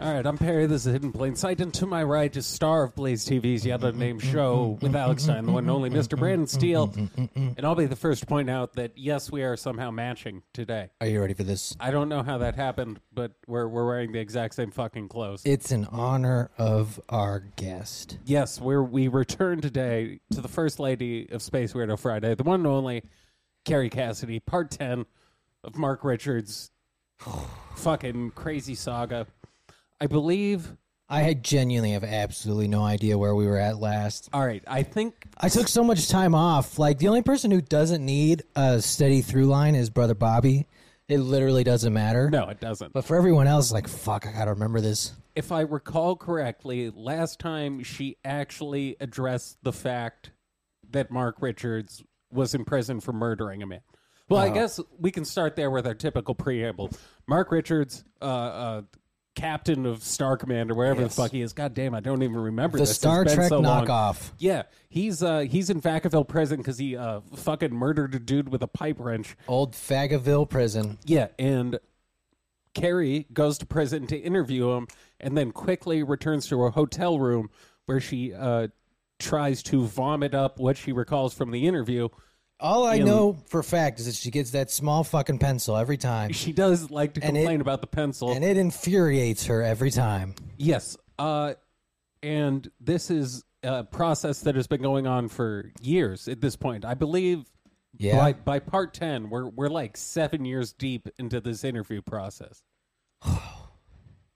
All right, I'm Perry. This is Hidden Plain Sight, and to my right is star of Blaze TV's Yet Unnamed Show with Alex Stein, the one and only Mr. Brandon Steele. And I'll be the first to point out that yes, we are somehow matching today. Are you ready for this? I don't know how that happened, but we're we're wearing the exact same fucking clothes. It's in honor of our guest. Yes, we're we return today to the first lady of Space Weirdo Friday, the one and only Carrie Cassidy, part ten of Mark Richards' fucking crazy saga. I believe. I had genuinely have absolutely no idea where we were at last. All right, I think I took so much time off. Like the only person who doesn't need a steady through line is brother Bobby. It literally doesn't matter. no, it doesn't. But for everyone else, like fuck, I gotta remember this. if I recall correctly, last time she actually addressed the fact that Mark Richards was in prison for murdering a man. Well, Uh-huh. I guess we can start there with our typical preamble. Mark Richards, uh, uh, captain of Star Command or wherever the fuck he is. God damn, I don't even remember The this. It's Star been Trek so long. knockoff. Yeah, he's uh, he's in Vacaville prison because he uh, fucking murdered a dude with a pipe wrench. Old Fagaville prison. Yeah, and Carrie goes to prison to interview him, and then quickly returns to her hotel room where she uh, tries to vomit up what she recalls from the interview. All I know for a fact is that she gets that small fucking pencil every time. She does like to And it- complain about the pencil. And it infuriates her every time. yes, uh, and this is a process that has been going on for years at this point. I believe Yeah. by by part ten, we're we're like seven years deep into this interview process,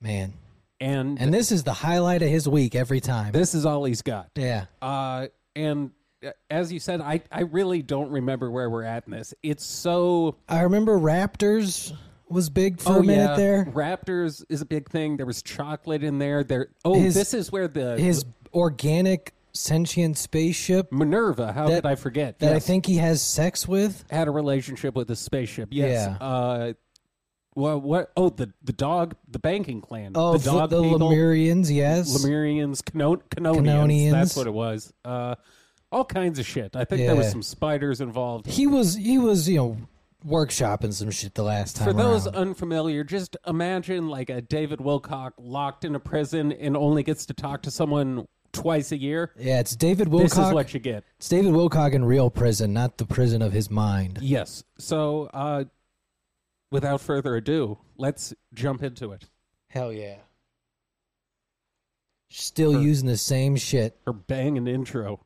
Man. and, And this is the highlight of his week every time. this is all he's got. yeah. Uh, and uh, as you said, I, I really don't remember where we're at in this. It's so oh, I remember Raptors was big for a minute there. Raptors is a big thing. There was chocolate in there. There. Oh, His- this is where the His organic sentient spaceship Minerva. How That- did I forget? that I Yes, think he has sex with. had a relationship with a spaceship. Yes. Yeah. Uh, well, what? Oh, the the dog, the banking clan. Oh, the dog the people. Lemurians, yes. Lemurians, Cano- Canonians, Canonians. That's what it was. Uh, all kinds of shit. I think there was Yeah. some spiders involved. He was he was, you know, workshopping some shit the last time. For those uh, around. unfamiliar, just imagine like a David Wilcock locked in a prison and only gets to talk to someone twice a year. yeah, it's David This is Wilcock. what you get. it's David Wilcock in real prison, not the prison of his mind. Yes. So, uh, without further ado, let's jump into it. Hell yeah. Still using the same shit. Or bang an intro,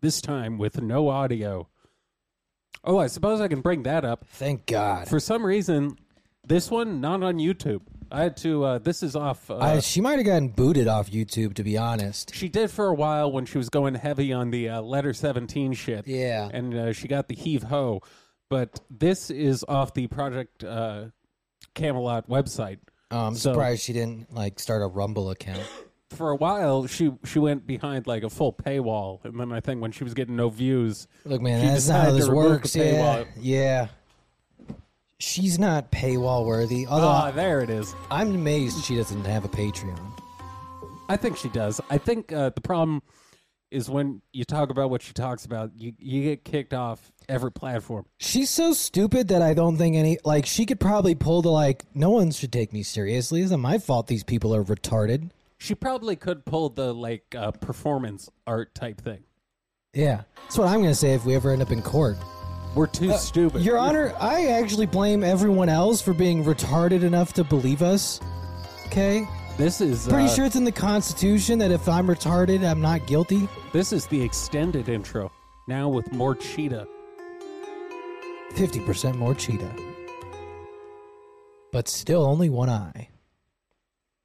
this time with no audio. Oh, I suppose I can bring that up. Thank God. For some reason, this one not on YouTube. I had to. Uh, this is off. Uh, I, she might have gotten booted off YouTube, to be honest. She did for a while when she was going heavy on the uh, letter 17 shit. Yeah. And uh, she got the heave ho. But this is off the Project uh, Camelot website. Oh, I'm So- surprised she didn't like start a Rumble account. For a while, she she went behind like a full paywall. And then I think when she was getting no views, Look, man, She that's not how decided to this remove the works. Yeah, paywall. yeah. She's not paywall worthy. Although ah, there it is. I'm amazed she doesn't have a Patreon. I think she does. I think uh, the problem is when you talk about what she talks about, you, you get kicked off every platform. She's so stupid that I don't think any like she could probably pull the like. No one should take me seriously. It's not my fault. These people are retarded. She probably could pull the like uh, performance art type thing. Yeah, that's what I'm gonna say if we ever end up in court. We're too stupid. Uh, Your Honor, I actually blame everyone else for being retarded enough to believe us. Okay? This is Pretty uh, sure it's in the Constitution that if I'm retarded, I'm not guilty. This is the extended intro. Now with more cheetah. 50% more cheetah. But still only one eye.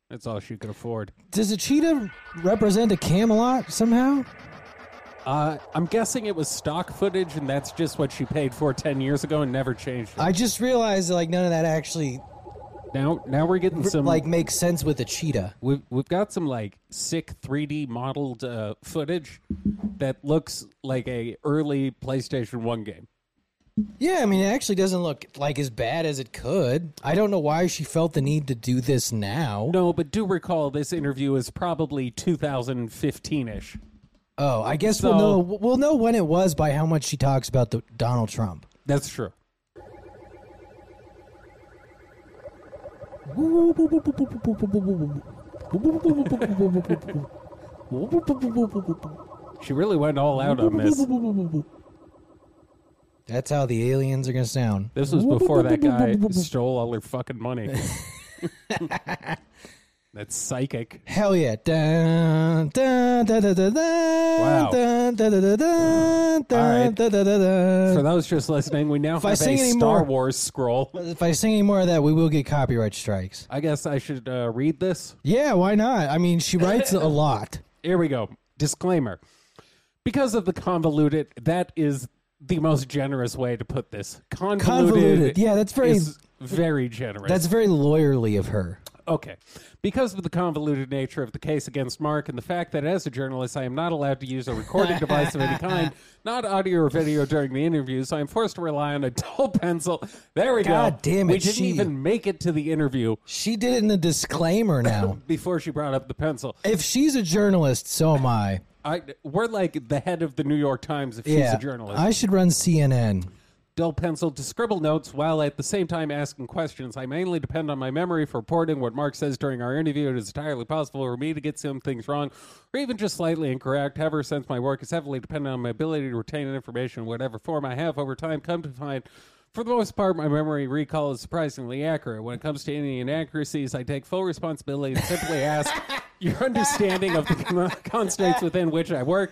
That's all she could afford. Does a cheetah represent a camelot somehow? Uh, I'm guessing it was stock footage, and that's just what she paid for ten years ago and never changed. It. I just realized that, like none of that actually Now, now we're getting some like makes sense with a cheetah. We've we've got some like sick 3D modeled uh, footage that looks like a early PlayStation One game. Yeah, I mean, it actually doesn't look like as bad as it could. I don't know why she felt the need to do this now. No, but do recall this interview is probably 2015 ish. Oh, I guess So- we'll know we'll know when it was by how much she talks about the Donald Trump. That's true. She really went all out on this. That's how the aliens are gonna sound. This was before that guy stole all her fucking money. That's psychic. Hell yeah! Dun, dun, dun, dun, dun, dun, Wow. dun, dun, dun, dun, dun, right. dun, dun, dun, dun. For those just listening, we now I have a sing any Star more- Wars scroll. If I sing any more of that, we will get copyright strikes. I guess I should uh, read this. Yeah, why not? I mean, she writes a lot. Here we go. Disclaimer. Because of the convoluted, that is the most generous way to put this. Convoluted. Convoluted. Yeah, that's very- is very generous. That's very lawyerly of her. Okay. Because of the convoluted nature of the case against Mark and the fact that as a journalist I am not allowed to use a recording device of any kind, not audio or video during the interview, so I'm forced to rely on a dull pencil. There we go. God damn it, We didn't she- even make it to the interview She did it in a disclaimer now. before she brought up the pencil. if she's a journalist, so am I. I we're like the head of the New York Times if Yeah, she's a journalist. I should run CNN. dull pencil to scribble notes while at the same time asking questions. I mainly depend on my memory for reporting what Mark says during our interview. It is entirely possible for me to get some things wrong or even just slightly incorrect. However, since my work is heavily dependent on my ability to retain information in whatever form I have over time, come to find for the most part, my memory recall is surprisingly accurate. When it comes to any inaccuracies, I take full responsibility and simply ask your understanding of the con- constraints within which I work.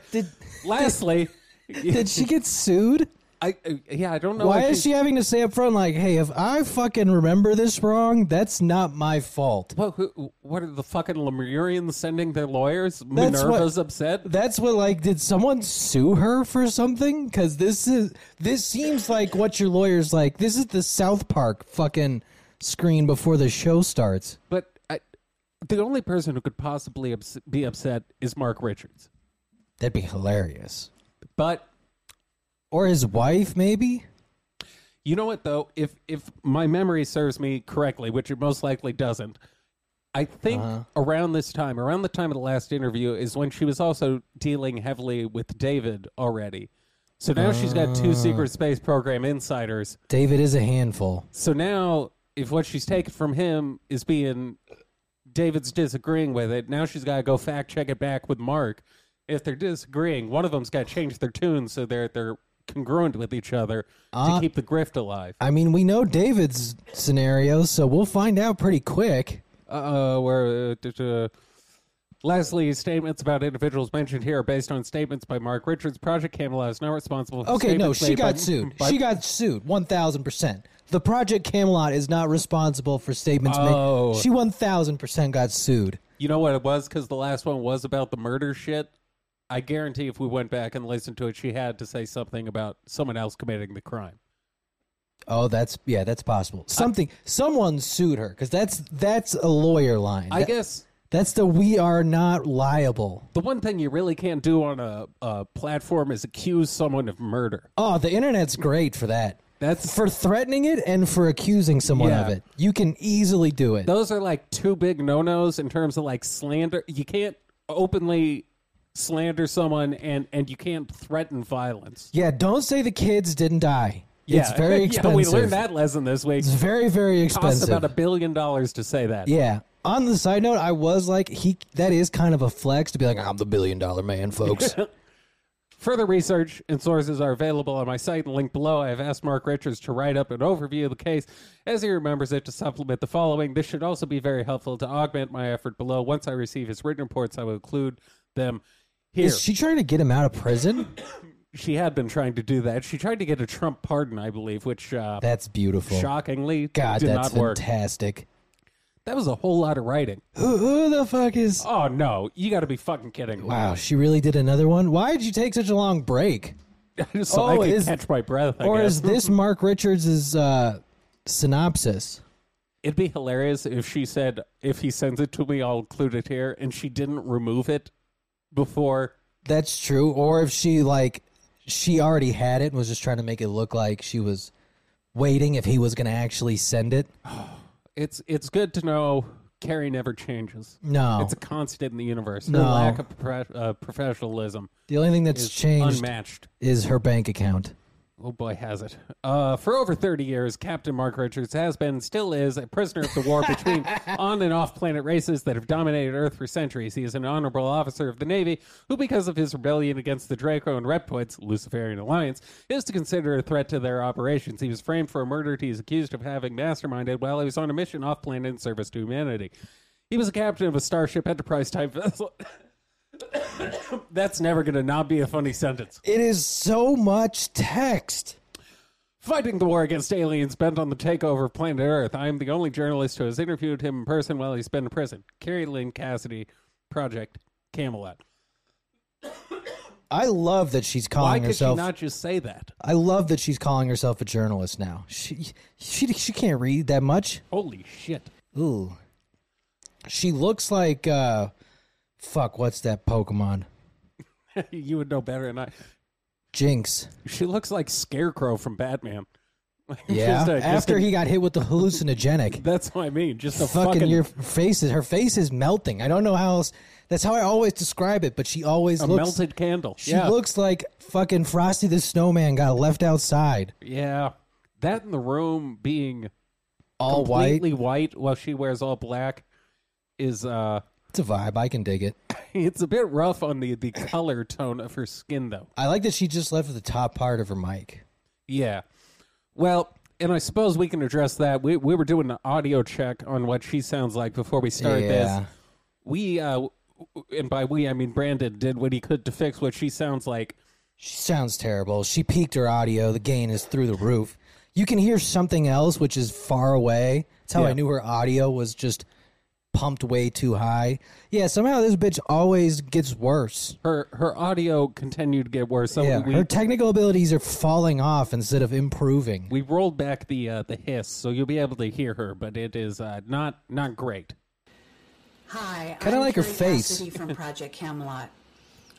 Lastly, Did she get sued? I, uh, yeah, I don't know. Why if is she having to say up front, like, hey, if I fucking remember this wrong, that's not my fault? What, who, what are the fucking Lemurians sending their lawyers? That's what- Minerva's upset. That's what, like, did someone sue her for something? Because this is, this seems like what your lawyer's like. This is the South Park fucking screen before the show starts. But I, the only person who could possibly ups- be upset is Mark Richards. That'd be hilarious. But Or his wife, maybe? you know what, though? If, if my memory serves me correctly, which it most likely doesn't, I think Uh-huh. around this time, around the time of the last interview, is when she was also dealing heavily with David already. So now she's got Ah. two Secret Space Program insiders David is a handful. So now, if what she's taken from him is being David's disagreeing with it, now she's got to go fact check it back with Mark. If they're disagreeing, one of them's got to change their tune so they're they're congruent with each other Uh. to keep the grift alive. I mean, we know David's scenario, so we'll find out pretty quick. Uh, where uh, d- d- Lastly, statements about individuals mentioned here are based on statements by Mark Richards. Project Camelot is not responsible. For Okay, no, statements she made by- got sued. by- She got sued, one thousand percent. The Project Camelot is not responsible for statements Oh. made. She one thousand percent got sued. You know what it was? Because the last one was about the murder shit. I guarantee if we went back and listened to it, she had to say something about someone else committing the crime. Oh, that's yeah, that's possible. Something, someone sued her because that's that's a lawyer line. I That- guess that's the we are not liable. the one thing you really can't do on a, a platform is accuse someone of murder. Oh, the internet's great for that. That's For threatening it and for accusing someone of Yeah. it, you can easily do it. those are like two big no nos in terms of like slander. You can't openly slander someone, and and you can't threaten violence. Yeah, don't say the kids didn't die. it's very expensive. yeah, we learned that lesson this week. It's very very Costs expensive. about a billion dollars to say that. yeah. On the side note, I was like, he that is kind of a flex to be like, I'm the billion dollar man, folks. Further research and sources are available on my site and linked below. I have asked Mark Richards to write up an overview of the case as he remembers it to supplement the following. This should also be very helpful to augment my effort below. Once I receive his written reports, I will include them here. is she trying to get him out of prison? she had been trying to do that. She tried to get a Trump pardon, I believe, which uh, That's beautiful. shockingly God, did that's not work. fantastic. That was a whole lot of writing. Who, who the fuck is Oh, no. You got to be fucking kidding me. Wow, she really did another one? Why did you take such a long break? so I Oh, could is- catch my breath, I Or guess. is this Mark Richards' uh synopsis? It'd be hilarious if she said, if he sends it to me, I'll include it here, and she didn't remove it before. That's true. Or if she like she already had it and was just trying to make it look like she was waiting if he was gonna actually send it. It's it's good to know Carrie never changes. No. It's a constant in the universe. Her No. lack of profe- uh, professionalism the only thing that's is changed unmatched. is her bank account. Oh boy, has it. Uh, for over 30 years, Captain Mark Richards has been, still is, a prisoner of the war between on and off planet races that have dominated Earth for centuries. He is an honorable officer of the Navy who, because of his rebellion against the Draco and Reptoids, Luciferian Alliance, is to consider a threat to their operations. He was framed for a murder he is accused of having masterminded while he was on a mission off planet in service to humanity. He was a captain of a Starship Enterprise type vessel. That's never going to not be a funny sentence. It is so much text. Fighting the war against aliens bent on the takeover of planet Earth, I am the only journalist who has interviewed him in person while he's been in prison. Carrie Lynn Cassidy, Project Camelot. I love that she's Why calling could herself. she not just say that? I love that she's calling herself a journalist now. She she she can't read that much. Holy shit. Ooh. She looks like uh fuck, what's that Pokemon? you would know better than I. Jinx. She looks like Scarecrow from Batman. Yeah. Just a- just After a- he got hit with the hallucinogenic. That's what I mean. Just a fucking, fucking. your face is her face is melting. I don't know how else that's how I always describe it, but she always a looks melted candle. she yeah. looks like fucking Frosty the Snowman got left outside. yeah. That in the room being All white. completely white while she wears all black is, uh, It's a vibe. I can dig it. it's a bit rough on the, the color tone of her skin, though. I like that she just left the top part of her mic. Yeah. Well, and I suppose we can address that. We we were doing an audio check on what she sounds like before we started Yeah. this. We uh w- w- and by we I mean Brandon did what he could to fix what she sounds like. She sounds terrible. She peaked her audio. The gain is through the roof. You can hear something else, which is far away. That's how I Yeah. knew her audio was just pumped way too high. Yeah, somehow this bitch always gets worse. Her her audio continued to get worse. So Yeah, we her technical abilities are falling off instead of improving. we rolled back the uh, the hiss, so you'll be able to hear her, but it is uh, not not great. Hi, Kinda I'm like her Carrie face. Cassidy from Project Camelot.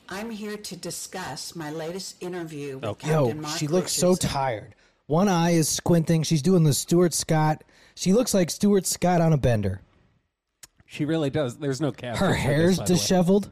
I'm here to discuss my latest interview with Captain Yo, Mark she looks so Richards. tired. One eye is squinting. She's doing the Stuart Scott. She looks like Stuart Scott on a bender. She really does. There's no caption. Her for this, hair's by the way. disheveled.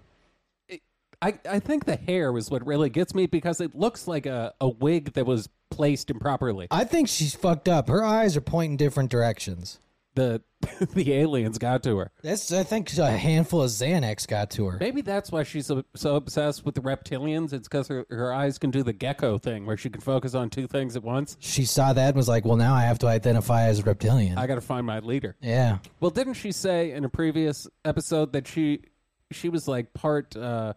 I, I think the hair is what really gets me because it looks like a, a wig that was placed improperly. I think she's fucked up. Her eyes are pointing different directions. The the aliens got to her. That's I think a handful of Xanax got to her. Maybe that's why she's so, so obsessed with the reptilians. It's because her, her eyes can do the gecko thing where she can focus on two things at once. She saw that and was like, "Well, now I have to identify as a reptilian." I got to find my leader. yeah, Well, didn't she say in a previous episode that she she was like part uh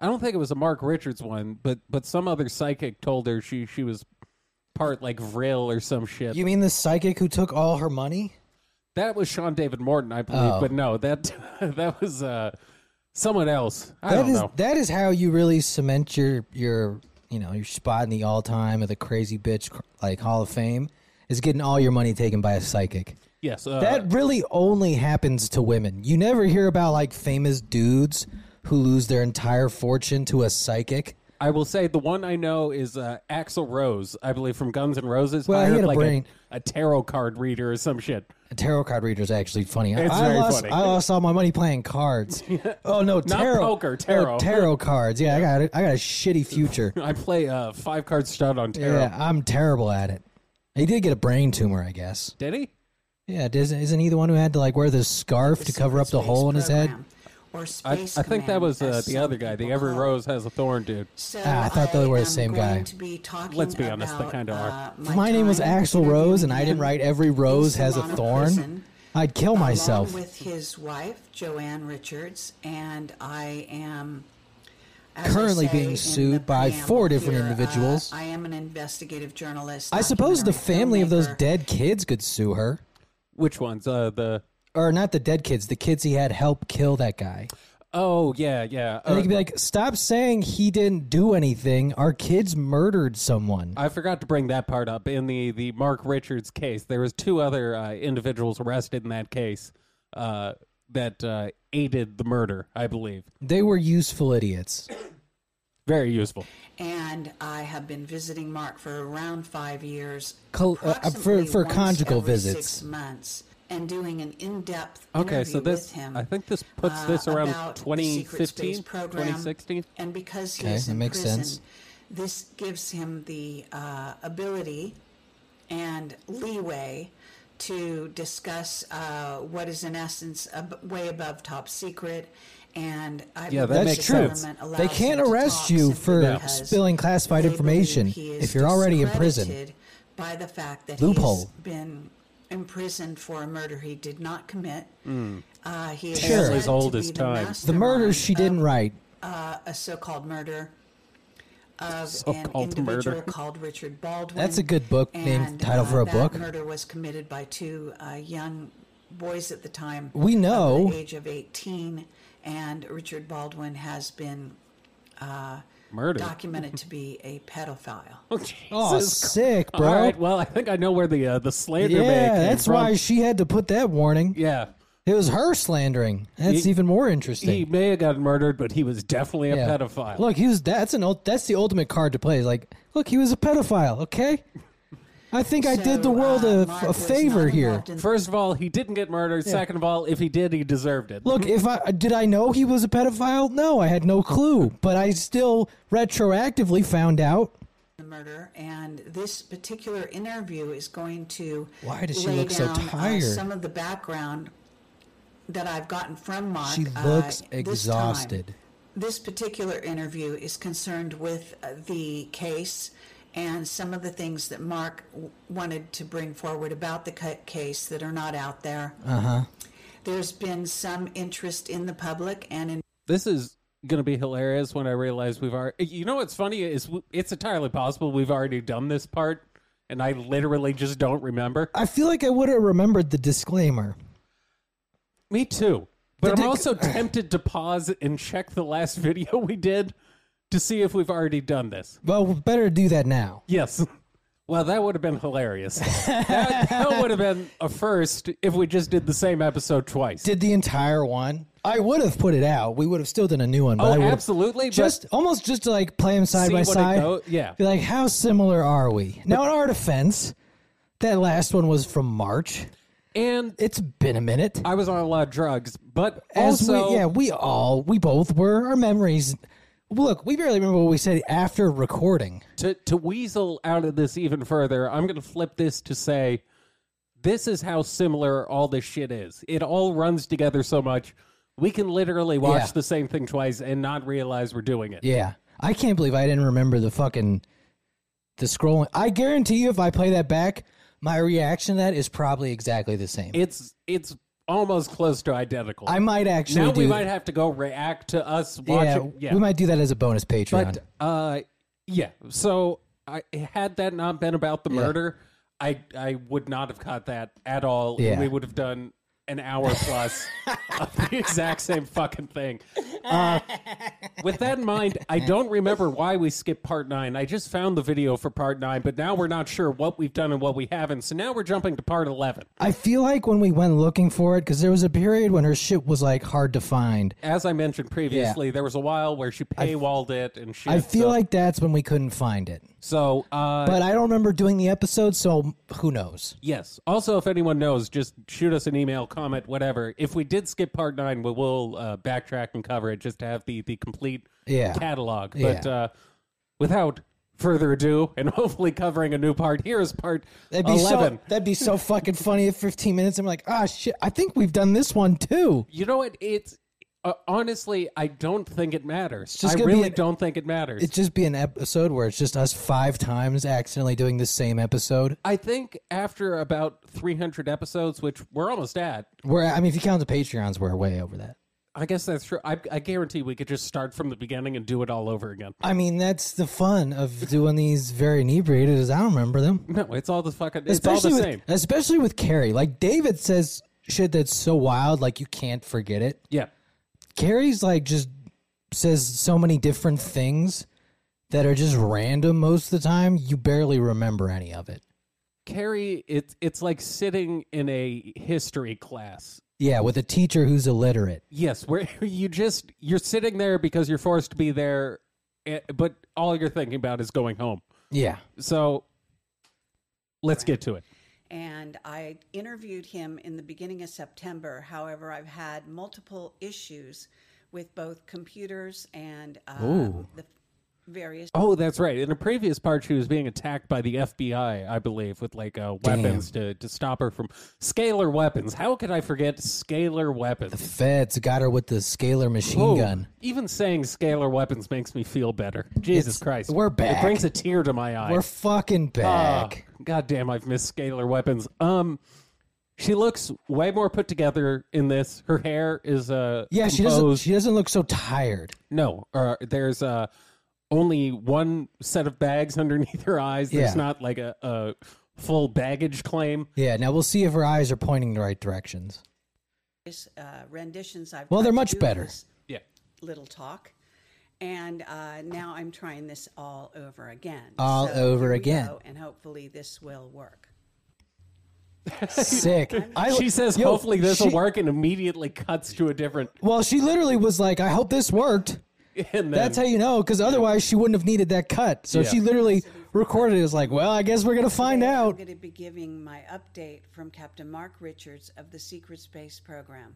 I don't think it was a Mark Richards one, but but some other psychic told her she she was part like Vril or some shit. you mean the psychic who took all her money? that was Sean David Morton, I believe, Oh. but no, that that was uh someone else. I That don't is know. that is how you really cement your your you know your spot in the all time of the crazy bitch cr- like Hall of Fame is getting all your money taken by a psychic. Yes, uh, That really only happens to women. You never hear about like famous dudes who lose their entire fortune to a psychic. I will say the one I know is uh, Axel Rose, I believe, from Guns N' Roses. Well, he hired had a like brain. A, tarot card reader or some shit. A tarot card reader is actually funny. It's I very lost, funny. I lost all my money playing cards. Oh no, tarot, poker, Oh, tarot. tarot cards. Yeah, I got it. I got a shitty future. I play uh, five card stud on tarot. yeah, I'm terrible at it. He did get a brain tumor, I guess. Did he? Yeah, isn't, isn't he the one who had to like wear this scarf to cover up the Space hole in his head? program, Or space I, I think that command, was uh, as the some other guy, the people Every call it. Rose Has a Thorn dude. So Ah, I thought they were the am same going guy. To be talking Let's be honest, they about, kinda are. uh, My name was time Axel Rose, and I interviewing didn't write every rose in has a Solana thorn. prison, I'd kill along myself. with his wife Joanne Richards, and I am as I Currently say being in the sued by preamble four different here, uh, individuals. I am an investigative journalist. I suppose the documentary family of those filmmaker, dead kids could sue her, Which ones? Uh, the or not the dead kids, the kids he had help kill that guy. Oh yeah, yeah. And Uh, they could be like, stop saying he didn't do anything. Our kids murdered someone. I forgot to bring that part up in the the Mark Richards case. There was two other uh, individuals arrested in that case uh, that uh, aided the murder, I believe. They were useful idiots. Very useful. and I have been visiting Mark for around five years. Col- uh, uh, for- approximately for once conjugal every visits. Six months and doing an in-depth Okay, so interview this with him, I think this puts uh, this around about the secret space 2015, program. 2016. and because Okay, he's that in makes prison, sense. this gives him the uh, ability and leeway to discuss uh, what is in essence ab- way above top secret. And Yeah, I believe that the That's makes true. sense. government allows They him can't to arrest talk you simply for because spilling classified they believe information he is if you're already in prison. discredited By the fact that Loophole. he's been imprisoned for a murder he did not commit. Uh, he is Sure. said Hmm. As old to as be time. The murder she mastermind didn't write. uh, a so-called murder of an So-called individual murder. called Richard Baldwin. That's a good book name, And, uh, title for a that book. Murder was committed by two uh, young boys at the time. We know. of the age of eighteen, and Richard Baldwin has been Murder. documented to be a pedophile. Oh, Oh, Jesus. sick, bro. All right. Well, I think I know where the uh, the slander man yeah, came that's from. why she had to put that warning. yeah. It was her slandering. That's He- even more interesting. He may have gotten murdered, but he was definitely a Yeah. pedophile. Look, he was that's an ult- that's the ultimate card to play. Like, look, he was a pedophile. Okay, I think I did the uh, world a, a favor here. First of all, he didn't get murdered. Second of all, if he did, he deserved it. Look, if I did I know he was a pedophile? No, I had no clue. But I still retroactively found out. the murder, and this particular interview is going to Why does she lay look so down, uh, tired? some of the background that I've gotten from Mark. She uh, looks this time. exhausted. This particular interview is concerned with uh, the case and some of the things that Mark w- wanted to bring forward about the ca- case that are not out there. Uh huh. Uh-huh. There's been some interest in the public and in this is going to be hilarious when I realize we've already. You know what's funny is w- it's entirely possible we've already done this part, and I literally just don't remember. I feel like I would have remembered the disclaimer. Me too. But I'm dick- also tempted to pause and check the last video we did to see if we've already done this. Well, we better do that now. Yes. Well, that would have been hilarious. that, that would have been a first if we just did the same episode twice. Did the entire one? I would have put it out. We would have still done a new one. But Oh, I would have- absolutely, but- Just almost just to like play them side See by what it side. go- yeah. Be like, how similar are we? Now, in our defense, that last one was from March. and It's been a minute. I was on a lot of drugs, but As also we, yeah, we all, we both were. Our memories. Look, we barely remember what we said after recording. to to weasel out of this even further, I'm going to flip this to say this is how similar all this shit is. It all runs together so much. We can literally watch Yeah. the same thing twice and not realize we're doing it. Yeah, I can't believe I didn't remember the fucking the scrolling. I guarantee you, if I play that back, my reaction to that is probably exactly the same. It's it's almost close to identical. I might actually now do. we might have to go react to us yeah, watching. Yeah, we might do that as a bonus Patreon. but uh, yeah. So I had that not been about the murder, I I would not have caught that at all. and Yeah. we would have done an hour plus of the exact same fucking thing. Uh, with that in mind, I don't remember why we skipped part nine. I just found the video for part nine, but now we're not sure what we've done and what we haven't. So now we're jumping to part eleven. I feel like when we went looking for it, because there was a period when her shit was like hard to find. As I mentioned previously, there was a while where she paywalled it and she. I feel like that's when we couldn't find it. so. Uh, But I don't remember doing the episode, so who knows? Yes. Also, if anyone knows, just shoot us an email, comment, whatever. If we did skip part nine, we will uh, backtrack and cover it just to have the, the complete Yeah. catalog. But Yeah. uh, without further ado, and hopefully covering a new part, here is part That'd be 11. so. That'd be so fucking funny if 15 minutes. I'm like, ah, shit. I think we've done this one too. You know what? It's uh, honestly, I don't think it matters. just I gonna be really an- don't think it matters. It'd just be an episode where it's just us five times accidentally doing the same episode. I think after about 300 episodes, which we're almost at, Where I mean, if you count the Patreons, we're way over that. I guess that's true. I, I guarantee we could just start from the beginning and do it all over again. I mean, that's the fun of doing these very inebriated. Is I don't remember them, No, it's all the fucking. It's all the with same. especially with Carrie. Like David says shit that's so wild, like you can't forget it. Yeah. Carrie's like just says so many different things that are just random most of the time. You barely remember any of it. Carrie, it's it's like sitting in a history class. Yeah, with a teacher who's illiterate. Yes, where you just you're sitting there because you're forced to be there, eh, but all you're thinking about is going home. Yeah. So let's get to it. and I interviewed him in the beginning of September. However, I've had multiple issues with both computers and uh, the various. Oh, that's right. In a previous part, she was being attacked by the FBI, I believe, with like uh, weapons to, to stop her from scalar weapons. How could I forget scalar weapons? Feds got her with the scalar machine Oh, gun. Even saying scalar weapons makes me feel better. Jesus Christ. we're It back. brings a tear to my eye. Ah, We're fucking back. God damn, I've missed scalar weapons. Um, she looks way more put together in this. Her hair is uh yeah, she doesn't. composed. She doesn't look so tired. No, uh, there's uh only one set of bags underneath her eyes. There's Yeah. not like a, a full baggage claim. Yeah. Now we'll see if her eyes are pointing the right directions. various, uh, renditions I've Well, tried they're to much do better. this Yeah. Little talk, and uh, now I'm trying this all over again. All over here we again. go, and hopefully this will work. Sick. I, she says, yo, hopefully this will she- work, and immediately cuts to a different. Well, she literally was like, "I hope this worked." And then, That's how you know, because otherwise she wouldn't have needed that cut. So Yeah. she literally recorded it as like, "Well, I guess we're gonna find Today I'm out." going to be giving my update from Captain Mark Richards of the Secret Space Program.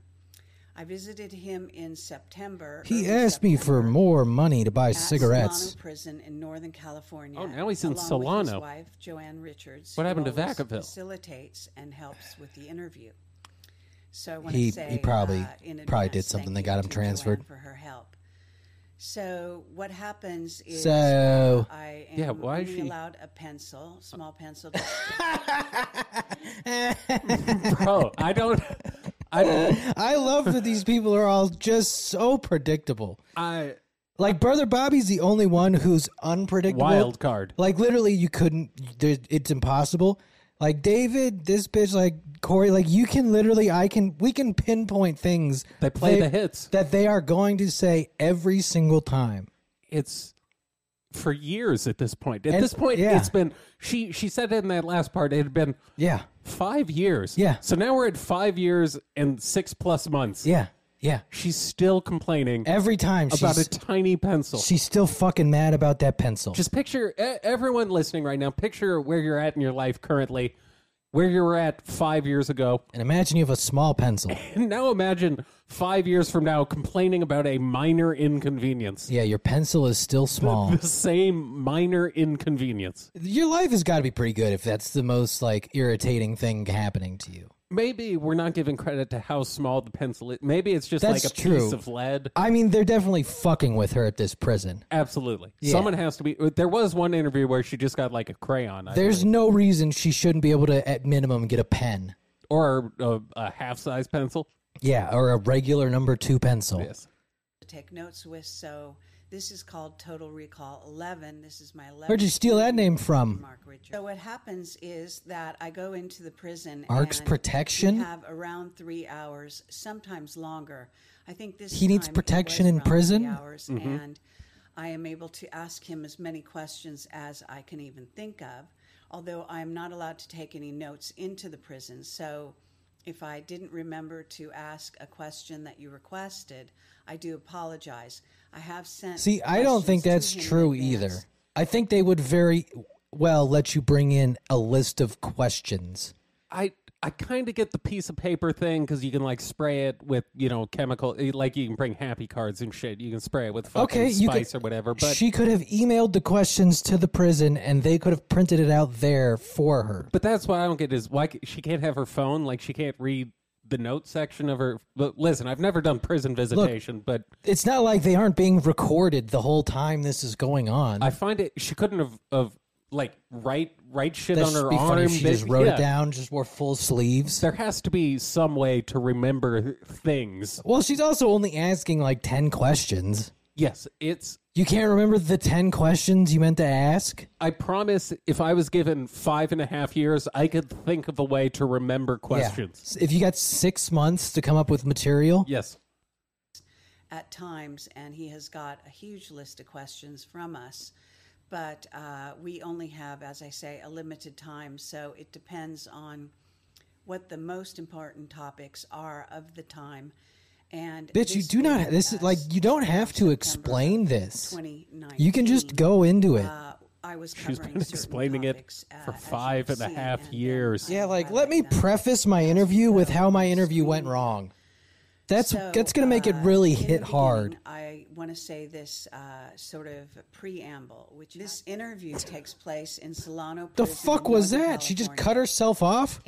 I visited him in September. He early asked me for September, more money to buy at cigarettes. Solano prison in Northern California. Oh, now he's in along With Solano. his wife, Joanne Richards. What who happened to always Vacaville? Facilitates and helps with the interview. So I want He- to say he probably- uh, in probably did advance, something thank that got you him to transferred. Joanne for her help. So what happens is So- uh, I am Yeah, why is only she- allowed a pencil, small pencil. to- bro, I don't. I, I love that these people are all just so predictable. I Like brother Bobby's the only one who's unpredictable. wild card. Like literally, you couldn't. there- It's impossible. Like David, this bitch, like Corey, like you can literally, I can, we can pinpoint things. They play that- the hits. that they are going to say every single time. It's for years at this point. At And- this point, yeah. it's been. She she said in that last part it had been Yeah, five years. Yeah. So now we're at five years and six plus months. yeah, yeah. She's still complaining Every time she's about a tiny pencil. she's still fucking mad about that pencil. Just picture e- everyone listening right now. Picture where you're at in your life currently, where you were at five years ago, and imagine you have a small pencil. and now imagine five years from now complaining about a minor inconvenience. Yeah, your pencil is still small. The same minor inconvenience. Your life has got to be pretty good if that's the most like irritating thing happening to you. Maybe we're not giving credit to how small the pencil is. Maybe it's just That's like a true. piece of lead. I mean, they're definitely fucking with her at this prison. Absolutely. Someone has to be. uh, There was one interview where she just got like a crayon I There's no reason she shouldn't be able to, at minimum, get a pen. or a, a half size pencil. Yeah, or a regular number two pencil. Yes. to take notes with. So this is called Total Recall 11. This is my 11. Where'd you steal that name from? Mark Richards. So what happens is that I go into the prison. Mark's and protection? we have around three hours, sometimes longer. I think this. He needs time it protection was in around three prison? hours, and I am able to ask him as many questions as I can even think of. Although I am not allowed to take any notes into the prison, so. If I didn't remember to ask a question that you requested, I do apologize. I have sent. See, I don't think that's questions to him in true either. advance. I think they would very well let you bring in a list of questions. I I kind of get the piece of paper thing because you can like spray it with you know chemical eh, like you can bring happy cards and shit. You can spray it with fucking Okay, you could- spice or whatever. But she could have emailed the questions to the prison and they could have printed it out there for her. but that's what I don't get is why c- she can't have her phone. Like she can't read the note section of her. But listen, I've never done prison visitation, but It's not like they aren't being recorded the whole time this is going on. I find it she couldn't have of like write write shit that on should her be arm. funny if she that- just wrote yeah. it down, just wore full sleeves. There has to be some way to remember things. Well, she's also only asking like 10 questions. Yes, it's You can't remember the 10 questions you meant to ask? I promise if I was given five and a half years, I could think of a way to remember questions. Yeah. If you got six months to come up with material, Yes. at times, and he has got a huge list of questions from us. But uh, we only have, as I say, a limited time, so it depends on what the most important topics are of the time. And Bitch, you this do not. leaves This is like us you don't have to September explain this. 2019. You can just go into it. Uh, I was She's covering been certain explaining it topics, uh, for as you've five and a seen, half and, uh, years. Yeah, like I let me that. preface my interview with how my interview went wrong. That's So, that's gonna make it uh, really in the hit hard. beginning, I want to say this uh, sort of preamble, which this interview takes place in Solano. The prison in fuck was Northern that? She just California. cut herself off.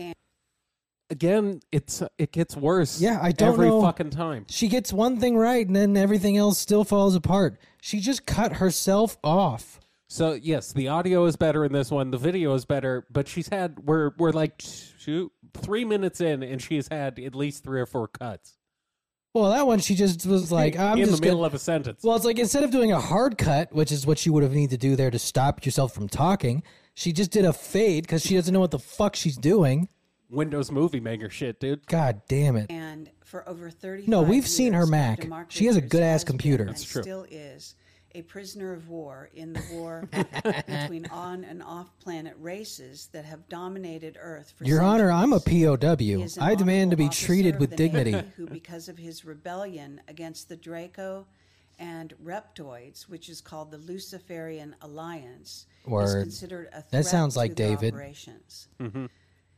Again, it's it gets worse. Yeah, I don't every know. fucking time. She gets one thing right, and then everything else still falls apart. She just cut herself off. So yes, the audio is better in this one. The video is better, but she's had we're we're like two, three minutes in, and she's had at least three or four cuts Well, that one she just was like, "I'm in the just middle gonna." of a sentence. Well, it's like instead of doing a hard cut, which is what you would have needed to do there to stop yourself from talking, she just did a fade because she doesn't know what the fuck she's doing. Windows Movie Maker shit, dude. God damn it! And for over 30 No, we've seen her Mac. She has a good-ass computer. That's true. Still is a prisoner of war in the war between on and off planet races that have dominated Earth for Your Honor, I'm a centuries. He POW. is an I demand to be honorable officer treated of with the dignity. Navy who, because of his rebellion against the Draco and Reptoids, which is called the Luciferian Alliance, is Word. considered a threat That sounds like to their David. operations. Mm-hmm.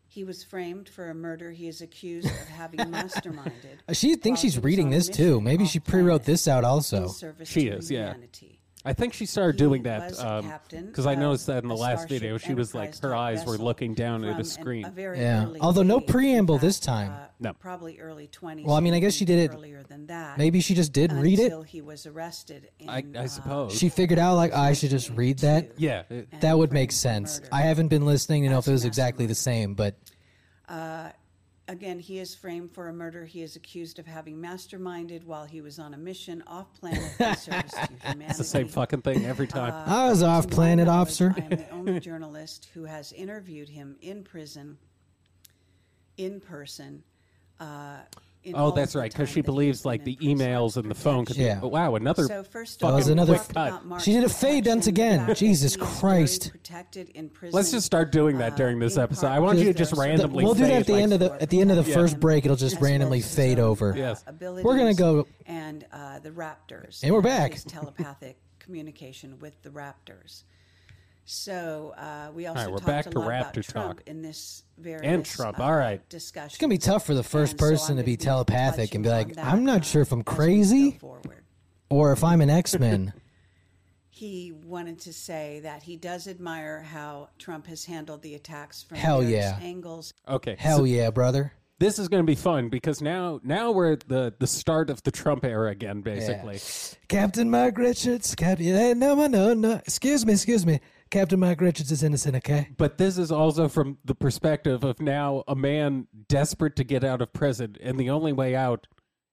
He was framed for a murder he is accused of having masterminded. She while thinks she's he was reading on this mission too. Maybe off she pre-wrote planet this out in also. service She to is, yeah. humanity. I think she started He doing that was a captain because I of noticed that in the a last video, Starship she was like her Enterprise eyes were vessel looking down from at an- a screen. a very Yeah. early Although no age, in preamble fact, this time. No. Probably early 20s. Well, I mean, I guess she maybe did it- earlier than that. Maybe she just did read it. until he was arrested. In, I, I uh, suppose. She figured out like I should just read that. yeah, it- and That would framed make for sense. murder. I haven't been listening to know if As it was mastermind. exactly the same, but Again, he is framed for a murder he is accused of having masterminded while he was on a mission off planet in service to humanity. it's the same fucking thing every time. uh, I was off To my planet, knowledge, officer. I am the only journalist who has interviewed him in prison, in person. Uh, in all oh, of that's the right, because time she that he's believes been like in the prison. emails and the phone. Could Yeah. Be, but wow, another. So first That was off, another let's cut. talk about Mark's She did a fade protection, once the again. fact that Jesus uh, he is very Christ. Protected in prison. Let's just start doing that uh, during this in episode. part I want you to because just there's- randomly We'll do that say, at the like, end of the- at the end of the Yeah. first break, it'll just As well as randomly his fade own, over. uh, Yes. We're gonna abilities go- and uh, the Raptors, And we're and back. his telepathic communication with the Raptors. So uh, we also right, we're talked back a to lot about Raptor Trump talk. in this various And Trump, Uh, all right. discussion. It's gonna be tough for the first person to be telepathic and be like, "I'm not sure if I'm crazy Forward. or if I'm an X-Men." he wanted to say that he does admire how Trump has handled the attacks from Hell various yeah. angles. okay, Hell yeah, brother. this is going to be fun because now now we're at the the start of the Trump era again, basically. Captain Mark Richards, Captain. eh, No, no, no, no. Excuse me, excuse me. Captain Mark Richards is innocent, okay? But this is also from the perspective of now a man desperate to get out of prison, and the only way out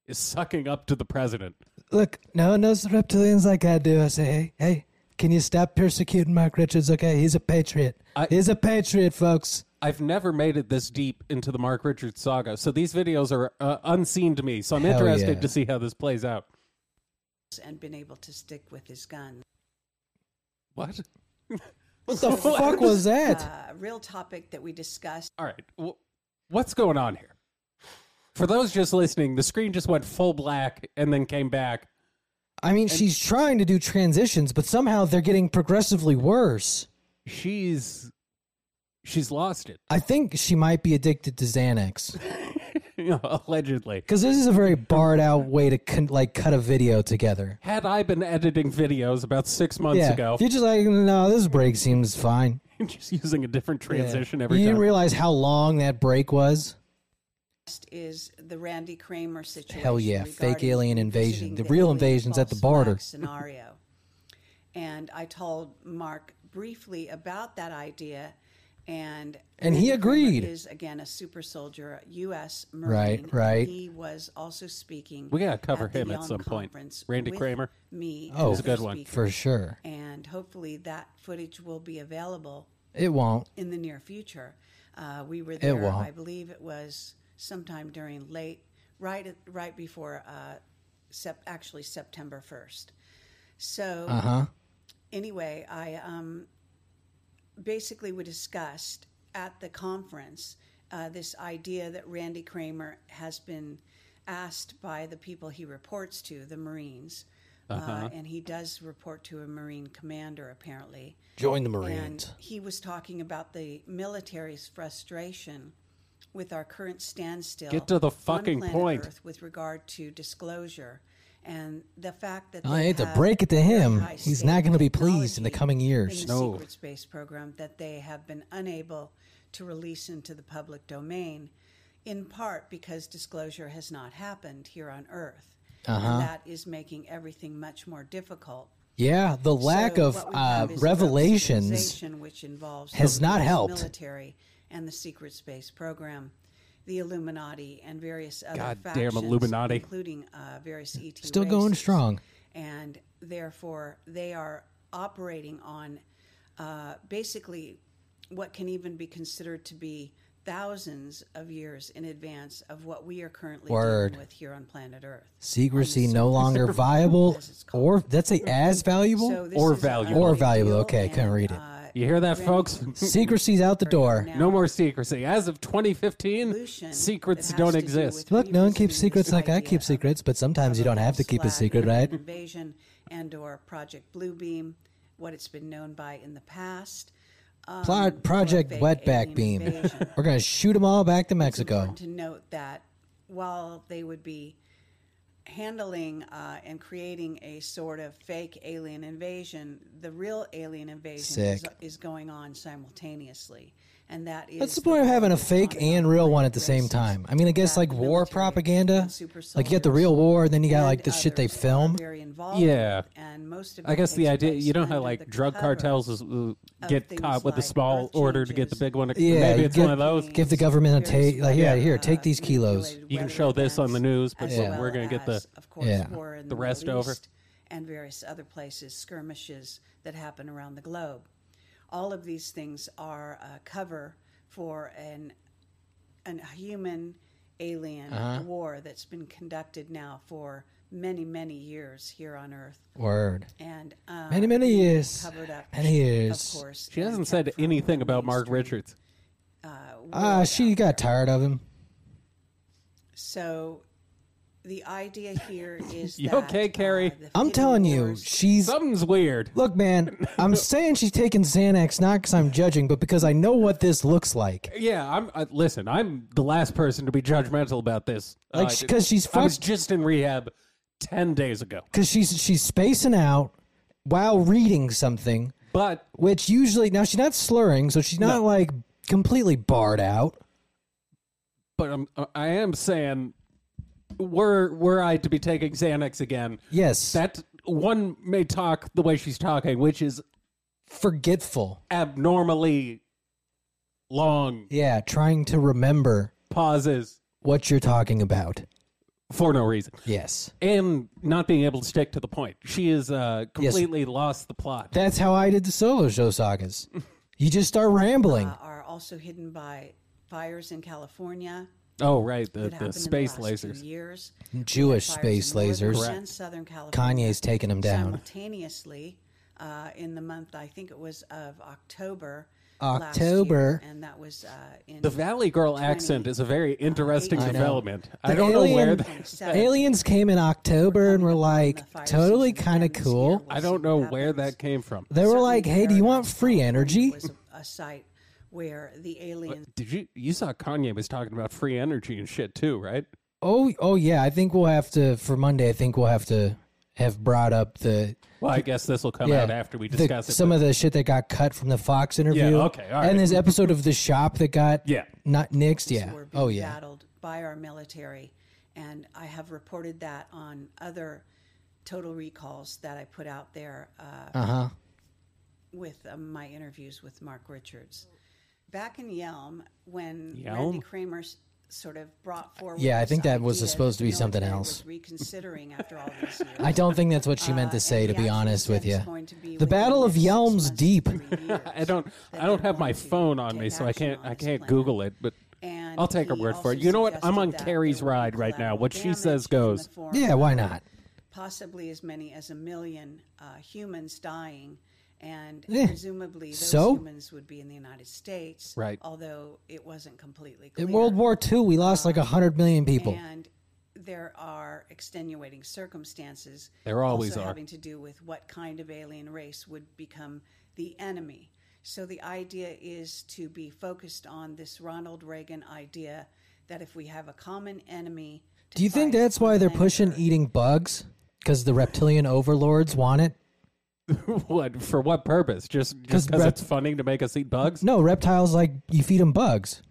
is sucking up to the president. Look, no one knows the reptilians like I do. I say, hey, hey, can you stop persecuting Mark Richards, okay? He's a patriot. I- He's a patriot, folks. I've never made it this deep into the Mark Richards saga, so these videos are uh, unseen to me. So I'm Hell interested yeah. to see how this plays out. And been able to stick with his gun. What? What the fuck was that? Uh, a real topic that we discussed. All right, wh- what's going on here? For those just listening, the screen just went full black and then came back. I mean, she's trying to do transitions, but somehow they're getting progressively worse. She's she's lost it, I think she might be addicted to Xanax. allegedly. Because this is a very barred out way to con- like cut a video together. Had I been editing videos about six months ago, If you're just like, no, this break seems fine. just using a different Yeah. transition every You time. didn't realize how long that break was. Is the Randy Kramer situation? Hell yeah, fake regarding alien invasion. visiting The real alien invasion's at the false border. flag Scenario, and I told Mark briefly about that idea, and And he Randy Kramer agreed. Is again a super soldier, a U.S. Marine. Right, and right. He was also speaking. We gotta cover the him at Young some point. Conference Randy with Kramer. Me. and Oh, He's a good other one. speakers. For sure. And hopefully that footage will be available It won't. in the near future. Uh, we were there, won't. I believe it was sometime during late, right, at- right before uh, sep- actually September 1st. So anyway, I um, basically we discussed at the conference uh, this idea that Randy Kramer has been asked by the people he reports to, the Marines, uh, and he does report to a Marine commander apparently. Join the And he was talking about the military's frustration with our current standstill. Get to the on fucking planet point. Earth with regard to disclosure and the fact that I they hate to have break it to very him. high He's state not gonna be pleased in the technology coming years. in the No. secret space program that they have been unable to release into the public domain, in part because disclosure has not happened here on Earth. Uh-huh. And that is making everything much more difficult Yeah, the lack so of what we uh, have is revelations. civilization, which involves has the not US helped. military and the secret space program the illuminati and various other Goddamn factions, Illuminati. including uh, various et Still going races. strong. and therefore they are operating on uh, basically what can even be considered to be thousands of years in advance of what we are currently Word. dealing with here on planet earth Secrecy no longer viable, or that's a as valuable. so this Or is a valuable. big Or valuable, deal, okay, and, couldn't read it. uh, You hear that, folks? Secrecy's out the door. now no more secrecy. As of 2015, solution secrets that has don't to do exist. with Look, no one keeps revisiting secrets this like I idea keep of- secrets, but sometimes you of don't have to false keep a flag secret, right? Invasion and or Project Bluebeam, what it's been known by in the past. Um, Pla- Project or fake Wetback alien Beam. invasion. We're gonna shoot them all back to It's important Mexico. To note that while they would be handling uh, and creating a sort of fake alien invasion, the real alien invasion is, Sick. is going on simultaneously, and that is That's the point of having a fake and real one at the same time. I mean, I guess like war propaganda. Like you got the real war, and then you got like the shit they film. Yeah. yeah, and most of I it guess the takes idea, place you know under how the like drug cover cartels is, uh, get things caught with a like small earth order to get the changes, big one. Yeah, Maybe you it's one get- of those. Give the government a various take- like, yeah, weather, here, take these kilos. manipulated You can weather show this on the events, news, but as we're- well we're gonna get the- as, of course, Yeah. war in the the, rest Middle over. East and various other places, skirmishes that happen around the globe. All of these things are a cover for an an human alien Uh-huh. war that's been conducted now for many many years here on Earth Word. and uh, Many, many years. covered up Many years. Of course, She and hasn't kept said from anything the about Mark mainstream. Richards. Ah, she got tired of him. So the idea here is You that, uh, okay, Carrie? the I'm hidden telling you, wars- she's. Something's weird. Look, man, I'm saying she's taking Xanax not because I'm judging, but because I know what this looks like. Yeah, I'm. Uh, listen, I'm the last person to be judgmental about this. Like, Uh, she- 'cause she's I was fucked- just in rehab ten days ago, Because she's she's spacing out while reading something, but which usually now she's not slurring, so she's not No. like completely barred out. but I'm. uh, I am saying, were were I to be taking Xanax again, Yes, that one may talk the way she's talking, which is forgetful. abnormally long Yeah, trying to remember pauses what you're talking about. for no reason, Yes, and not being able to stick to the point. She is uh, completely lost the plot. that's how I did the solo show sagas. You just start rambling. uh, are also hidden by fires in California. oh right, the, that the happened space in the last few lasers. Years. Jewish Fires space in northern lasers. And Southern California. Kanye's taking him down. Simultaneously, uh, in the month I think it was of October. last year, October. and that was uh, in The Valley Girl accent is a very interesting I know. development. I The don't know where. alien- That, Aliens came in October and were like the fire totally season kind of and this year cool. was- I don't know where that came from. They were Southern like, "Hey, do you want Paradise, free California energy?" Was a, a site where the aliens Did you you saw Kanye was talking about free energy and shit too, right? Oh, oh yeah. I think we'll have to for Monday. I think we'll have to have brought up the Well, I guess this will come yeah out after we the- discuss it. some but- of the shit that got cut from the Fox interview. okay, all right. And this episode of the shop that got Yeah. not nixed. Yeah. were being Oh yeah. battled by our military, and I have reported that on other total recalls that I put out there uh, Uh-huh. with um, my interviews with Mark Richards. Back in Yelm, when Randy Yelm? Kramer s- sort of brought forward, Yeah, I this think that was idea supposed to the be something military else. Was reconsidering after all these years. I don't think that's what she meant Uh, to say. To and he be actually honest said with it's you, going to be the within Battle of next six Yelm's months to Deep. three years I don't that I don't they're have my going to phone on take me, so I action can't on I this can't plan. Google it. But And I'll take her he word for also it. You know what? I'm suggested on that Carrie's there would be ride right now. What she collateral says damage in goes. the form yeah. Why not? possibly as many as a million uh, humans dying, and Yeah. presumably those So? humans would be in the United States. Right. Although it wasn't completely clear. In World War II, we lost like 100 million people. And there are extenuating circumstances. There always also are. having to do with what kind of alien race would become the enemy. So the idea is to be focused on this Ronald Reagan idea that if we have a common enemy, to Do you think fight that's why on they're planet pushing E- Earth- eating bugs? Because the reptilian overlords want it? what for? What purpose? Just because 'Cause rep- it's funny to make us eat bugs? No, reptiles like you feed them bugs.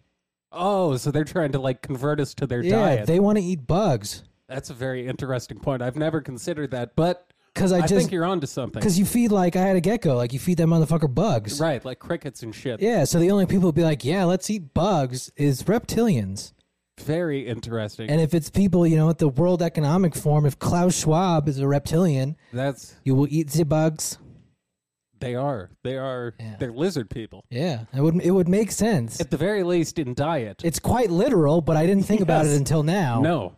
Oh, so they're trying to like convert us to their Yeah, diet. they want to eat bugs. That's a very interesting point. I've never considered that, but Because I, I, just think you're onto something. Because you feed like I had a gecko, like you feed that motherfucker bugs. Right, like crickets and shit. Yeah, so the only people who'd be like, yeah, let's eat bugs is reptilians. Very interesting. And if it's people, you know, at the World Economic Forum, if Klaus Schwab is a reptilian, That's you will eat the bugs. they are. They are. Yeah. They're lizard people. Yeah, it would it would make sense. At the very least, in diet. It's quite literal, but I didn't think about it Yes. until now. no,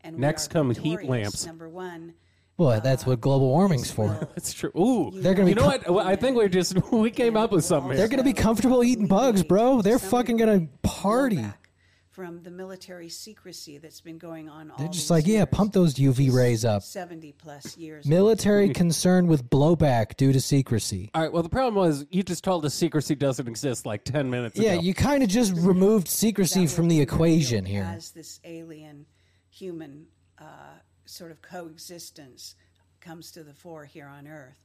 And we Next are come heat victorious, lamps. Number one. well, that's what global warming's for. Well, it's true. Ooh, You They're gonna be you know co- what? Well, I think we just we came up with something. They're here. gonna be comfortable eating bugs, bro. They're Some fucking gonna people party. blowback From the military secrecy that's been going on all They're just these like, yeah, years, pump those UV rays up. 70 plus years. Military concern with blowback due to secrecy. All right. Well, the problem was you just told us secrecy doesn't exist like ten minutes Yeah, ago. you kind of just removed secrecy from the equation here. As this alien human uh, sort of coexistence comes to the fore here on Earth.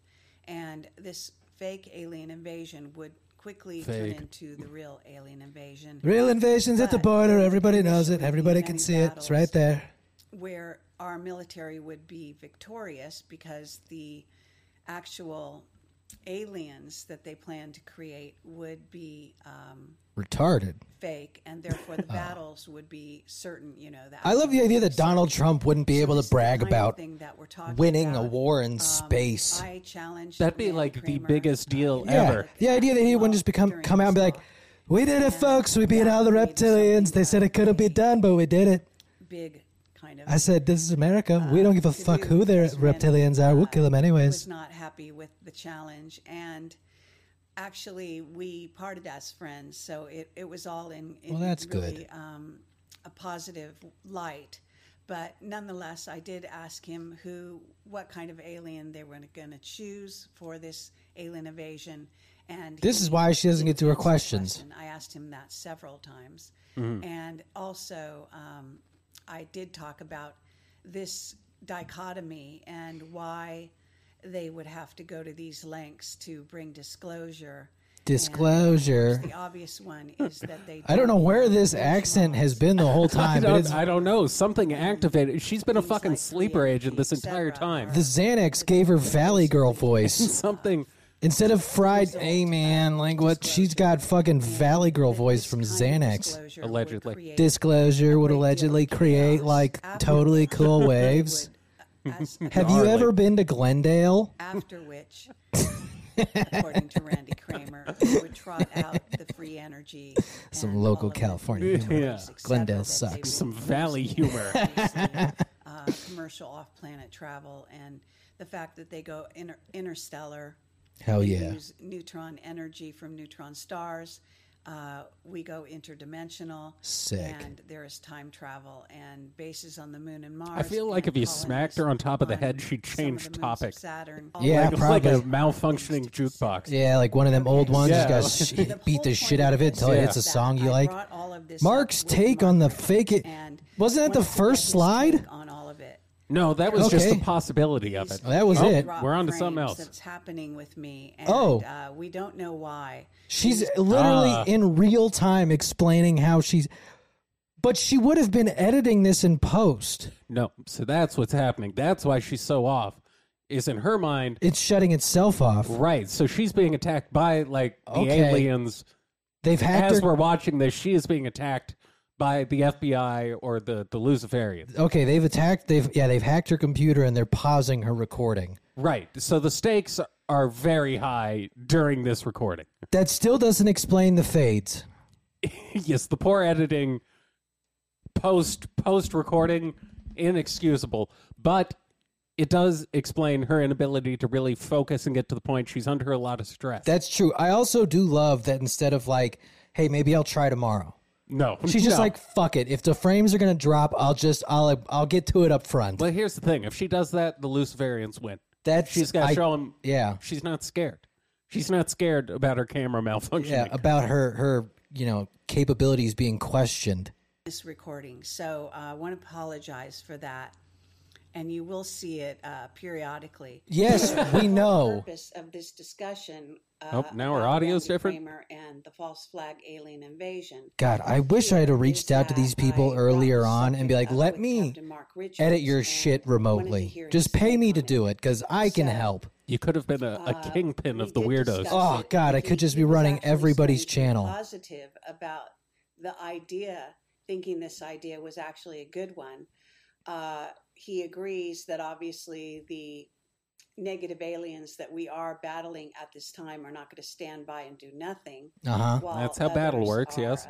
And this fake alien invasion would quickly turn Fake. into the real alien invasion. Real invasions at the border. Everybody knows it. But Everybody can see it. It's right there. where our military would be victorious because the actual aliens that they plan to create would be um, Retarded. fake, and therefore the battles would be certain. You know that Uh. I love the idea that Donald Trump wouldn't be able to brag about thing that we're talking winning a about. war in Um, space. I challenge That'd be like the biggest deal Yeah, ever. the idea that he wouldn't just become come out and be like, "We did it, folks. We beat all the reptilians. They said it couldn't be done, but we did it." big kind of. I said, "This is America. We don't give a fuck who their reptilians are. We'll kill them was anyways." not happy with the challenge and actually we parted as friends so it, it was all in, in Well, that's really, good. um, a positive light but nonetheless i did ask him who what kind of alien they were going to choose for this alien invasion and This he is why she doesn't get to her answered the questions. question. i asked him that several times and also um, i did talk about this dichotomy and why they would have to go to these lengths to bring disclosure. Disclosure. The obvious one is that they. I don't know where this accent has been the whole I time, but don't, it's, I don't know. Something activated. She's been a Things fucking like sleeper VIP, agent this et entire cetera, time. are- the Xanax gave her Valley Girl voice Something. instead of fried. Hey man, like what? She's got fucking Valley Girl voice from Xanax. Allegedly. uh, Disclosure would allegedly create like totally cool waves. Have you ever been to Glendale? After which, according to Randy Kramer, they would trot out the free energy. Some and local all of the California things, humor. et cetera, Glendale that they sucks. would Some use valley to humor. increase the, uh, commercial off-planet travel and the fact that they go inter- interstellar. Hell We Oh, yeah. use neutron energy from neutron stars. Uh, we go interdimensional. Sick. And there is time travel and bases on the moon and Mars. I feel like and if you smacked her on top of the head, she'd some of change the moons of topic. Saturn. Yeah, Like- It's like a probably. malfunctioning jukebox. Yeah, like one of them old ones. Yeah. Just got sh- The beat whole the shit point out of of it until this it is hits a that song you I like. brought all of this Mark's up with take on the Margaret fake it and wasn't that the wanted to get first his slide? take On all of it. No, that was just Okay. the possibility of it. Well, that was Oh, it. drop We're on to something else. frames That's happening with me. And, Oh. uh, we don't know why. She's literally in real time explaining how she's. But she would have been editing this in post. No, so that's what's happening. That's why she's so off. Is in her mind It's shutting itself off. right. So she's being attacked by like the Okay. aliens. They've hacked As her. we're watching this, she is being attacked by the FBI or the the Luciferians. Okay, they've attacked. They've yeah, they've hacked her computer and they're pausing her recording. Right. So the stakes are very high during this recording. That still doesn't explain the fades. yes, the poor editing post post recording inexcusable, but it does explain her inability to really focus and get to the point. She's under a lot of stress. That's true. I also do love that instead of like, hey, maybe I'll try tomorrow. no, She's just No. like, fuck it. If the frames are gonna drop, I'll just I'll I'll get to it up front. But here's the thing: if she does that, the Luciferians win. That's She's got to I- show him. Yeah. she's not scared. She's not scared about her camera malfunctioning. Yeah, about her her you know capabilities being questioned. this recording. So uh, I want to apologize for that. And you will see it uh, periodically. Yes, we know. Purpose of this discussion. Uh, Oh, now our about audio's Randy different? Kramer and the false flag alien invasion. uh, God, I wish I had reached out to these people I earlier brought the on and be like, subject up let with me Captain Mark Richards edit your and shit wanted to remotely. hear his Just pay take me on to do it because I can So- help. You could have been a, a Uh, kingpin we of the did weirdos. discuss Oh, it. God, I could just be was running actually everybody's starting to be channel. Positive about the idea, thinking this idea was actually a good one. Uh, he agrees that obviously the negative aliens that we are battling at this time are not going to stand by and do nothing. Uh huh. while That's how battle others works, are, yes. uh,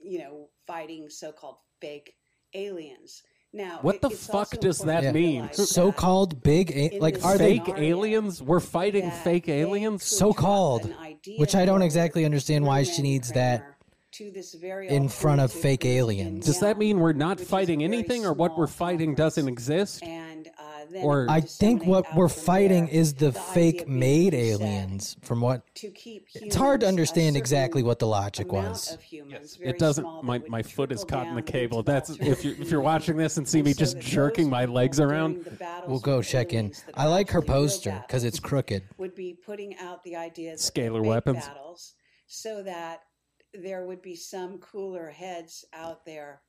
you know, fighting so-called fake aliens. Now, What it- the it's fuck also does important that to mean? realize So that- called big, a- In like, this are they fake scenario aliens? We're fighting that fake they aliens. could So drop called, an idea which I don't forward exactly understand through why she Randy needs that Kramer to this very in front of alternative fake group in aliens. Does that Yale, mean we're not which is a fighting very anything, or what small we're fighting conference. doesn't exist? And uh, then Or- it would I think what disseminate we're out from fighting there. is the, The idea fake being made you said aliens, from what To keep it's hard to humans a understand certain exactly what the logic amount was. of humans, very It doesn't. small, that My, would my foot is trickle caught in the down cable. into That's if you alternative if you're watching this and see me and so just that jerking those my people legs during around. the battles We'll of go aliens check in. that I like her actually will poster battle because it's crooked. would be putting out the idea that Scalar fake weapons. battles so that there would be some cooler heads out there.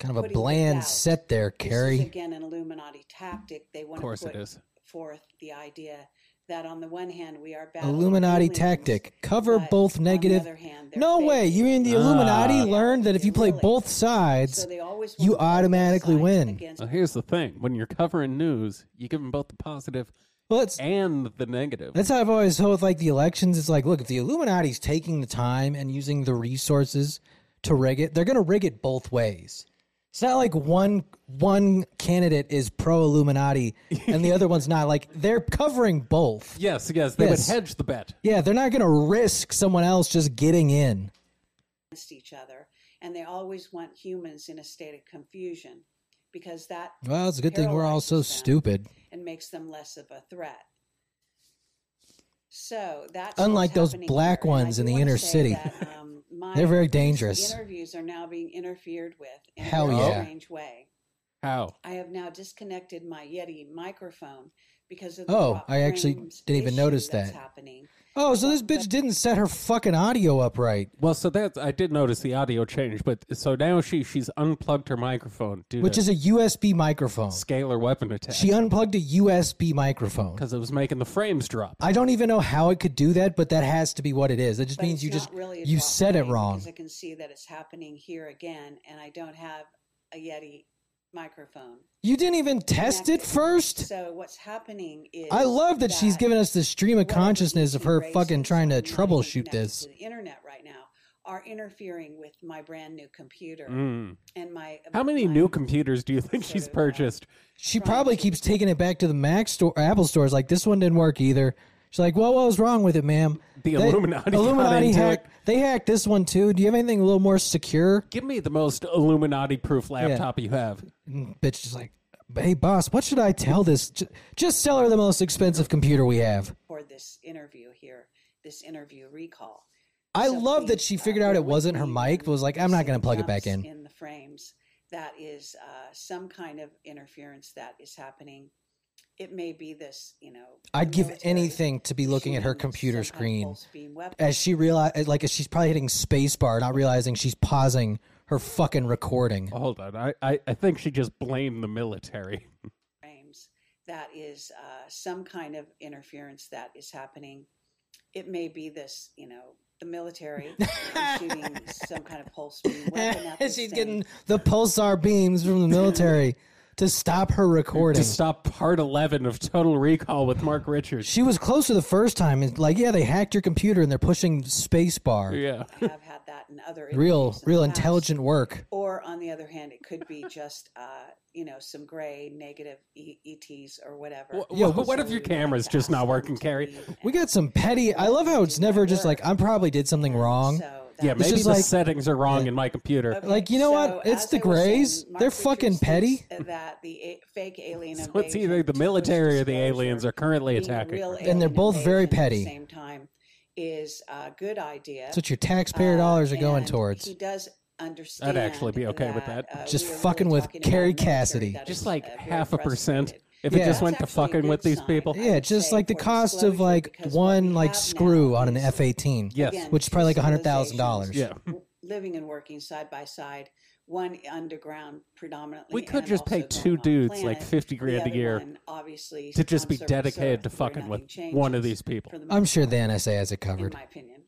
Kind of a putting it bland out. set there, This is Carrie. again an Illuminati tactic. They want Of course to it put is. forth the idea that on the one hand we are battling Illuminati aliens, tactic. Cover but both on the negative. other hand, they're No fake. way. You mean the Illuminati Ah. learned that if you play Really? both So sides, they always you want to put both automatically sides win. Uh-huh. against- Well, here's the thing: when you're covering news, you give them both the positive well, it's and the negative. That's how I've always told like the elections. It's like, look, if the Illuminati's taking the time and using the resources to rig it, they're gonna rig it both ways. It's not like one one candidate is pro Illuminati and the other one's not. Like they're covering both. yes, yes. They Yes. would hedge the bet. Yeah, they're not gonna risk someone else just getting in. against each other, and they always want humans in a state of confusion because that Well, it's a good thing we're all so paralyzes them stupid. and makes them less of a threat. So that's Unlike what's those happening black here, and I ones do in the wanna inner say city. that, um, my They're very dangerous. Interviews are now being interfered with in Hell a very yeah. strange way. How? I have now disconnected my Yeti microphone because of the Oh, drop I actually frames didn't even issue notice that's that. happening. Oh, so this bitch didn't set her fucking audio up right, Well, so that's I did notice the audio change, but so now she she's unplugged her microphone due which to is a USB microphone. scalar weapon attack She unplugged a USB microphone. because it was making the frames drop. I don't even know how it could do that, but that has to be what it is. It just But means it's you not just really a you drop said it frame wrong. Because I can see that it's happening here again, and I don't have a Yeti microphone. You didn't even test it connected. first. So what's happening is I love that she's giving us the stream of whatever consciousness of YouTube her races fucking trying to I'm not even troubleshoot connected this. to the internet right now are interfering with my brand new computer Mm. and my. How many my- new computers do you think she's Sort of, uh, purchased? She Right. probably keeps taking it back to the Mac store, or Apple stores. Like this one didn't work either. She's like, "Well, what was wrong with it, ma'am?" The They- Illuminati got Illuminati into hacked. it. They hacked this one too. Do you have anything a little more secure? Give me the most Illuminati proof laptop you have. And bitch is like, "Hey, boss, what should I tell this? J- Just sell her the most expensive computer we have." for this interview here, this interview recall. I So love that please, she uh, figured out bear it wasn't with her me mic, but when was like, you I'm not see going to plug it jumps back in. In the frames, that is uh, some kind of interference that is happening. It may be this, you know. I'd the give military anything to be looking at her shooting computer some kind of screen pulse beam weapon. as she realized, like, as she's probably hitting spacebar, not realizing she's pausing her fucking recording. Hold on, I, I I think she just blamed the military. frames. That is uh, some kind of interference that is happening. It may be this, you know, the military is shooting some kind of pulse beam weapon at this she's thing. getting the pulsar beams from the military to stop her recording. To stop part eleven of Total Recall with Mark Richards. She was closer the first time. It's like, yeah, they hacked your computer and they're pushing spacebar. Yeah. have had that that in other real interviews in real the past. intelligent work. Or on the other hand, it could be just uh, you know some gray negative e- ETs or whatever. Wha- Yeah, wha- what if your we would have camera's to just ask not them working, to Carrie? leave We and- got some petty. I love how it's never just like I probably did something wrong. So Yeah, that's- maybe is the like- settings are wrong in my computer. Okay, Like, you know what? It's as the I was Greys. saying, Mark They're fucking Richards petty. thinks That the a- fake alien So it's invasion either the to military or the post-disclosure aliens are currently being a attacking. real her. And they're alien both very invasion at petty. the same time is a good idea. That's what your taxpayer Uh, dollars are going and towards. He does understand. I'd actually be okay with that. uh, Just we are really fucking with talking about Carrie military Cassidy. that Just is, like uh, very half a percent. frustrated. If Yeah. it just went to That's actually a fucking good with these sign, people, I Yeah, would just say, like the for cost of disclosure, like because what one we like have now screw on an is, F eighteen. Yes. again, Which is two probably like $100,000. civilizations Yeah. Living and working side by side, one underground predominantly. We could and just pay also two going on dudes, like, planet, 50 the grand a other year one, obviously, to just be on surface dedicated Earth, to where fucking with nothing one of changes these people. for the I'm most sure part, the NSA has it covered. In my opinion,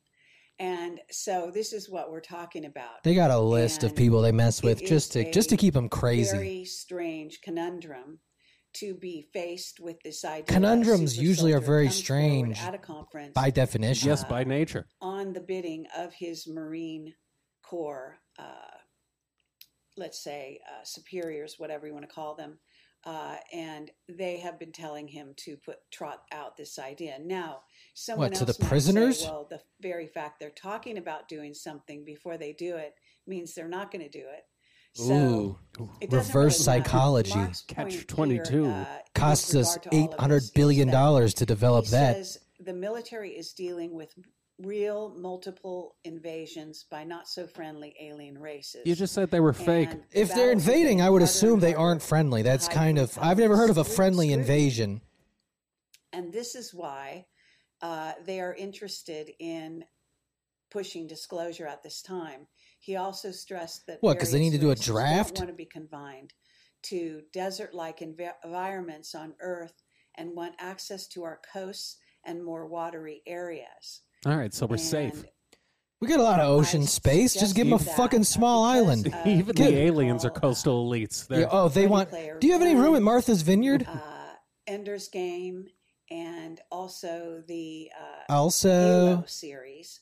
and so this is what we're talking about. They got a list of And people they mess with it just is to just to a keep them crazy. Very strange conundrum to be faced with this idea. that a Conundrums super usually are soldier very comes forward strange at a conference by definition. Uh, yes, by nature. on the bidding of his Marine Corps, uh, let's say uh, superiors, whatever you want to call them, uh, and they have been telling him to put trot out this idea. Now, someone What, to else the might say, prisoners? well, the very fact they're talking about doing something before they do it means they're not going to do it. So it doesn't reverse really matter. psychology. Mark's Catch point here, 22. uh, in costs us regard to all of eight hundred this is billion that dollars to develop he that. says the military is dealing with real multiple invasions by not so friendly alien races. You just said they were And fake. the If they're battles are invading, getting I would harder assume and they harder aren't friendly. That's to hide kind from of I've never heard of a public friendly scrutiny. invasion. And this is why uh, they are interested in pushing disclosure at this time. He also stressed that What, 'cause they various need to do a races don't draft? want to be confined to desert-like envi- environments on Earth and want access to our coasts and more watery areas. All right, so we're safe. And We got a lot of ocean I space. Just give them a suggested that fucking small because island. of Even what the we aliens are call, uh, coastal elites. They're, Yeah, oh, they Ready want. Player Do you have any room One. at Martha's Vineyard? uh, Ender's Game and also the uh, Halo Also, series.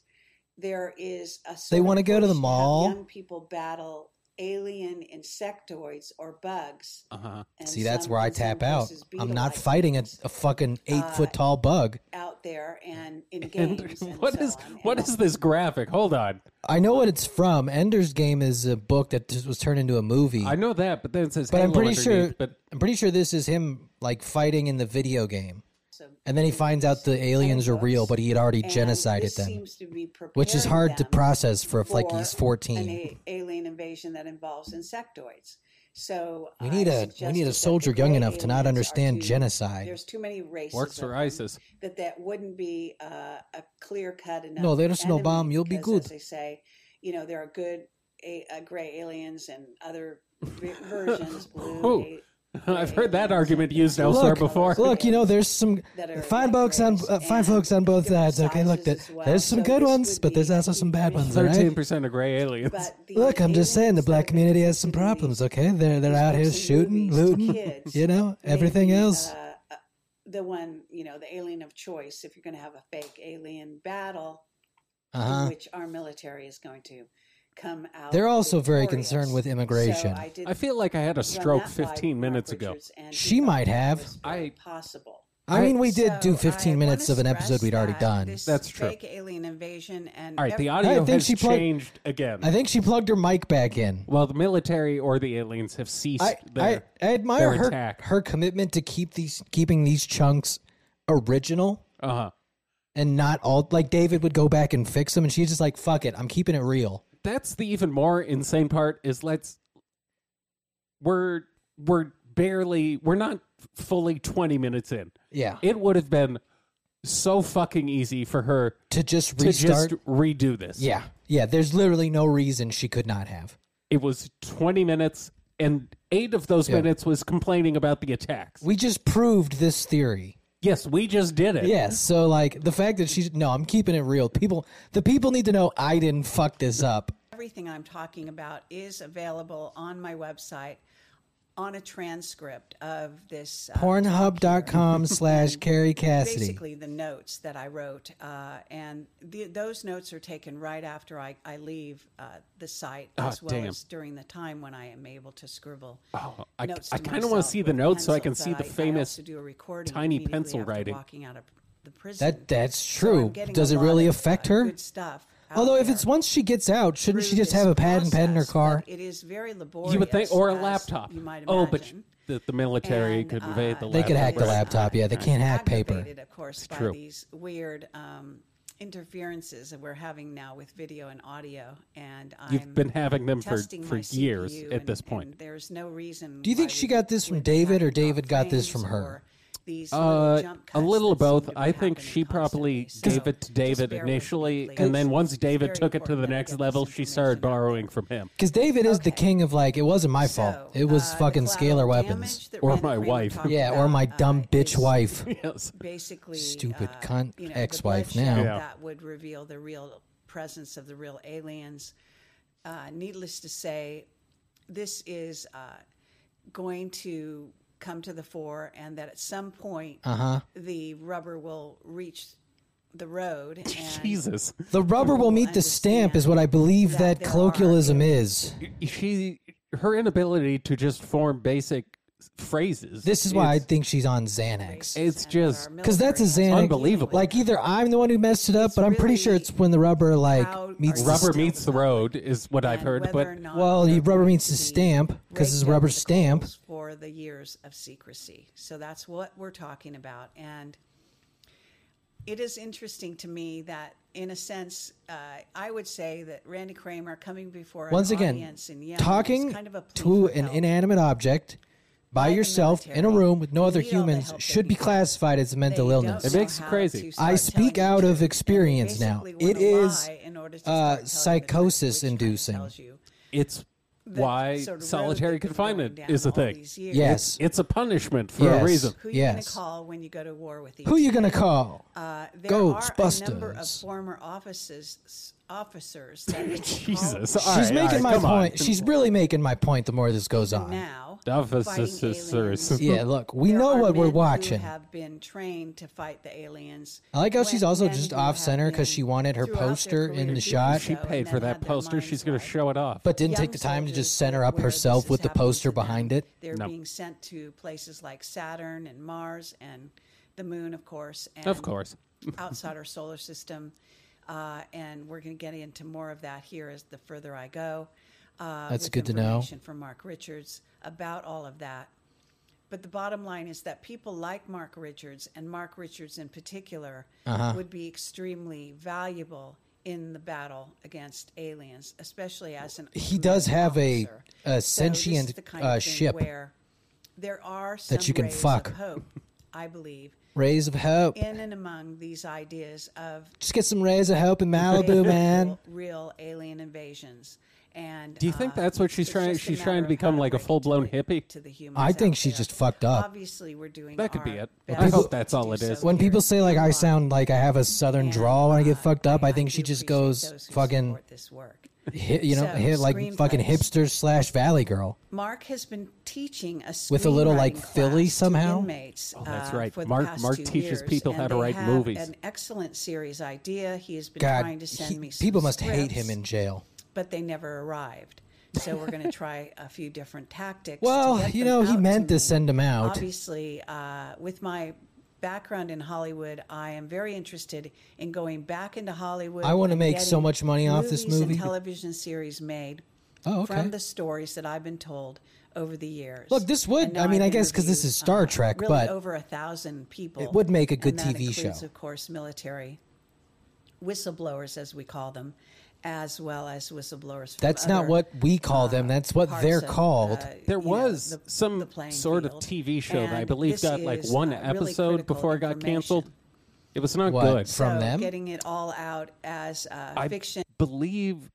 There is a They sort wanna of go to the push have mall. Young people battle alien insectoids or bugs. uh-huh. and Uh, see, that's some- where I in some tap out. cases I'm not beetle-like fighting a, things a fucking Uh, eight foot tall bug. out there and in And games. and what so is on. what And is this graphic? Hold on. I know what it's from. Ender's Game is a book that just was turned into a movie. I know that, but then it says But I'm Halo pretty sure- underneath, But I'm pretty sure this is him like fighting in the video game. so And then he finds out the aliens are real, but he had already And genocided this them, seems to be which is preparing hard to them process for if like for he's 14. An a- alien invasion that involves insectoids. So We I need a we suggested need that the a soldier young gray enough to aliens not are understand too- genocide. There's too many races. works of for them ISIS. That that wouldn't be uh, a clear cut enough. No, there's no enemy bomb, you'll be because, good. As they say, you know there are good a, uh, gray aliens and other v- versions. Blue. Ooh. a- I've heard that aliens argument and used blue elsewhere colors before. Look, you know, there's some that are fine like folks on raised uh, fine and folks on both different sides. Okay, look, sizes th- as well. there's some So good this ones, would but there's be a also some key bad ones, all reason. right? Thirteen percent of gray aliens. But the Look, I'm just saying the aliens that black are community has some depicted in these problems, okay? They're they're out here Disney shooting, movies, looting, kids, you know, everything maybe, else. uh, uh, the one, you know, the alien of choice. If you're going to have a fake alien battle, in Uh-huh. which our military is going to come out, They're also very victorious. concerned with So immigration. I, did I feel like I had a run stroke that by 15 minutes Mark ago. Richards, and She he thought might that have. was very I- possible. I mean, we did do So 15 I minutes of wanna an episode stress we'd already that done. this That's true. Fake alien invasion and All right, the every- audio think has she plugged- changed again. I think she plugged her mic back in. well, the military or the aliens have ceased I, I, their I admire their her attack. her commitment to keep these keeping these chunks original uh-huh. and not all like David would go back and fix them and she's just like fuck it, I'm keeping it real. that's the even more insane part is let's we're we're barely we're not fully 20 minutes in Yeah. it would have been so fucking easy for her To just to restart. just redo this yeah. Yeah, there's literally no reason she could not have. it was 20 minutes and eight of those minutes was complaining about the attacks We just proved this theory. yes we just did it Yes. So like the fact that she's no, I'm keeping it real. People the people need to know I didn't fuck this up. Everything I'm talking about is available on my website on a transcript of this uh, Pornhub.com slash Carrie Cassidy. basically the notes that I wrote, uh, and the, those notes are taken right after I, I leave uh, the site, as well Ah, damn. as during the time when I am able to scribble. Oh, I- notes I to kinda wanna myself see the with notes so I pencil, can see but the I- I famous also do a recording tiny immediately pencil after writing. Walking out of the prison. That that's So I'm true. getting Does a it lot really of, uh, affect her? Good stuff. out Although if there it's once she gets out, shouldn't she through just have this a pad and pen in her process, car? but It is very laborious. you would think, or a Oh, as laptop. You might oh, but sh- imagine. the, the military And, could uh, invade the They laptop. could hack the Right. laptop. Yeah, they can't hack paper. Aggravated, of course, by true. these weird um, interferences that we're having now with video and audio. And You've I'm been having them for, testing for my years CPU at and- this and point. there's no reason. Do you think why she we got this from wouldn't David or have David top got this frames from her? or these little Uh, jump a cuts little that of both. seem to be I think happening she probably constantly. gave So it to just David bear with me, initially, please. and then once It's David very took it to the important that I next get level, this she started information out there. borrowing from him. Because David is the Okay. king of like, it wasn't my fault. So, it was uh, the fucking scalar collateral weapons. damage that Or Rand my Kramer wife. talked Yeah, or about, my uh, dumb bitch is wife. Yes. Basically, Stupid uh, cunt you know, the ex-wife bloodshed now. Yeah. that would reveal the real presence of the real aliens. Uh, needless to say, this is uh, going to come to the fore, and that at some point, Uh-huh. the rubber will reach the road. And Jesus. The rubber will meet the stamp is what I believe that, that there colloquialism is. She, her inability to just form basic phrases. This is why I it's, think she's on Xanax. it's just Because that's a military Xanax. Unbelievable. Like either I'm the one who messed it up, but I'm pretty sure really it's when the rubber like how meets the are you rubber still meets the road is what I've and heard, whether but or not Well, they're he rubber going meets to the be stamp, 'cause it's raked rubber over the stamp. coals for the years of secrecy. So that's what we're talking about, and it is interesting to me that, in a sense, uh, I would say that Randy Kramer coming before an once again audience in Yemen was talking kind of a plea to for an help. inanimate object by the yourself in a military. room with no We other need all the humans help they should be can get. classified as a They mental don't illness. know It makes you how crazy. to I start telling speak the out truth, of and they experience basically now. wanna It is, lie in order uh, to start telling the truth, psychosis which kind of inducing. tells you it's the why sort of road solitary that you've been going confinement down is a all thing. these years. Yes. It's a punishment for Yes. a reason. Who you Yes. gonna call when you go to war with each Who you gonna call? Uh, there are a number of Ghostbusters. former offices, officers that they can call Jesus. All She's right, making all right, my come on. point. She's really making my point the more this goes on. now The fighting officers. aliens. Yeah, look, we There know are what we're men who watching. Have been trained to fight the aliens. I like how when- she's also men just who off have center 'cause been she wanted her throughout their poster in career the doing shot. so She and paid for then that had their poster. minds She's going to wiped. show it off. But didn't Young take the time to soldiers just center up where this herself is with the happening poster to them. behind it. They're No. being sent to places like Saturn and Mars and the Moon, of course. And Of course. outside our solar system, uh, and we're going to get into more of that here as the further I go. Uh, That's with good to know. information From Mark Richards about all of that. But the bottom line is that people like Mark Richards and Mark Richards in particular Uh-huh. would be extremely valuable in the battle against aliens, especially as an He does have a, officer. a So this is sentient the kind of uh, thing ship. where there are some that you can rays of fuck. hope, I believe, Rays of hope. in and among these ideas of Just get some rays of hope in Malibu, real- man. real alien invasions. And Do you think uh, that's what she's it's trying- just a she's trying to matter of become how like a break it full-blown to the- hippie? to the humans I think out she's there. just fucked up. Obviously, we're doing That could be our it. I best hope that's to all do it is. so When here people say like I online. sound like I have a southern And, drawl when I get uh, fucked up, I think do she just appreciate goes those who fucking, support this work. hi you know, So, hit like fucking screenplays. hipster slash valley girl. Mark has been teaching a With a little, like, screenwriting class Philly to somehow? inmates, Oh, that's uh, right. for the Mark- past Mark two teaches years, people how and to they write have movies. An excellent series idea. He has been trying God, to send he- me. Some people must hate scripts. him in jail. but they never arrived. So we're going to try a few different tactics. to Well, get you them know, he out meant to me. send him out. Obviously, uh, with my background in Hollywood, I am very interested in going back into Hollywood. I wanna and make so getting much money off this movies movie. And television series made Oh, okay. from the stories that I've been told over the years. Look, this would- And now I mean, I've I guess 'cause this is Star interviewed, Trek, uh, really but over a thousand people. it would make a good and that TV includes, show. of course, military whistleblowers, as we call them, as well as whistleblowers. From That's not other um, what we call them. That's what parts they're of, called. uh, There you know, was the- some the playing sort of field. TV show that I And believe this got like is, one uh, really episode critical before it got information. canceled. It was not What? good. From So them? getting it all out as uh, I fiction. believe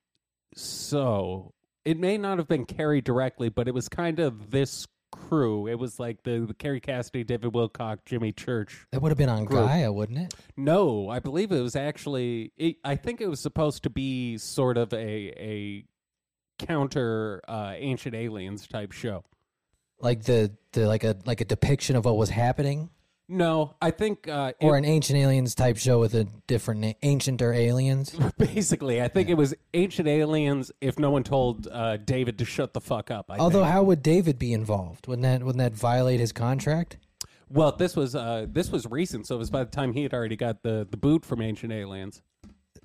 so. It may not have been Carrie directly, but it was kind of this crew. It was like the, the Carrie Cassidy, David Wilcock, Jimmy Church. That would have been on Group. Gaia, wouldn't it? No, I believe it was actually. It, I think it was supposed to be sort of a a counter uh, ancient aliens type show. like the the like a like a depiction of what was happening, No, I think uh, it- or an ancient aliens type show with a different na- ancient or aliens. basically, I think it was Ancient Aliens. If no one told uh, David to shut the fuck up, I Although, think. how would David be involved? Wouldn't that wouldn't that violate his contract? well, this was uh, this was recent, so it was by the time he had already got the the boot from Ancient Aliens.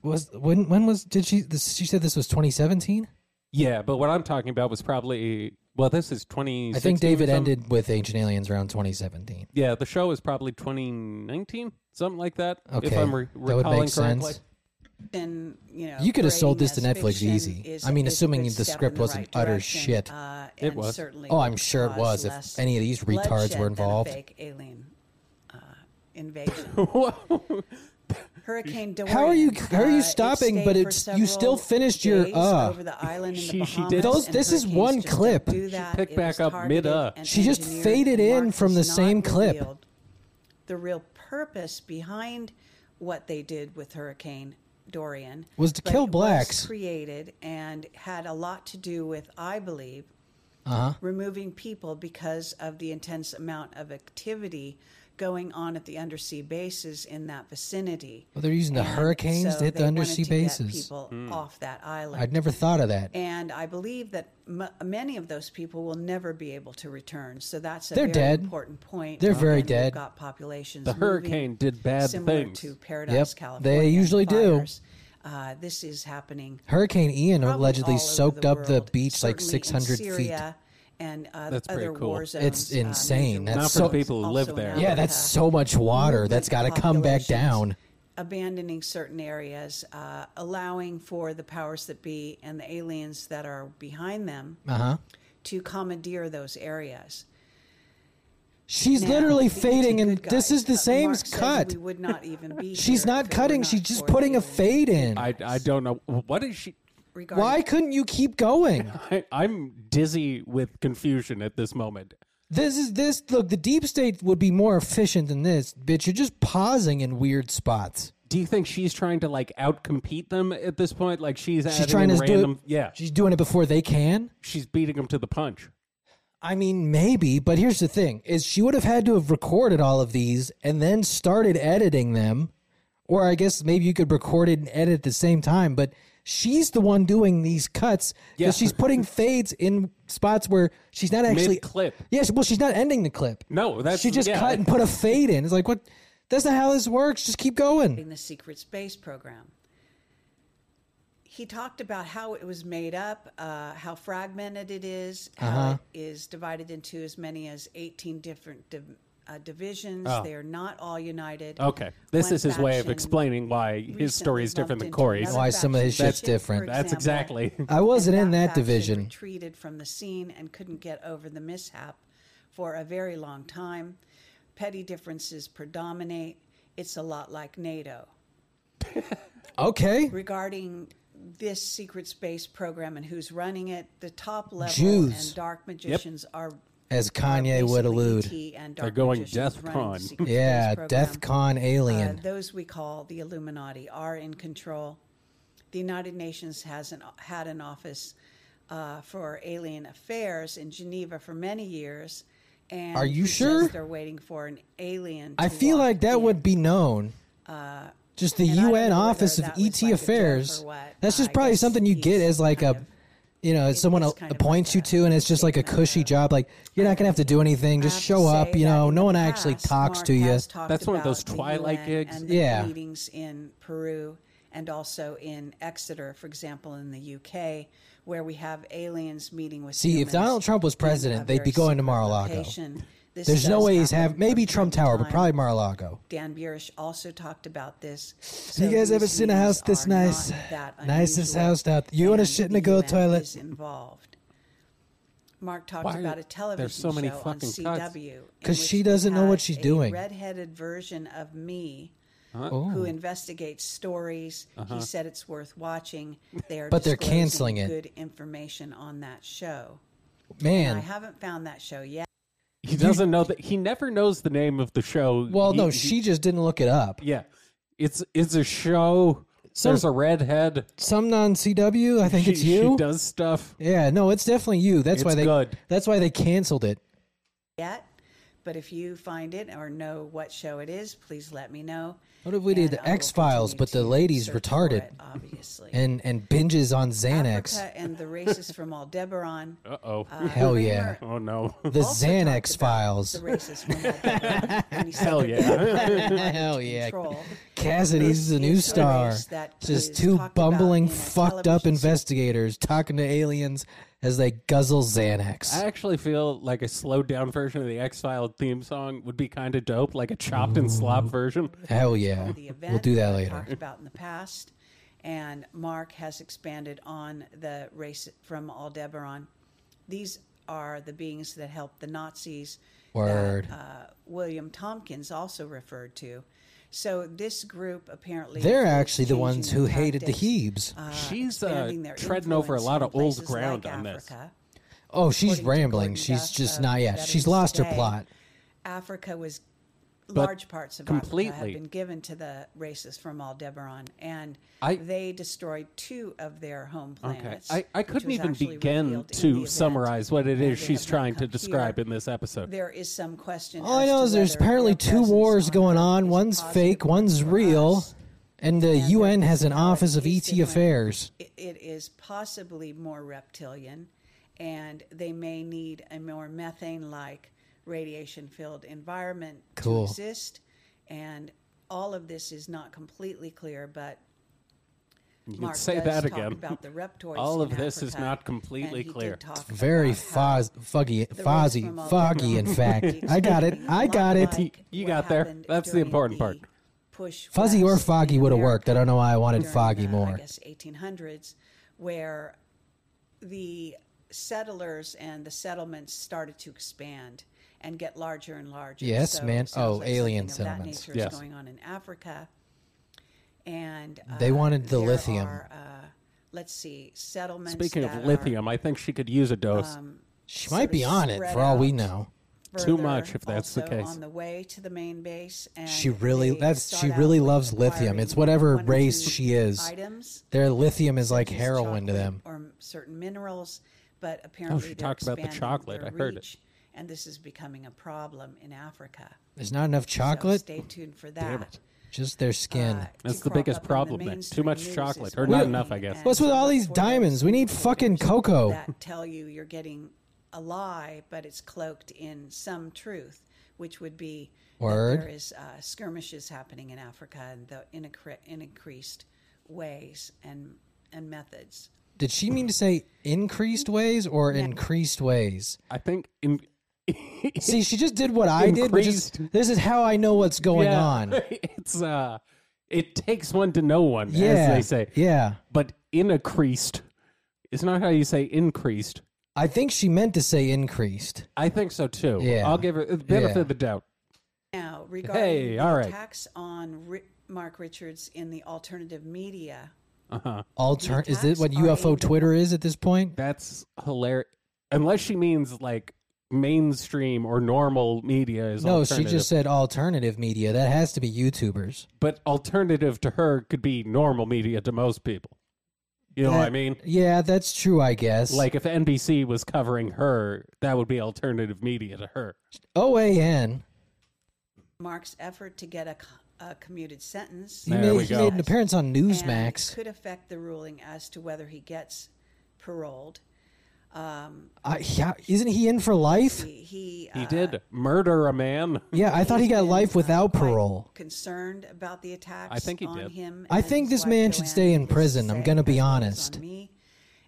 Was when when was did she? This, she said this was 2017. Yeah, but what I'm talking about was probably well, this is 20. I think David ended with Ancient Aliens around 2017. Yeah, the show is probably 2019, something like that. if Okay, I'm re- that would recalling make sense. correctly. Then you know You could have sold writing this to as Netflix fiction easy. is I mean, a assuming good the step script in wasn't right utter direction, shit. Uh, It and was. certainly Oh, I'm would sure it cause was if less any of these retards were bloodshed than a involved. fake alien uh, invasion. Hurricane Dorian. How are you- uh, how are you it stopping, stayed but for it's- you still several finished your, days uh, over the island in She- the she did- Bahamas, Those- and this is hurricanes one just don't clip. do She that. picked It back was up targeted mid-uh. and She just engineered. faded in Mark from the has not same clip. revealed The real purpose behind what they did with Hurricane Dorian Was to but kill it was blacks. created and had a lot to do with, I believe, Uh-huh. removing people because of the intense amount of activity going on at the undersea bases in that vicinity. Well, they're using the And hurricanes so to hit the they undersea wanted to get bases. people off that island. I'd never thought of that. and I believe that m- many of those people will never be able to return. So that's a They're very dead. important point. They're very Again, dead. we've Got populations. The hurricane did bad similar things. to Paradise, Yep, they California. usually do. fires. Uh, this is happening Hurricane Ian probably allegedly all over soaked the up the world, beach like certainly in 600 feet. Syria And uh, That's pretty other cool. war It's zones, uh, major insane. That's war Not for zones, people who live also in there. Yeah, that's Africa. so much water. Movement That's got to of come back populations, down. Abandoning certain areas, uh, allowing for the powers that be and the aliens that are behind them Uh-huh. to commandeer those areas. She's Now, literally the fading, anti-good and this guys, is the uh, same Marx said cut. We would not even be She's here not if it were cutting. not She's just for the putting a aliens. fade in. I I don't know what is she. Regarding Why couldn't you keep going? I, I'm dizzy with confusion at this moment. This is this. Look, the deep state would be more efficient than this, bitch. You're just pausing in weird spots. Do you think she's trying to like outcompete them at this point? Like she's She's trying to random. do it. yeah, she's doing it before they can. she's beating them to the punch. I mean, maybe, but here's the thing: is she would have had to have recorded all of these and then started editing them, or I guess maybe you could record it and edit at the same time. But she's the one doing these cuts because Yeah. she's putting fades in spots where she's not actually Mid-clip. Yes, well, she's not ending the clip. No, that's she just yeah. cut and put a fade in. It's like what? That's not how this works. Just keep going. in the secret space program. He talked about how it was made up, uh, how fragmented it is, how Uh-huh. it is divided into as many as 18 different div- uh, divisions. They are not all united. Oh. Okay, this One is his way of faction explaining why recently his story is different than lumped into Corey's. another Why some of his faction. shit's For different. That's example, exactly. I wasn't in that faction division. Retreated from the scene and couldn't get over the mishap for a very long time. Petty differences predominate. It's a lot like NATO Okay, regarding this secret space program and who's running it. The top level Jews. and dark magicians are as Kanye would basically allude. ET and They're dark going magicians Death running the Con. secret space Yeah, program. Death Con Uh, alien. those we call the Illuminati are in control. The United Nations has an, had an office uh, for alien affairs in Geneva for many years. And Are you he says sure? They're waiting for an alien. I to feel walk like that in. uh, would be known. just the and I don't UN know whether Office of that was ET like a joke Affairs. or what. That's just I probably guess something you get he's as like kind a, of- you know, someone is el- kind of appoints like you a to, and it's just like a statement cushy of- job. Like you're not gonna have to do anything. I Just have to show up. say You that know, in no the one actually past, talks Mark to you. has talked That's one of those about the Twilight UN gigs. and the Yeah. meetings in Peru and also in Exeter, for example, in the UK, where we have aliens meeting with. See, if humans Donald Trump was in a president, they'd very be going to secret Mar-a-Lago. location. This There's no does way he's happen have maybe from Trump time to Tower, but time. probably Mar-a-Lago. Dan Burish also talked about this. you guys ever seen a house this nice? Nicest house out- you wanna want shit in a girl toilet? E Is involved. Mark talked Why- about a television there's so many show on fucking cuts. CW 'Cause in she which they doesn't know had what she's a doing. Redheaded version of me. Oh. Who investigates stories? Uh-huh. He said it's worth watching. They are But they're disclosing canceling it. Good information on that show. And I Man, haven't found that show yet. He doesn't know that. He never knows the name of the show. well, He- no, he- she just didn't look it up. yeah, it's it's a show. Some- There's a redhead. Some non CW. I think She, it's she you. does stuff. Yeah, no, it's definitely you. That's why It's they. good. That's why they canceled it. yet. But if you find it or know what show it is, please let me know. What if we did And the I will X-Files, continue but the to lady's search for retarded? it, obviously. and and binges on Xanax. Africa and the races from Aldebaran. Uh-oh. Hell yeah. oh, no. The also talked Xanax about Files. The races from Aldebaran. and he said Hell that yeah. Hell yeah. Control Cassidy's the is new the star. race that Just is two talked about bumbling, in a fucked up television investigators talking to aliens as they guzzle Xanax. I actually feel like a slowed down version of the X File theme song would be kind of dope, like a chopped and slop version. Hell yeah. the event We'll do that I later. Talked about in the past, and Mark has expanded on the race from Aldebaran. These are the beings that helped the Nazis. that, Word. uh, William Tompkins also referred to. So this group apparently They're is actually the changing ones their who hated the tactics, Hebes. uh, She's, uh, expanding their treading over a influence lot in of old places ground like on this. Africa. Oh, she's According to rambling. Gordon She's Duff just of not yeah. She's Veterans lost her Today, plot. Africa was But large parts of Africa completely. had been given to the races from Aldebaran, and I- they destroyed two of their home Okay. planets. I, I which couldn't was even actually begin revealed in the to event. summarize what it And is they she's have not trying to come describe here. in this episode. There is some question. All I as know to is there's whether apparently their two presence wars on going Earth is on. a One's positive fake, one one's for real, us. and the And UN their has an personality office of E is ET different. Affairs. It- it is possibly more reptilian, and they may need a more methane-like radiation-filled environment Cool. to exist. And all of this is not completely clear, but You can Mark say does that talk again. about the reptoids All in of this is Africa, not completely and he did clear. talk Very about how foz- foggy, the fozzy, race from foggy. In Aldebaran fact, is I got it. I got it. lot like You what got there. happened That's the during important part. Push Fuzzy or west foggy in would have worked. I America don't know why I wanted during foggy the, I more. guess 1800s, where the settlers and the settlements started to expand and get larger and larger. Yes, So it man. sounds Oh, like alien something of settlements. That nature Yes. is going on in Africa, and uh, They wanted the there lithium. Are, uh, let's see, settlements. Speaking of that are lithium, I think she could use a dose. um, She sort might of be on it spread for all we out. know. Too further, much, if that's the also case. On the way to the main base, and She really- they that's- start she out really with loves lithium. It's acquiring whatever one or race two she is. Items Their lithium is like such as heroin to them. chocolate Oh, or certain minerals, but apparently she they're talked about the expanding chocolate. their I heard it. reach, and this is becoming a problem in Africa. There's not enough So chocolate, stay tuned for that. it. just their skin. Uh, to That's the crop biggest up in problem there. Too mainstream much news is chocolate, or one not thing, enough, I guess. and What's with to all look these for those diamonds? We need fucking indicators cocoa. That tell you you're getting a lie, but it's cloaked in some truth, which would be that Word. there is uh, skirmishes happening in Africa and the in, incre- in increased ways and and methods. Did she mean to say increased ways or increased ways? I think in See, she just did what I did. Which is, Increased. this is how I know what's going Yeah. on. it's uh it takes one to know one, Yeah. as they say. Yeah. But increased is not how you say increased. I think she meant to say increased. I think so too. Yeah. I'll give her the benefit Yeah. of the doubt. Now, regarding Hey, the all right. attacks on Ri- Mark Richards in the alternative media, Uh-huh. Alter- is this attacks what are UFO aimed at- Twitter is at this point? That's hilarious. Unless she means like mainstream or normal media is No, she alternative. just said alternative media. That has to be YouTubers. but alternative to her could be normal media to most people. You know what I That- mean? Yeah, that's true, I guess. Like if NBC was covering her, that would be alternative media to her. OAN. Mark's effort to get a, co- a commuted sentence. He, There made, we he go. made an appearance on and Newsmax. could affect the ruling as to whether he gets paroled. I, yeah, isn't he in for life? He he, He uh, did murder a man. Yeah, I thought he he's got been, life uh, without quite parole. Concerned about the attacks. I think he on did. Him I and think his this wife man should Joanne, stay in needless to prison. I'm say, gonna be as well as honest. On me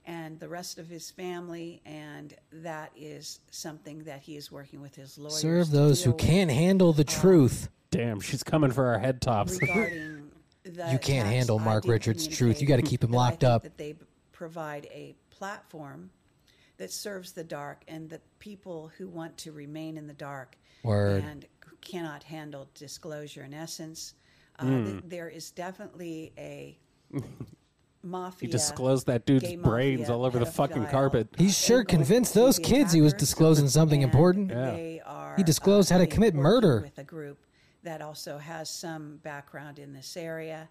and the rest of his family, and that is something that he is working with his lawyers. Serve to those who deal with can't handle the truth. Damn, she's coming for our head tops. regarding the You can't attacks handle I Mark did Richards' truth. You gotta keep him locked communicate, that I up. think That they b- provide a platform that serves the dark and the people who want to remain in the dark Word. and who cannot handle disclosure. In essence, uh, Hmm. th- there is definitely a mafia. He disclosed that dude's gay brains mafia, all over the fucking pedophile. carpet. He's sure They go convinced through those the kids he was attackers, disclosing something and important. Yeah. They are, He disclosed how to being commit working murder. with a group that also has some background in this area,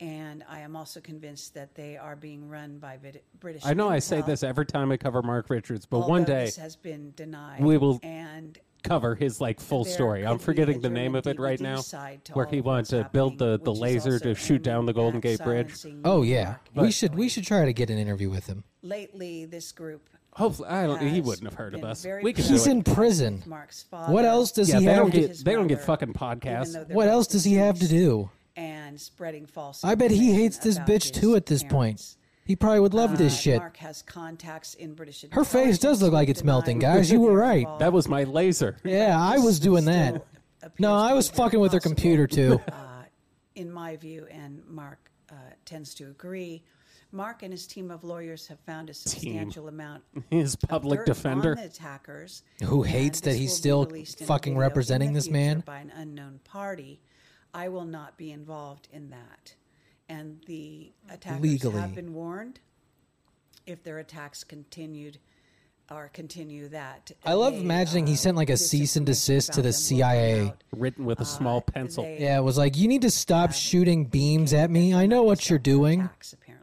and I am also convinced that they are being run by Vid- British. I know I say intel, this every time I cover Mark Richards, but although one day this has been denied. we will and cover his like full There story. I'm could be a forgetting the German name of it right DVD now, side to where all he of wanted what's to build the, happening, the which is laser also to shoot aimed down the Golden at Gate Bridge. silencing Oh New yeah, York. we should we should try to get an interview with him. Lately, this group. Hopefully, I don't, he has wouldn't have heard of been us. very We could He's do it. in prison. Mark's father. What else does yeah, he they have? don't To, get they don't get brother, fucking even podcasts. though they're what else does he have to deceased, do? And spreading false. I bet he information hates this about bitch his too. At this point, parents. he probably would love this Uh, shit. Mark has contacts in British. Her face does look like it's melting, guys. You were right. That was my laser. Yeah, I was doing that. No, I was fucking with her computer too. Uh, in my view, and Mark uh, tends to agree. Mark and his team of lawyers have found a substantial amount His of public dirt defender. on the attackers, Who and hates that this he's will be still released in a fucking video in the representing this future man? by an unknown party. I will not be involved in that, and the attackers Legally. have been warned. If their attacks continued or continue that, I love they, imagining he uh, sent, like, a this cease and information desist to about the them will come CIA. out. written with a small pencil. Uh, they- Yeah, it was like, you need to uh, stop shooting beams at me. I know what you're doing. attacks, apparently.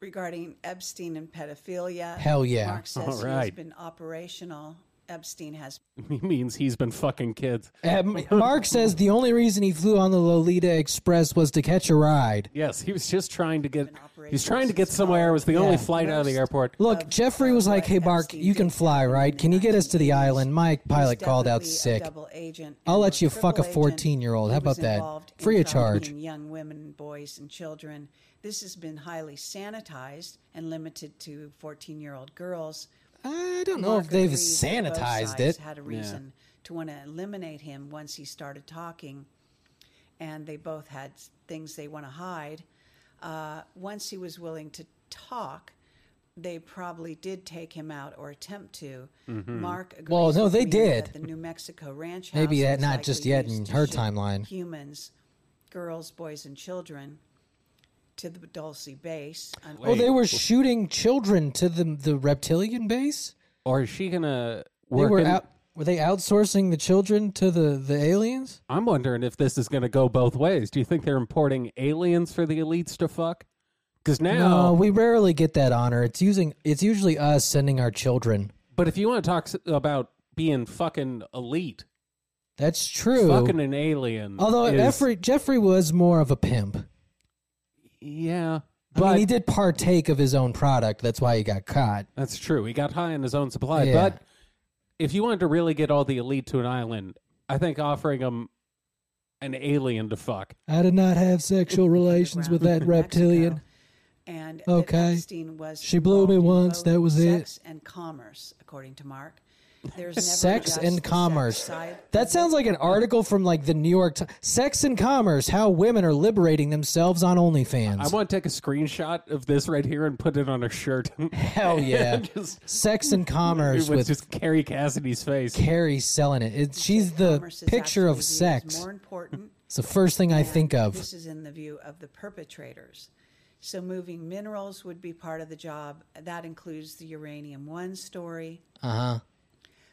Regarding Epstein and pedophilia, Hell yeah. Mark says All he has right. been operational. Epstein has He means he's been fucking kids. Um, Mark says the only reason he flew on the Lolita Express was to catch a ride. Yes, he was just trying to get. operating He's trying to get since somewhere. It was the only Yeah. flight out of the airport. Look, Jeffrey was like, hey, Mark, you can fly, right? Can you get us to the island? My pilot He's called out definitely a sick. double agent I'll and let you triple fuck a agent. 14-year-old. How He about was that? involved in Free of charge. trafficking Young women, boys, and children. This has been highly sanitized and limited to 14-year-old girls. I don't know if Mark they've agrees that both sanitized sides it. Had a reason to want to eliminate him once he started talking, and they both had s- things they want to hide. Uh, once he was willing to talk, they probably did take him out or attempt to. Mark. Agrees Well, no, with they me did. That the New Mexico ranch. Maybe house that- was not just likely yet used in to her ship timeline. Humans, girls, boys, and children to the Dulce base. And Oh, they were shooting children to the the reptilian base. Or is she gonna They work? were in- out. Were they outsourcing the children to the the aliens? I'm wondering if this is gonna go both ways. Do you think they're importing aliens for the elites to fuck? Because now, No, we rarely get that honor. It's using. It's usually us sending our children. but if you want to talk s- about being fucking elite, That's true. fucking an alien. Although is- Jeffrey Jeffrey was more of a pimp. yeah, I mean, but he did partake of his own product. That's why he got caught. That's true. He got high on his own supply. Yeah. But if you wanted to really get all the elite to an island, I think offering them an alien to fuck. I did not have sexual relations with that in Mexico, reptilian. And that Okay. Epstein was She blew me involved in once, both that was it. Sex and commerce, according to Mark. There's never Sex just the and sex commerce. side That sounds like an article from like the New York Times. Sex and commerce: How women are liberating themselves on I OnlyFans. want to take a screenshot of this right here and put it on a shirt. Hell yeah! Just- Sex and commerce With with just Carrie Cassidy's face. Carrie selling it. it she's the commerce is picture actually viewed of as sex. More important. It's the first thing I and think of. This is in the view of the perpetrators. So moving minerals would be part of the job. That includes the uranium one story. Uh huh.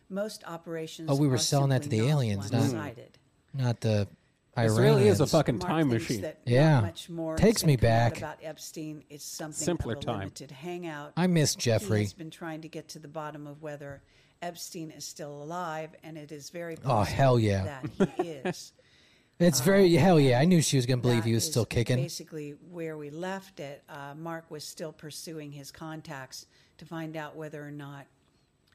Most operations. Oh, we were are selling that to simply the not aliens, not- one-sided. Not This the Iranians. really is a fucking Mark time thinks machine. that not Yeah. much more is Takes gonna me come out back. About Epstein, it's something Simpler of a time. limited hangout. I miss He Jeffrey. has been trying to get to the bottom of whether Epstein is still alive, and it is very Oh, possible hell yeah. that he is. It's very hell yeah. I knew she was gonna believe um, That he was is still kicking. Basically, where we left it, uh, Mark was still pursuing his contacts to find out whether or not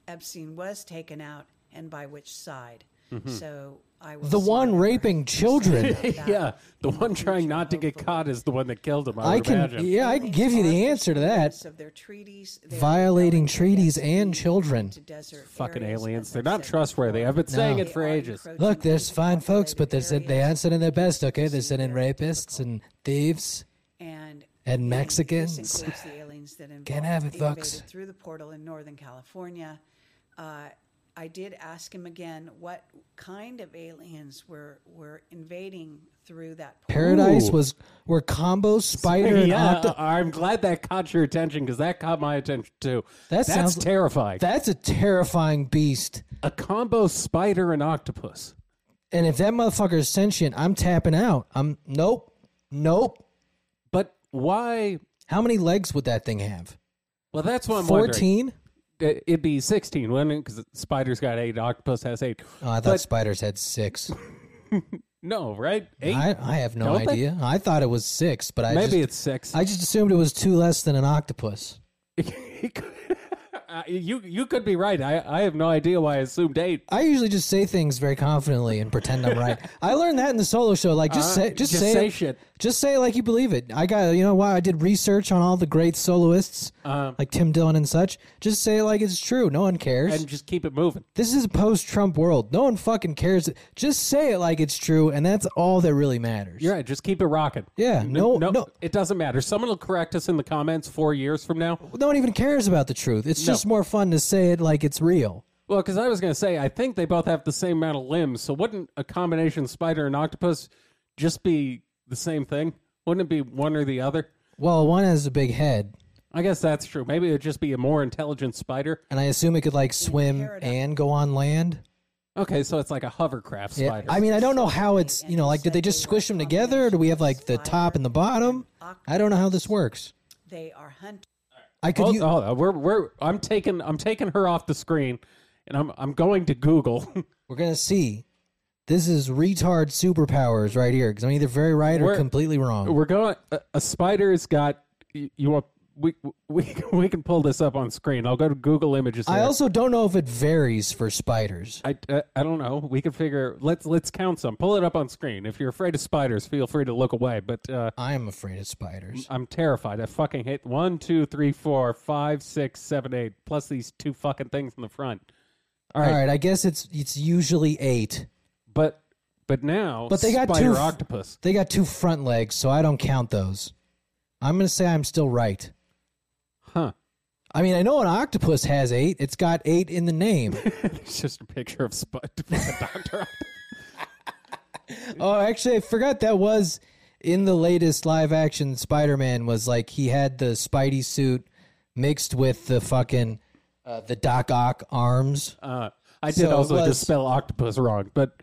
Epstein was taken out and by which side. Mm-hmm. So I will The see one whether raping children. that- yeah, the in one trying future, not to get hopefully. caught is the one that killed him. I, I would can imagine. yeah, I can give you the answer to that. Of their treaties, they are Violating rebelling treaties against and the children. to desert Fucking areas, aliens. as They're I've not said trustworthy. before. I've been saying They it for are ages. encroaching Look, there's into fine folks, but they populated said they areas aren't sending their best, okay? They're and sending very rapists and difficult. thieves and and This Mexicans. includes the aliens that involved, Can't have it, invaded folks. through the portal in Northern California. Uh, I did ask him again what kind of aliens were were invading through that portal. Paradise Ooh. was were combo spider and Yeah, octo- I'm glad that caught your attention because that caught my attention too. That That's sounds- terrifying. That's a terrifying beast. a combo spider and octopus. And if that motherfucker is sentient, I'm tapping out. I'm nope, nope. But why? How many legs would that thing have? Well, that's what I'm wondering. Fourteen. it, it'd be 16, wouldn't it? Because spider's got eight, octopus has eight. Oh, I thought But- spiders had six. No, right? Eight? I, I have no Don't they? idea. I thought it was six, but I Maybe just, it's six. I just assumed it was two less than an octopus. Uh, you you could be right. I, I have no idea why I assumed eight. I usually just say things very confidently and pretend I'm right. I learned that in the solo show. Like just say, just, Uh-huh. just say, say it. shit. Just say it like you believe it. I got you know why I did research on all the great soloists Uh-huh. like Tim Dillon and such. Just say it like it's true. No one cares. and just keep it moving. this is a post-Trump world. No one fucking cares. Just say it like it's true, and that's all that really matters. You're right. Just keep it rocking. Yeah, no- no. It doesn't matter. Someone will correct us in the comments four years from now. no one even cares about the truth. It's No. just more fun to say it like it's real. Well, because I was going to say, I think they both have the same amount of limbs. So wouldn't a combination spider and octopus just be the same thing? Wouldn't it be one or the other? Well, one has a big head, I guess that's true. Maybe it'd just be a more intelligent spider. and I assume it could like swim and go on land. Okay, so it's like a hovercraft Yeah, spider. I mean, I don't know how it's you know like did they just squish them together? Or do we have like the top and the bottom? I don't know how this works. They are hunters. I could Oh, u- hold on. we're we're I'm taking I'm taking her off the screen, and I'm I'm going to Google. we're gonna see. This is retard superpowers right here because I'm either very right or We're- completely wrong. We're going. A, a spider's got. You, you want? We we we can pull this up on screen. I'll go to Google Images. I here. also don't know if it varies for spiders. I, I, I don't know. We can figure. Let's let's count some. Pull it up on screen. If you're afraid of spiders, feel free to look away. But uh, I am afraid of spiders. I'm terrified. I fucking hate one, two, three, four, five, six, seven, eight. Plus these two fucking things in the front. All All right, right, I guess it's it's usually eight. but but now. But they got spider two f- octopus. They got two front legs, so I don't count those. I'm gonna say I'm still right. Huh. I mean, I know an octopus has eight. It's got eight in the name. It's just a picture of Spud, Doctor Octopus. Oh, actually, I forgot that was in the latest live action Spider Man. Was like he had the Spidey suit mixed with the fucking uh, the Doc Ock arms. Uh, I did So it also was- just spell octopus wrong, but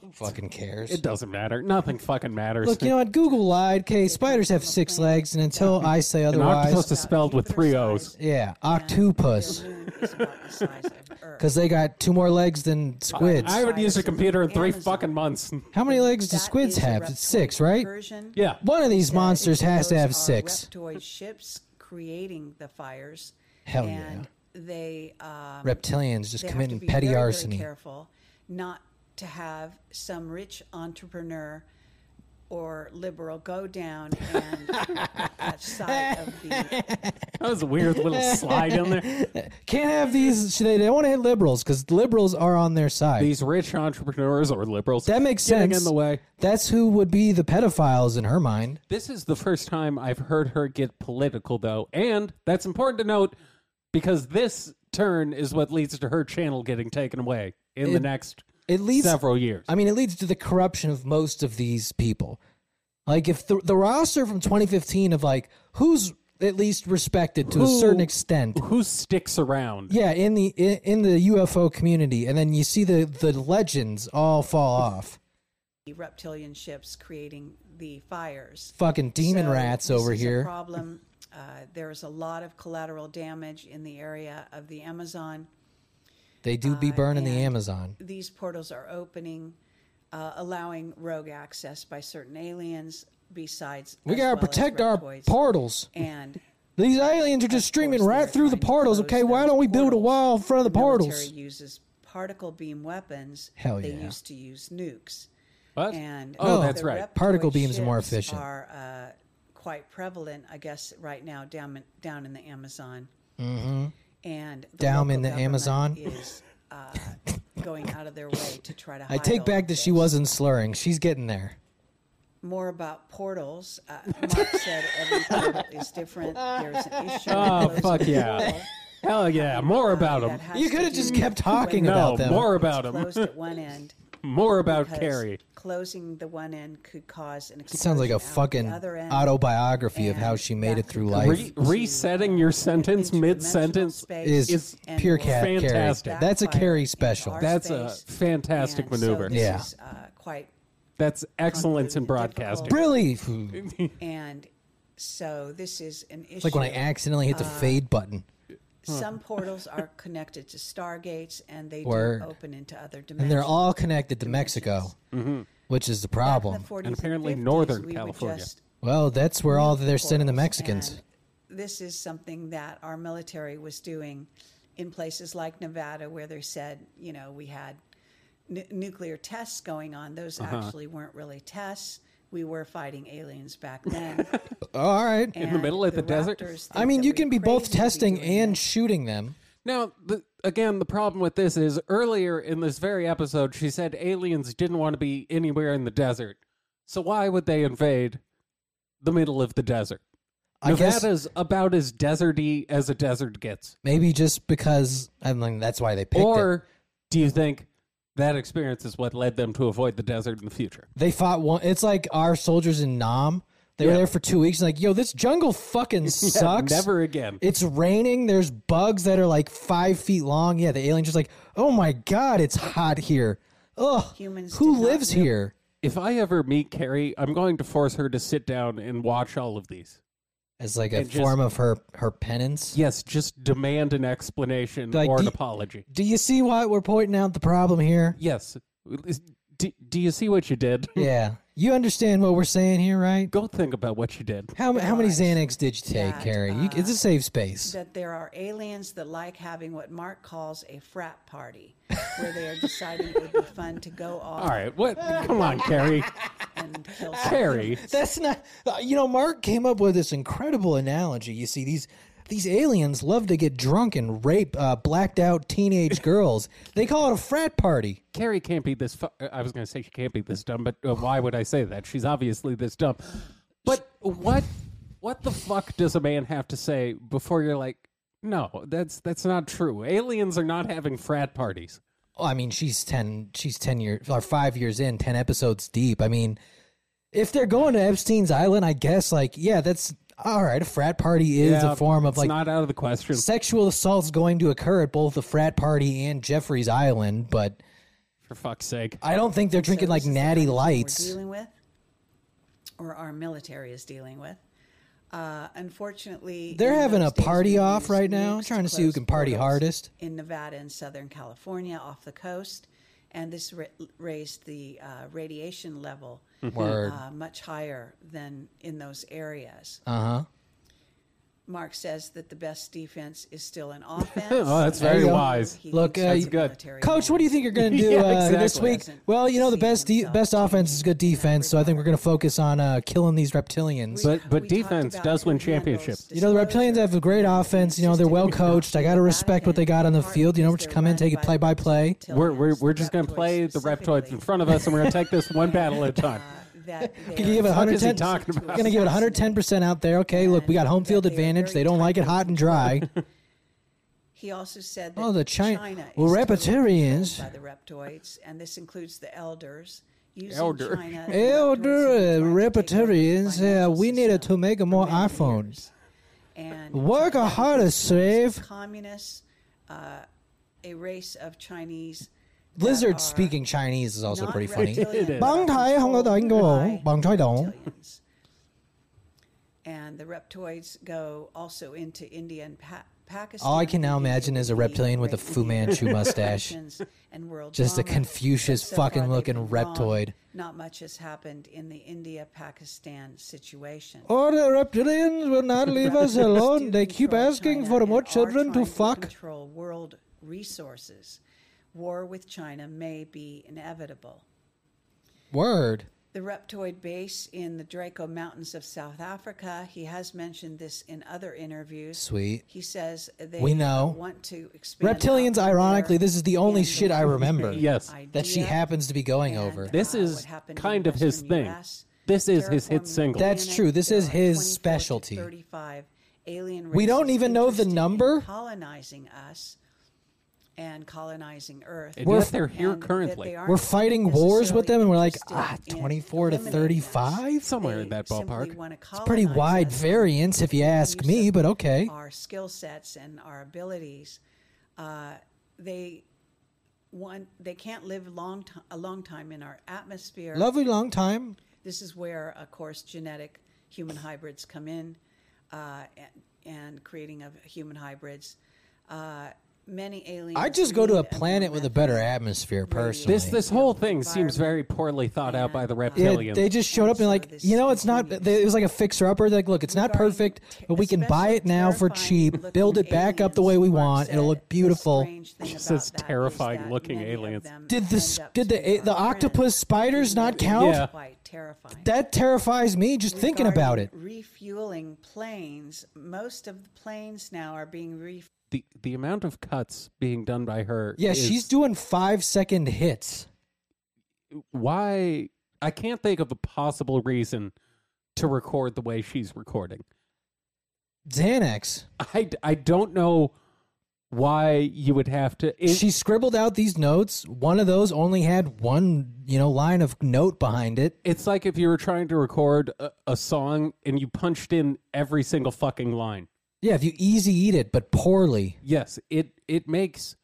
Who fucking cares? it doesn't matter. Nothing fucking matters. Look, you know what? Google lied. Okay, spiders have six legs, and until I say An octopus otherwise, is spelled with three O's. yeah, Their octopus, moon is about the size of Earth. because they got two more legs than squids. I haven't used a computer in three Amazon. fucking months. How many legs do That squids is a have? It's six, reptoid right? version. Yeah. One of these that monsters has to those have are six. Reptoid ships creating the fires. Hell and They um, Reptilians just they have to committing be petty very, very arson. arson. careful not to have some rich entrepreneur or liberal go down and catch sight of the That was a weird little slide in there. Can't have these. They don't want to hit liberals because liberals are on their side. These rich entrepreneurs or liberals. That makes getting sense. in the way. That's who would be the pedophiles in her mind. This is the first time I've heard her get political, though, and that's important to note because this turn is what leads to her channel getting taken away in the It- next It leads. several years. I mean, it leads to the corruption of most of these people. Like if the the roster from 2015 of like who's at least respected to a Who- certain extent. Who sticks around? Yeah, in the in, in the UFO community, and then you see the the legends all fall off. reptilian ships creating the fires. Fucking demon So rats this over is a here. problem. Uh, there is a lot of collateral damage in the area of the Amazon. They do uh, be burning the and- Amazon. These portals are opening, uh, allowing rogue access by certain aliens. Besides, We as gotta well as protect our reptoids. portals. and These aliens are just streaming right through the portals. Okay, why don't we build a wall in front of the portals? Military uses particle beam weapons. Hell They yeah. used to use nukes. What? And oh, uh, that's the right. Particle reptoid beams are more ships efficient. Are uh, quite prevalent, I guess, right now down in- down in the Amazon. Mm-hmm. And the Down local in the government Amazon? is uh, going out of their way to try to. I hide take all back of that she this. wasn't slurring. She's getting there. More about portals. Uh, Mark said every portal is different. There's an issue. Oh, with fuck closing a yeah. portal, Hell yeah. More uh, about that him. has You to could have do just with kept talking when about No, them. more it's about him. Closed at one end. More about because Carrie. Closing the one end could cause an It explosion. sounds like a out the fucking other end. autobiography of how and she made that it through could life. Re- resetting your sentence Interdimensional mid sentence. space Is is and pure will cat carry. Fantastic. That's a backfire carry into special. our That's a space. fantastic And so maneuver. this Yeah. is, uh, quite That's excellence in Convoluted, broadcasting. difficult. Really? and so this is an issue. Uh, It's like when I accidentally hit the fade button. Some portals are connected to stargates, and they Word. do open into other dimensions. and they're all connected to Mexico, Mm-hmm. which is the Back in problem. the 40s apparently 50s, Northern we would California. just Well, that's where all they're sending the portals, Mexicans. and This is something that our military was doing in places like Nevada, where they said, you know, we had n- nuclear tests going on. Those Uh-huh. actually weren't really tests. We were fighting aliens back then. all right. in middle of the desert? I mean, you can be both testing and shooting them. Now, the, again, the problem with this is earlier in this very episode, she said aliens didn't want to be anywhere in the desert. So why would they invade the middle of the desert? I guess- Nevada's about as deserty as a desert gets. Maybe just because I mean that's why they picked it. Or do you think that experience is what led them to avoid the desert in the future? They fought one. It's like our soldiers in Nam. They were Yeah. there for two weeks. Like, yo, this jungle fucking Yeah, sucks. never again. It's raining. There's bugs that are like five feet long. Yeah, the alien's just like, oh my god, it's hot here. Ugh. Humans who did not lives here? If I ever meet Carrie, I'm going to force her to sit down and watch all of these. As like a It just- form of her her penance. Yes, just demand an explanation Like, or an do- apology. Do you see why we're pointing out the problem here? Yes. Is- Do, do you see what you did? yeah, you understand what we're saying here, right? Go think about what you did. How how many Xanax did you take, that, Carrie? You, it's a safe space. that there are aliens that like having what Mark calls a frat party, where they are deciding it would be fun to go off All right. What? Come on, Carrie. and kill some Carrie. That's not. uh, You know, Mark came up with this incredible analogy. You see, these these aliens love to get drunk and rape uh, blacked out teenage girls. They call it a frat party. Carrie can't be this. Fu- uh, I was going to say she can't be this dumb, but uh, why would I say that? She's obviously this dumb. But what? What the fuck does a man have to say before you're like, no, that's that's not true. Aliens are not having frat parties. Oh, I mean, she's ten. She's ten years or five years in, ten episodes deep. I mean, if they're going to Epstein's Island, I guess like yeah, that's all right. A frat party is Yeah, a form of it's like not out of the question. sexual assault's going to occur at both the frat party and Jeffrey's Island, but For fuck's sake. I don't think they're drinking like this is the natty kind of thing lights. We're dealing with, or our military is dealing with. Uh, unfortunately, They're in having those a days, party we off used right now, nukes trying to see who close can party portals hardest. in Nevada and Southern California off the coast, and this ra- raised the uh, radiation level Mm-hmm. Word. uh, much higher than in those areas. Uh huh. Mark says that the best defense is still an offense. Oh, that's There you very go. wise. He Look, thinks uh, he's you- a Good. military Coach, man. what do you think you're going to do Yeah, uh, this exactly. week? Doesn't Well, you know the see best de- himself best offense is good defense, so I think we're going to focus on uh, killing these reptilians. But- but We talked defense about does win who handles championships. you know the disclosure. reptilians have a great offense. You know they're well coached. I got to respect what they got on the field. You know, we're just come in, take it play by play. We're, we're, we're just going to play the reptoids in front of us, and we're going to take this one battle at a time. Uh, That they Gonna give it are 110. talking about? Gonna give it 110 percent out there. Okay, look, we got home field That they are advantage. They very don't like it hot and dry. He also said that Oh, the Chi- China well, is totally reptilians. controlled by the reptoids, and this includes the elders. Using Elder. China, the Elder reptoids have been trying to take over the reptilians, yeah, financial we needed system to make a more for many iPhones. years. And Work China harder, is slave. Communists, uh, a race of Chinese that Lizard are speaking Chinese is also not pretty funny. reptilian, It is. but Bang tai hong controlled dang go, by bang tai dong. reptilians. And the reptoids go also into India and pa- Pakistan. All I can now leading to imagine is a the reptilian with a great Fu Indian Manchu mustache. revolutions and world Just a drama. Confucius But so far fucking they've looking been wrong. reptoid. Not much has happened in the India Pakistan situation. Or the reptilians will not leave us alone. Oh, They keep Control asking China for and more are children to trying fuck. Control world resources. War with China may be inevitable. Word. The reptoid base in the Draco Mountains of South Africa. He has mentioned this in other interviews. Sweet. He says they We know. uh, want to expand. Reptilians, out there ironically, this is the only and shit I remember. Yes. That she idea happens to be going and, over. uh, This what is happened in kind of his Western thing. US. This is his hit Terraforming single. the That's planet, true. This there is are his 24 uh, to specialty. 35 alien We don't races even know the interested in number. Colonizing us and colonizing Earth. And We're- yet they're And here that they currently. aren't We're fighting wars with necessarily them, and we're like, interested ah, in 24 to eliminating us. 35? Somewhere They in that simply ballpark. wanna It's pretty colonize wide us variance if you ask use me, of but okay. our skill sets and our abilities, uh, they one they can't live long ti- a long time in our atmosphere. Lovely long time. This is where, of course, genetic human hybrids come in, uh, and, and creating of human hybrids. uh, many aliens. I just go to a need planet with a better atmosphere, personally. This this whole thing seems very poorly thought out by the Yeah, reptilians. they just showed up and like, you know, it's not. They, it was like a fixer upper. They're like, look, it's not perfect, but we can buy it now for cheap, build it back up the way we want. It'll look beautiful. She says terrifying looking aliens. Did the s- did the the octopus spiders not count? Yeah. Quite terrifying. That terrifies me just thinking about it. Regarding Refueling planes. Most of the planes now are being refueled. the the amount of cuts being done by her. Yeah, is she's doing five second hits. why I can't think of a possible reason to record the way she's recording. Xanax. I I don't know why you would have to. It, she scribbled out these notes. One of those only had one, you know, line of note behind it. it's like if you were trying to record a, a song and you punched in every single fucking line. Yeah, if you easy eat it, but poorly. Yes, it it makes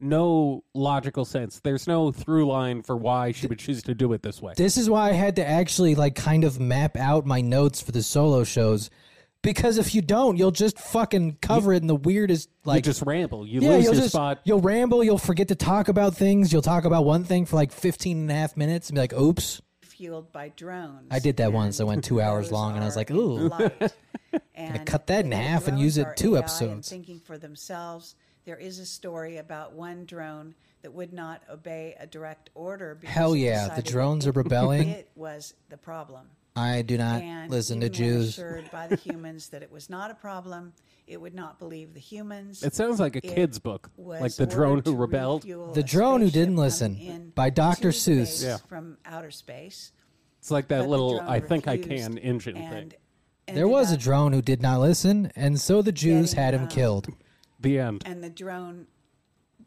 no logical sense. There's no through line for why she would choose to do it this way. This is why I had to actually like kind of map out my notes for the solo shows. Because if you don't, you'll just fucking cover it in the weirdest you like just ramble. You yeah, lose you'll your just spot. you'll ramble, you'll forget to talk about things, you'll talk about one thing for like 15 and a half minutes and be like, "Oops." fueled by drones. I did that once. I and went two hours those long, and I was are like, in "Ooh." flight. and cut that in the half and drones use it are two AI and episodes. Thinking for themselves, there is a story about one drone that would not obey a direct order. Because Hell it yeah, the decided drones are it- rebelling. It was the problem. I do not And listen to even when Jews. Assured by the humans that it was not a problem, it would not believe the humans. It sounds like a It kid's book, was like the drone ordered who to rebelled. refuel The a Drone Who Didn't spaceship coming Listen in by Dr. to Seuss. space Yeah. from outer space. It's like but that the little drone "I think I refused can" engine thing. and There was a ended up- drone who did not listen, and so the Jews Getting, had him um, killed. The um, end. and the drone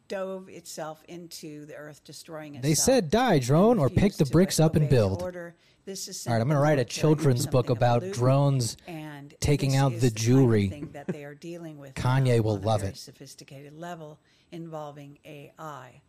dove itself into the earth, destroying itself. They said, "Die, drone, or pick refused the to bricks up and obey the build." All order. This is right, I'm going to simply write a military children's book something of about loot, drones. and taking this out is the kind of jewelry. thing that they are dealing with. Kanye now will on a love very it. Sophisticated level involving AI.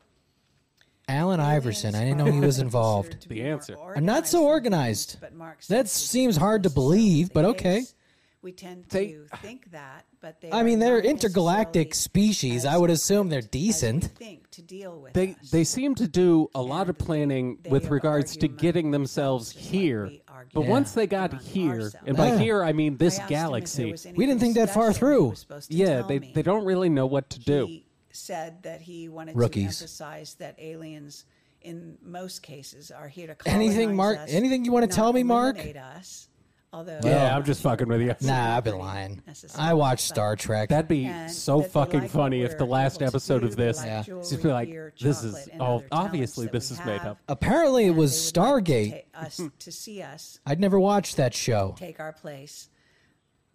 Alan Iverson, I didn't know he was involved. Considered to be The more answer. organized I'm not so than humans, organized. but Marx That says this seems is hard to also believe, the but okay. case. We tend They- to think that, but they I are mean, they're not intergalactic necessarily species. I as would assume they're equipped as we decent. think to deal with They us. they seem to do a lot of And planning they with are regards to arguing getting amongst themselves themselves, like here, we argue but Yeah. once they got among here, and ourselves. by Yeah. here I mean I this asked him if there galaxy. was We didn't anything think that far special he through. was supposed to Yeah, tell they me. they don't really know what to do. He said that he wanted Rookies. to emphasize that aliens, in most cases, are here to colonize Anything, Mark- us, anything you wanna not tell me, Mark? eliminate us, although yeah, I'm just fucking with you. Nah, I've been lying. I watched Star Trek. That'd be And so that they fucking like what funny if the we're last able to episode do, of they this like is jewelry, be like, beer, this is chocolate, and all other talents obviously that this we is made have. up. Apparently, it and was they would like to Stargate. Hmm. ta- us to see us I'd never watched that show. take our place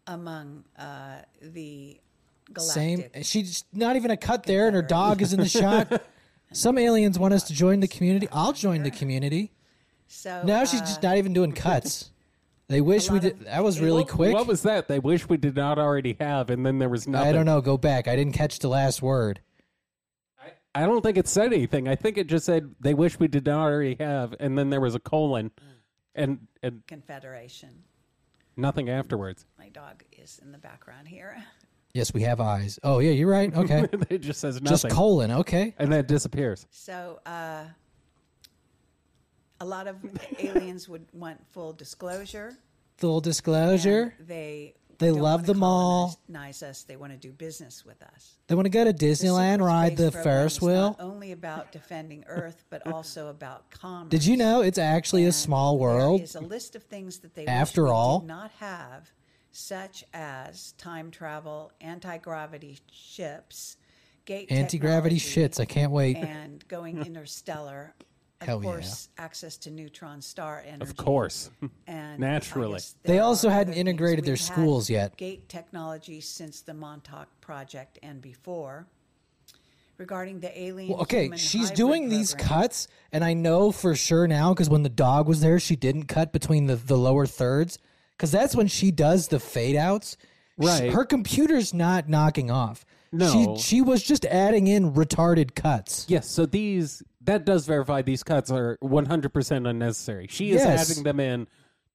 among uh, the Same. galactic. She's not even a cut there, and her dog is in the shot. Some aliens want us to join the community. I'll join the community. So Now she's uh, just not even doing cuts. They wish we lot did. of- That was really What- quick. What was that? They wish we did not already have, and then there was nothing. I don't know. Go back. I didn't catch the last word. I don't think it said anything. I think it just said they wish we did not already have, and then there was a colon, and and confederation. nothing afterwards. My dog is in the background here. Yes, we have eyes. Oh yeah, you're right. Okay, it just says nothing, just colon. Okay, and then it disappears. So uh, a lot of aliens would want full disclosure. full disclosure. and They They don't love wanna them all. Colonize us. They want to do business with us. They want to go to The Disneyland, Super ride Space the program Ferris is wheel. Not only about defending Earth, but also about commerce. Did you know it's actually a And small There world? is a list of things that they After wish we all. did not have, such as time travel, anti gravity ships, gate Anti gravity technology, shits. I can't wait. and going interstellar. Of Hell yeah. course, access to neutron star energy. Of course, and naturally. I guess They there also are hadn't other things. integrated their We've had schools yet. Gate technology since the Montauk Project and before. Regarding the alien, Well, okay, human she's hybrid doing these program, cuts, and I know for sure now because when the dog was there, she didn't cut between the, the lower thirds because that's when she does the fade outs. She- Right. her computer's not knocking off. No. She, she was just adding in retarded cuts. yes. So these that does verify these cuts are one hundred percent unnecessary. She is Yes. adding them in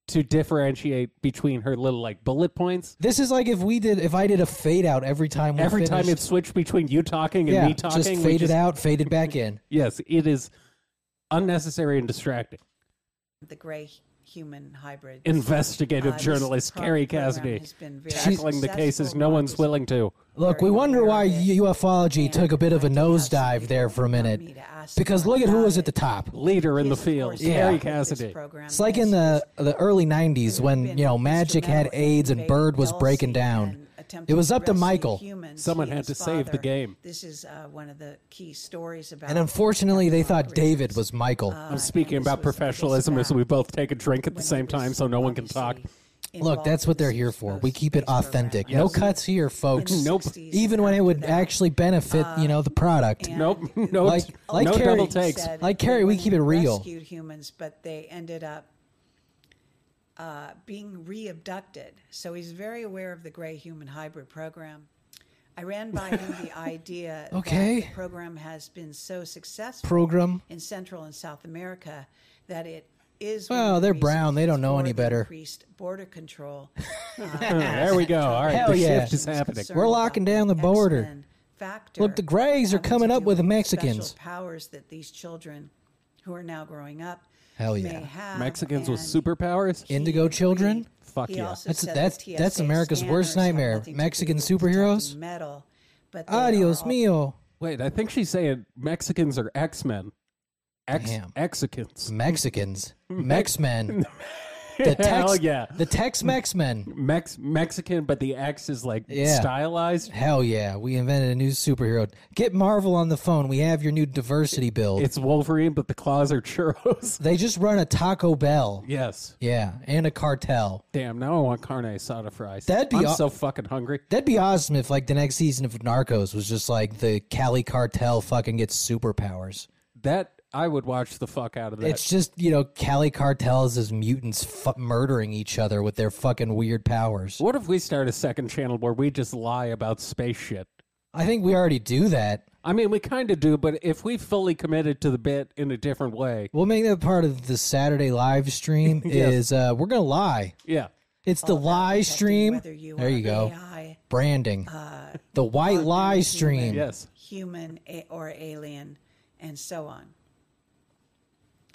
to differentiate between her little like bullet points. This is like if we did, if I did a fade out every time. We Every time finished. it switched between you talking and yeah, me talking, just we faded just- out, faded back in. Yes, it is unnecessary and distracting. the gray human hybrid. Investigative Uh, journalist Carrie Cassidy tackling the cases no one's willing to. Look, we wonder why ufology took a bit of a nosedive there for a minute, because look at who was at the top. Leader in the field, Yeah. Carrie Cassidy. It's like in the the early '90s when you know Magic had AIDS and Bird was breaking down. It was up to Michael, Someone had to save the game. This is uh, one of the key stories about. Uh, and unfortunately, they thought David was Michael. I'm speaking about professionalism as we both take a drink at the same time so no one can talk. Look, that's what they're here for. We keep it authentic. No cuts here, folks. Nope. Even when it would actually benefit, you know, the product. Nope, no, Like- like no Carrie double takes. said Like that Carrie, we when keep he it real. Rescued humans, but they ended up uh, being re-abducted. So he's very aware of the gray human hybrid program. I ran by him the idea Okay. that the program has been so successful Program. in Central and South America that it is. Well, one of the they're brown. They don't reasons know for any the better. Increased border control. There we go. All right, Hell the yeah. shift is happening. We're locking down the border. X-Men Factor Look, the Greys are having to coming up do with the special Mexicans. powers that these children, who are now growing up, Hell may yeah. have, Mexicans with and superpowers? he Indigo agreed. children? Fuck He yeah. also That's- said that's- the that's TSA America's worst scanners have nightmare. nothing to do Mexican with superheroes? detecting Metal, but they Adios are all- mio. Wait, I think she's saying Mexicans are X Men. Ex Damn. Mexicans. Mexicans. Mex men. The Hell Tex yeah. The Tex Mex men. Mex Mexican, but the X is like Yeah. stylized. Hell yeah. We invented a new superhero. Get Marvel on the phone. We have your new diversity build. It's Wolverine, but the claws are churros. they just run a Taco Bell. yes. Yeah, and a cartel. Damn, now I want carne asada fries. That'd be I'm aw- so fucking hungry. That'd be awesome if, like, the next season of Narcos was just like the Cali cartel fucking gets superpowers. That I would watch the fuck out of that. It's just you know Cali cartels as mutants fu- murdering each other with their fucking weird powers. what if we start a second channel where we just lie about space shit? I think we already do that. I mean, we kind of do, but if we fully committed to the bit in a different way, We'll make that part of the Saturday live stream. Is uh, we're gonna lie? yeah. It's Oh, the lie detecting stream. whether you there are uh, you go. AI, Branding. the white lie stream. Yes. human a- or alien, and so on.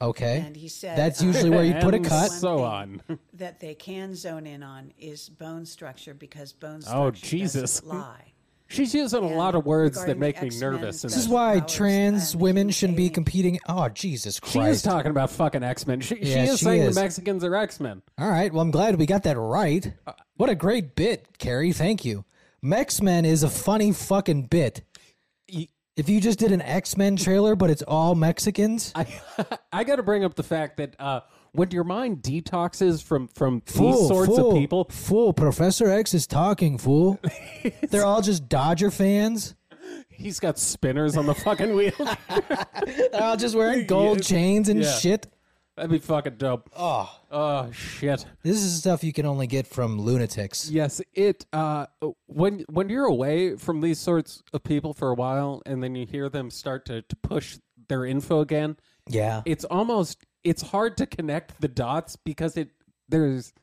Okay. And he said That's uh, usually where you put a And cut. So One on. thing that they can zone in on is bone structure because bone structure Oh, Jesus. doesn't lie. She's using a lot of words that regarding make me X-Men, nervous. in This but- this. is why Powers trans and women human shouldn't be alien. competing. Oh Jesus She Christ! is talking about fucking X Men. She, Yeah, she is she saying is. the Mexicans are X Men. All right. Well, I'm glad we got that right. Uh, What a great bit, Carrie. Thank you. Mex Men is a funny fucking bit. Ye- If you just did an X Men trailer, but it's all Mexicans, I, I got to bring up the fact that uh, when your mind detoxes from from fool, these sorts fool, of people, fool. Professor X is talking, fool. They're all just Dodger fans. he's got spinners on the fucking wheel. They're all just wearing gold chains and Yeah. shit. That'd be fucking dope. Oh, oh shit. This is stuff you can only get from lunatics. Yes, it. Uh, when when you're away from these sorts of people for a while, and then you hear them start to, to push their info again, Yeah. it's almost it's hard to connect the dots because it there's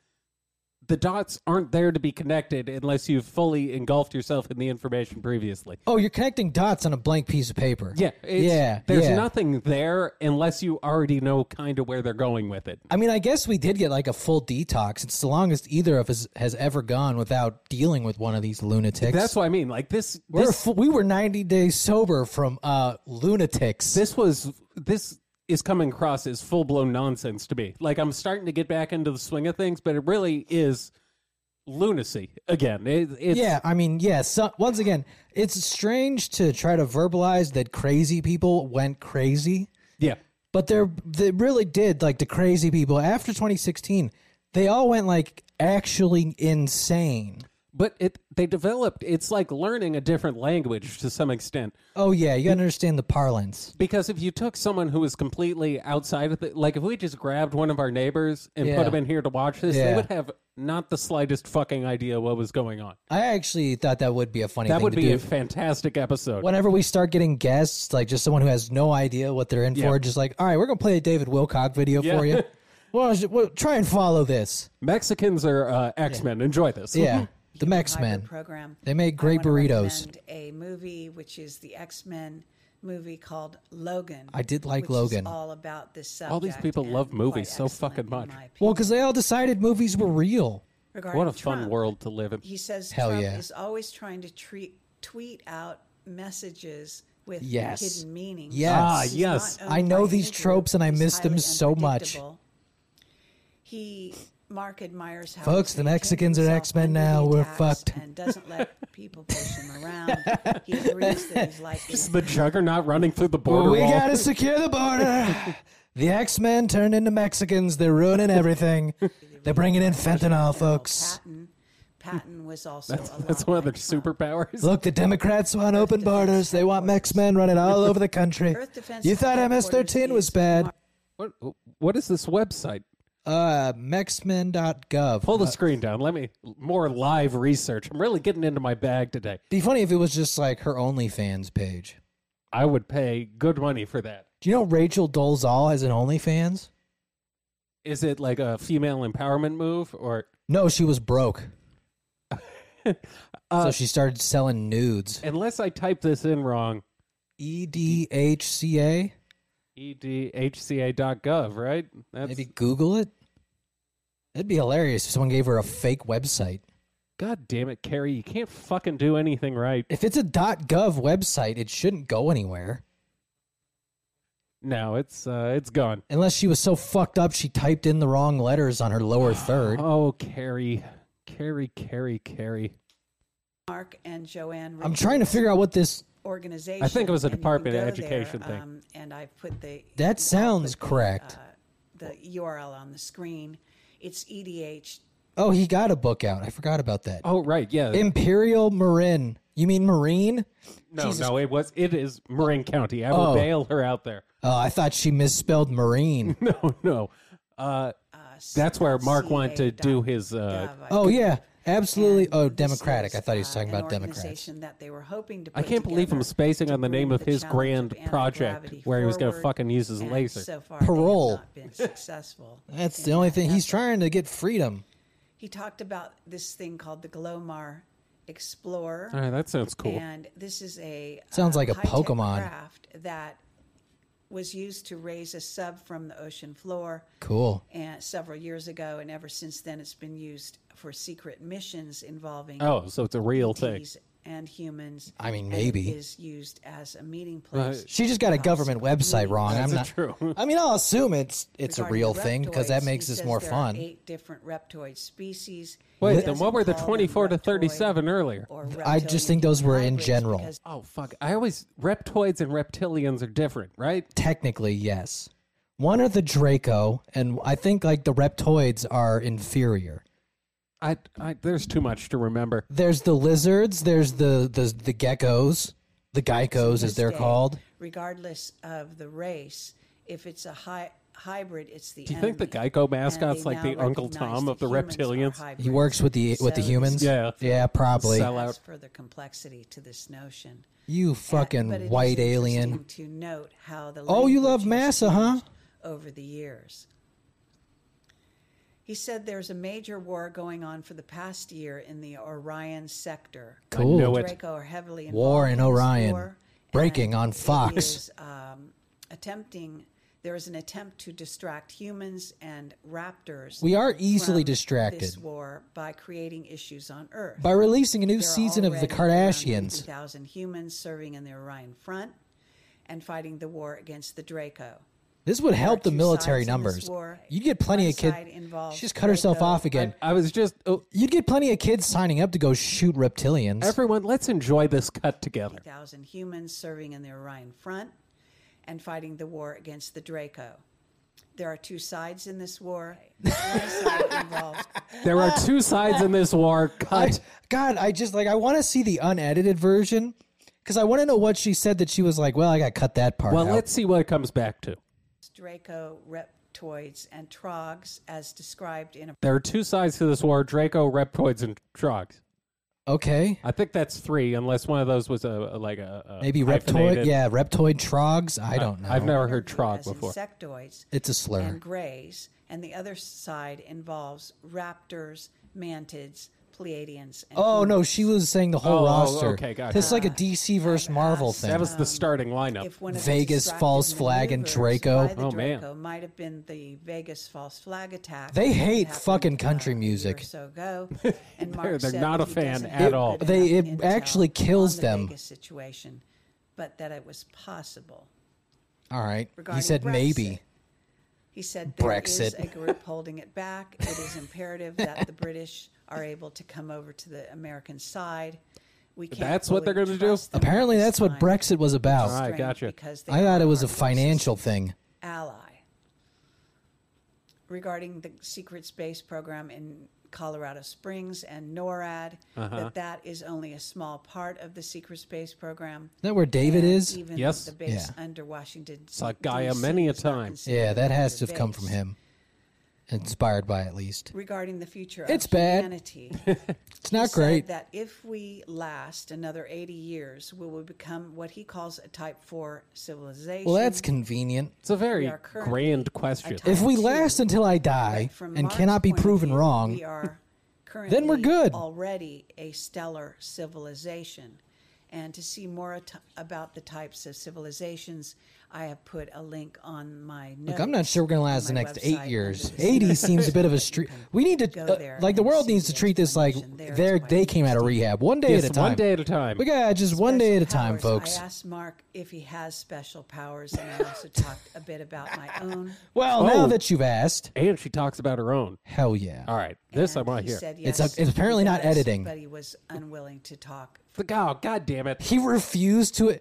the dots aren't there to be connected unless you've fully engulfed yourself in the information previously. Oh, you're connecting dots on a blank piece of paper. Yeah, it's, yeah. There's yeah. nothing there unless you already know kind of where they're going with it. I mean, I guess we did get like a full detox. It's the longest either of us has ever gone without dealing with one of these lunatics. That's what I mean. Like this, We're this, fu- we were 90 days sober from uh, lunatics. this was this is coming across as full blown nonsense to me. Like I'm starting to get back into the swing of things, but it really is lunacy again. It, it's, yeah, I mean, yeah. So, once again, it's strange to try to verbalize that crazy people went crazy, yeah. but they're they really did like the crazy people after 2016. They all went like actually insane. But it they developed it's like learning a different language to some extent. Oh yeah, you gotta understand the parlance. Because if you took someone who was completely outside of the like if we just grabbed one of our neighbors and Yeah. put them in here to watch this, Yeah. they would have not the slightest fucking idea what was going on. I actually thought that would be a funny. That thing would to be do. a fantastic episode. whenever we start getting guests, like just someone who has no idea what they're in Yeah. for, just like, all right, we're gonna play a David Wilcock video Yeah. for you. Well, is it- well, try and follow this. Mexicans are uh, X Men. Enjoy this. Mhm. Yeah, the Mex Hybrid Men. program. They make I great wanna burritos. recommend A movie which is the X Men movie called Logan. I did like which is Logan. all about this subject. All these people and love movies quite so excellent, fucking in much. my opinion. Well, because they all decided movies were real. Regarding What a fun Trump, world to live in. He says Hell Trump yeah. is always trying to treat, tweet out messages with Yes. hidden meaning. Yes. Ah, He's yes. not owned I know by these any group. tropes and I He's miss them highly so much. unpredictable. He Mark admires how Folks, he's the maintained Mexicans are himself X-Men under the now. We're attacks fucked. And doesn't let people push him around. He agrees that he's likely It's the juggernaut running through the border We wall. gotta secure the border. the X Men turned into Mexicans. They're ruining everything. They're bringing in fentanyl, folks. Patton. Patton was also a lot That's one of like their Trump. superpowers. Look, the Democrats want open borders. They want Mex Men running all over the country. Earth Defense You thought MS Headquarters 13 was is bad. What, what is this website? Uh, Uh, MexMen.gov. Pull the screen down. Let me more live research. I'm really getting into my bag today. Be funny if it was just like her OnlyFans page. I would pay good money for that. Do you know Rachel Dolezal has an OnlyFans? Is it like a female empowerment move or No, she was broke. Uh, so she started selling nudes. unless I type this in wrong, E D H C A. E edhca.gov, right? That's Maybe Google it. It'd be hilarious if someone gave her a fake website. God damn it, Carrie, you can't fucking do anything right. If it's a .gov website, it shouldn't go anywhere. No, it's uh it's gone. Unless she was so fucked up she typed in the wrong letters on her lower third. Oh, Carrie. Carrie, Carrie, Carrie. Mark and Joanne. I'm trying to Richards. figure out what this organization. I think it was a and you Department can of go Education thing. Um, and I put the That I'll put sounds the, correct. Uh, the URL on the screen. It's E EDH. Oh, he got a book out. I forgot about that. Oh, right, yeah. Imperial Marin. You mean Marine? no, no, it was it is Marin County. I will Oh. bail her out there. Oh, I thought she misspelled Marine. No, no. Uh that's where Mark wanted to do his uh CA.gov. Oh yeah, absolutely. And Oh, this Democratic. is, I thought he uh, was talking an about Democrats. organization That they were hoping to I put can't believe I'm together spacing to on the name bring of his challenge grand of project anti-gravity where he was going to forward, fucking use his and laser. So far, they have Parole. not been successful. That's in the only that thing he's effort. trying to get freedom. He talked about this thing called the Glomar Explorer. All right, that sounds cool. And this is a um, Sounds like a high-tech Pokemon. craft that was used to raise a sub from the ocean floor Cool. and several years ago, and ever since then, it's been used for secret missions involving Oh, so it's a real thing. ETs and humans. I mean, and it maybe. is used as a meeting place. She just got a government website wrong. I'm not. true. I mean, I'll assume it's it's a Regarding real the thing because reptoids, that he makes this says more there are fun. Eight different reptoid species. Wait, He then doesn't what were the call them 24 to reptoid 37 earlier? or I just think reptilian those were in hybrids general. because Oh fuck! I always reptoids and reptilians are different, right? Technically, yes. One are the Draco, and I think like the reptoids are inferior. I, I there's too much to remember. There's the lizards. There's the the the geckos, the geckos as they're Tuesday, called. regardless of the race. If it's a hy- hybrid, it's the. Do you think the enemy. Geico And mascot's they like now the Uncle recognize Tom that of the humans are reptilians? hybrids. He works with the with the So humans. this Yeah. yeah, probably. Sell adds out. Further complexity to this notion. You But it fucking is white alien. interesting To note how the Oh, you love language has massa, huh? changed Over the years. He said there's a major war going on for the past year in the Orion sector. Cool. I know it. Draco are heavily involved War in this Orion. war, Breaking and on it Fox. is, um, attempting. There is an attempt to distract humans and raptors. We are easily from distracted This war by creating issues on Earth. by releasing a new There are season of the already around Kardashians. 80,000 humans serving in the Orion front and fighting the war against the Draco. This would help the two military sides in this numbers. war. You'd get plenty One of kids. side involves She just cut herself Draco. off again. I was just oh, You'd get plenty of kids signing up to go shoot reptilians. everyone. Let's enjoy this cut together. 1,000 humans serving in the Orion front and fighting the war against the Draco. There are two sides in this war. One side involves There are two sides in this war. I, Cut. God, I just like I want to see the unedited version because I want to know what she said that she was like. Well, I got to cut that part. well, out. let's see what it comes back to. Draco, Reptoids, and Trogs as described in a There are two sides to this war: Draco, reptoids, and drugs. Okay. I think that's three, unless one of those was a, a- like a, a Maybe reptoid. hyphenated- Yeah, reptoid trogs. I don't know. I've never heard Trog trog before. Insectoids It's a slur. and grays, and the other side involves raptors, mantids, pleiadians. And Oh no, she was saying the whole Oh, oh, roster. okay, gotcha. This is Uh, like a DC versus Marvel thing. That was the starting lineup. um, if one of Vegas those false distracted flag and maneuvers Draco. by the Oh, man. Draco might have been the Vegas false flag attack. They that hate happened, fucking uh, country a year or music. so ago, and Mark They're- they're said not that a he fan doesn't at have all. good They- enough it intel actually kills on the them. Vegas situation, but that it was possible. All right. He regarding said Brexit. maybe. He said there is Brexit. a group holding it back. It is imperative that the British are able to come over to the American side. We can't That's what they're fully gonna do? trust them Apparently, at this that's what time. Brexit was about. All right, Strange gotcha. because they I thought are it was a our financial thing. ally regarding the secret space program in Colorado Springs and NORAD. Uh-huh. That that is only a small part of the secret space program. Isn't that where David And is? Even Yes. the base Yeah. under Washington. Saw Gaia DC many a is not time. considered Yeah, that has to another have come from base. him. Inspired by at least. Regarding the future It's of bad. humanity. It's not said great. that if we last another 80 years, we will become what he calls a type 4 civilization. Well, that's convenient. It's a very are currently grand question. a If we Two. last until I die But from and Mark's cannot be point of proven view, wrong, we are then we're currently good. Already a stellar civilization. And to see more at- about the types of civilizations, I have put a link on my. Look, I'm not sure we're going to last the next eight years. 80 seems. seems a bit of a street. We need to, Go uh, there like, the and world see needs to the treat this like explanation. There is they're, quite they came out of rehab one day at a Yes, time. one day at a time. We got just one day at a Special time, powers. folks. I asked Mark if he has special powers, and I also talked a bit about my own. Well, now Oh. that you've asked, and she talks about her own. hell yeah. All right, this I and want he to hear. said It's yes, a- it's apparently he not does, editing. But he was unwilling to talk. The oh, God damn it! He refused to.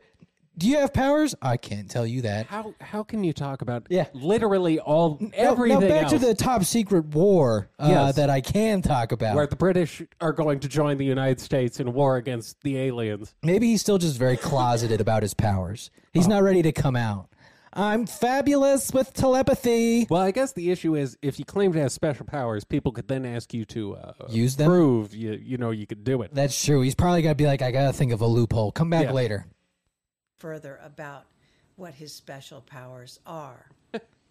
Do you have powers? I can't tell you that. How how can you talk about Yeah. literally all Now- everything Now, back else to the top secret war uh, Yes. that I can talk about. where the British are going to join the United States in war against the aliens? Maybe he's still just very closeted about his powers. He's Uh-huh. not ready to come out. I'm fabulous with telepathy. Well, I guess the issue is if you claim to have special powers, people could then ask you to uh, Use them? prove you you know you could do it. That's true. He's probably got to be like, I got to think of a loophole. Come back Yeah. later. further about what his special powers are.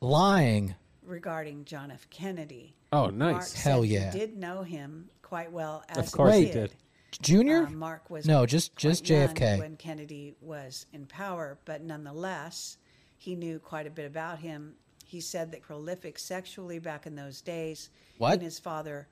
Lying. Regarding John F. Kennedy, Oh, Mark nice! said Hell he yeah. did know him quite well. As Of a course he kid. did. Junior? Um, Uh, Mark was No, just- just quite young JFK. when Kennedy was in power, but nonetheless, he knew quite a bit about him. He said that prolific sexually back in those days. What? And his father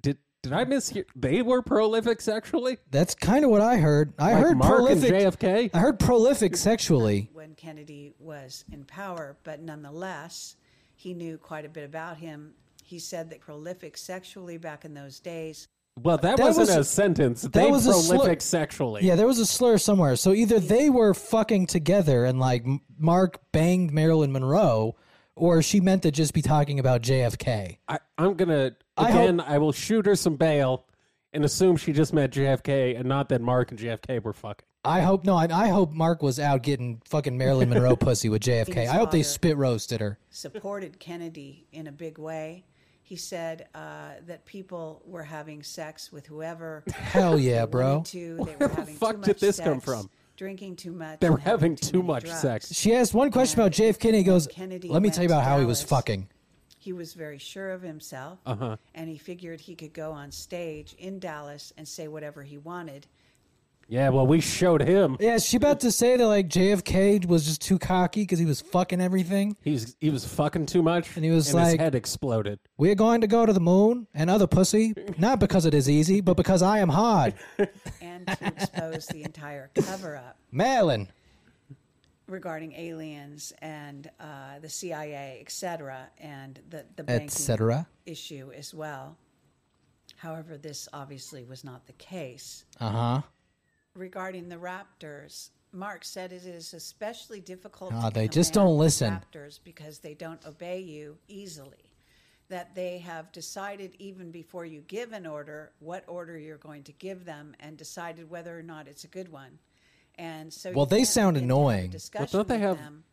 Did did I miss? They were prolific sexually. That's kind of what I heard. I Like heard Mark and prolific. JFK? I heard prolific sexually. when Kennedy was in power, but nonetheless, he knew quite a bit about him. He said that prolific sexually back in those days. Well, that, That wasn't was- a sentence. that they was a slur- prolific sexually. Yeah, there was a slur somewhere. So either they were fucking together and like M- Mark banged Marilyn Monroe, or she meant to just be talking about JFK. I, I'm gonna I hope- again. I, will shoot her some bail and assume she just met JFK and not that Mark and JFK were fucking. I hope no. I, I hope Mark was out getting fucking Marilyn Monroe pussy with JFK. I hope they spit roasted her. supported Kennedy in a big way. He said uh, that people were having sex with whoever. Hell yeah, they bro. wanted To, they Where were the having fuck too much did this come sex, from? Drinking too much. They were and having too many much drugs. sex. She asked one question about JFK and he goes, Kennedy "Let me went tell you about to how he was Dallas. fucking." He was very sure of himself, uh-huh. and he figured he could go on stage in Dallas and say whatever he wanted. Yeah, well, we showed him. Yeah, is she about to say that like JFK was just too cocky because he was fucking everything. He's he was fucking too much, And he was his like- head exploded. We're going to go to the moon and other pussy, not because it is easy, but because I am hard. and to expose the entire cover up Marilyn. regarding aliens and uh, the CIA, et cetera, and the, the Et banking cetera. issue as well. However, this obviously was not the case. Uh huh. Regarding the Raptors, Mark said it is especially difficult. Ah, to they just command don't listen. Raptors because they don't obey you easily. That they have decided even before you give an order what order you're going to give them, and decided whether or not it's a good one. And so, Well, you they can't sound begin to have a annoying. Well, discussion don't they with have- them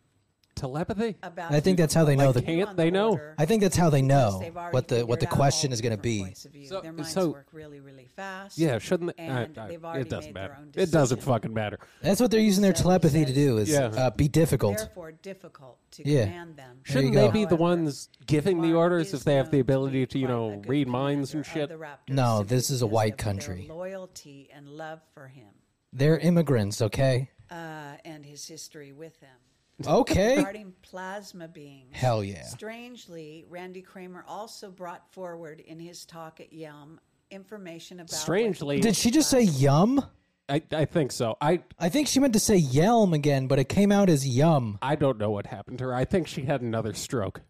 telepathy? about. I think that's how they know the. Can't they know? I think that's how they know they've already what the what the figured out all question the is going to different be. points of view. So- their minds so- work really, really fast. Yeah, shouldn't they? I- And I- they've already it doesn't made matter. their own It doesn't decision. fucking matter. That's what they're using their So he telepathy to says- do is Yeah. uh, be difficult. Therefore, difficult to Yeah. command them. There you Shouldn't they go. be the However, ones giving the Mark orders is if they have the known to ability be to, you quite know, a good read minds and commander shit? of the Raptors No, simply this is a because white of their country. loyalty and love for him They're immigrants, okay? uh, and his history with them. Okay. Regarding plasma beings. Hell yeah. Strangely, Randy Kramer also brought forward in his talk at Yum information about. what- Strangely, Did she just say yum? I, I think so. I I think she meant to say yelm again, but it came out as yum. I don't know what happened to her. I think she had another stroke.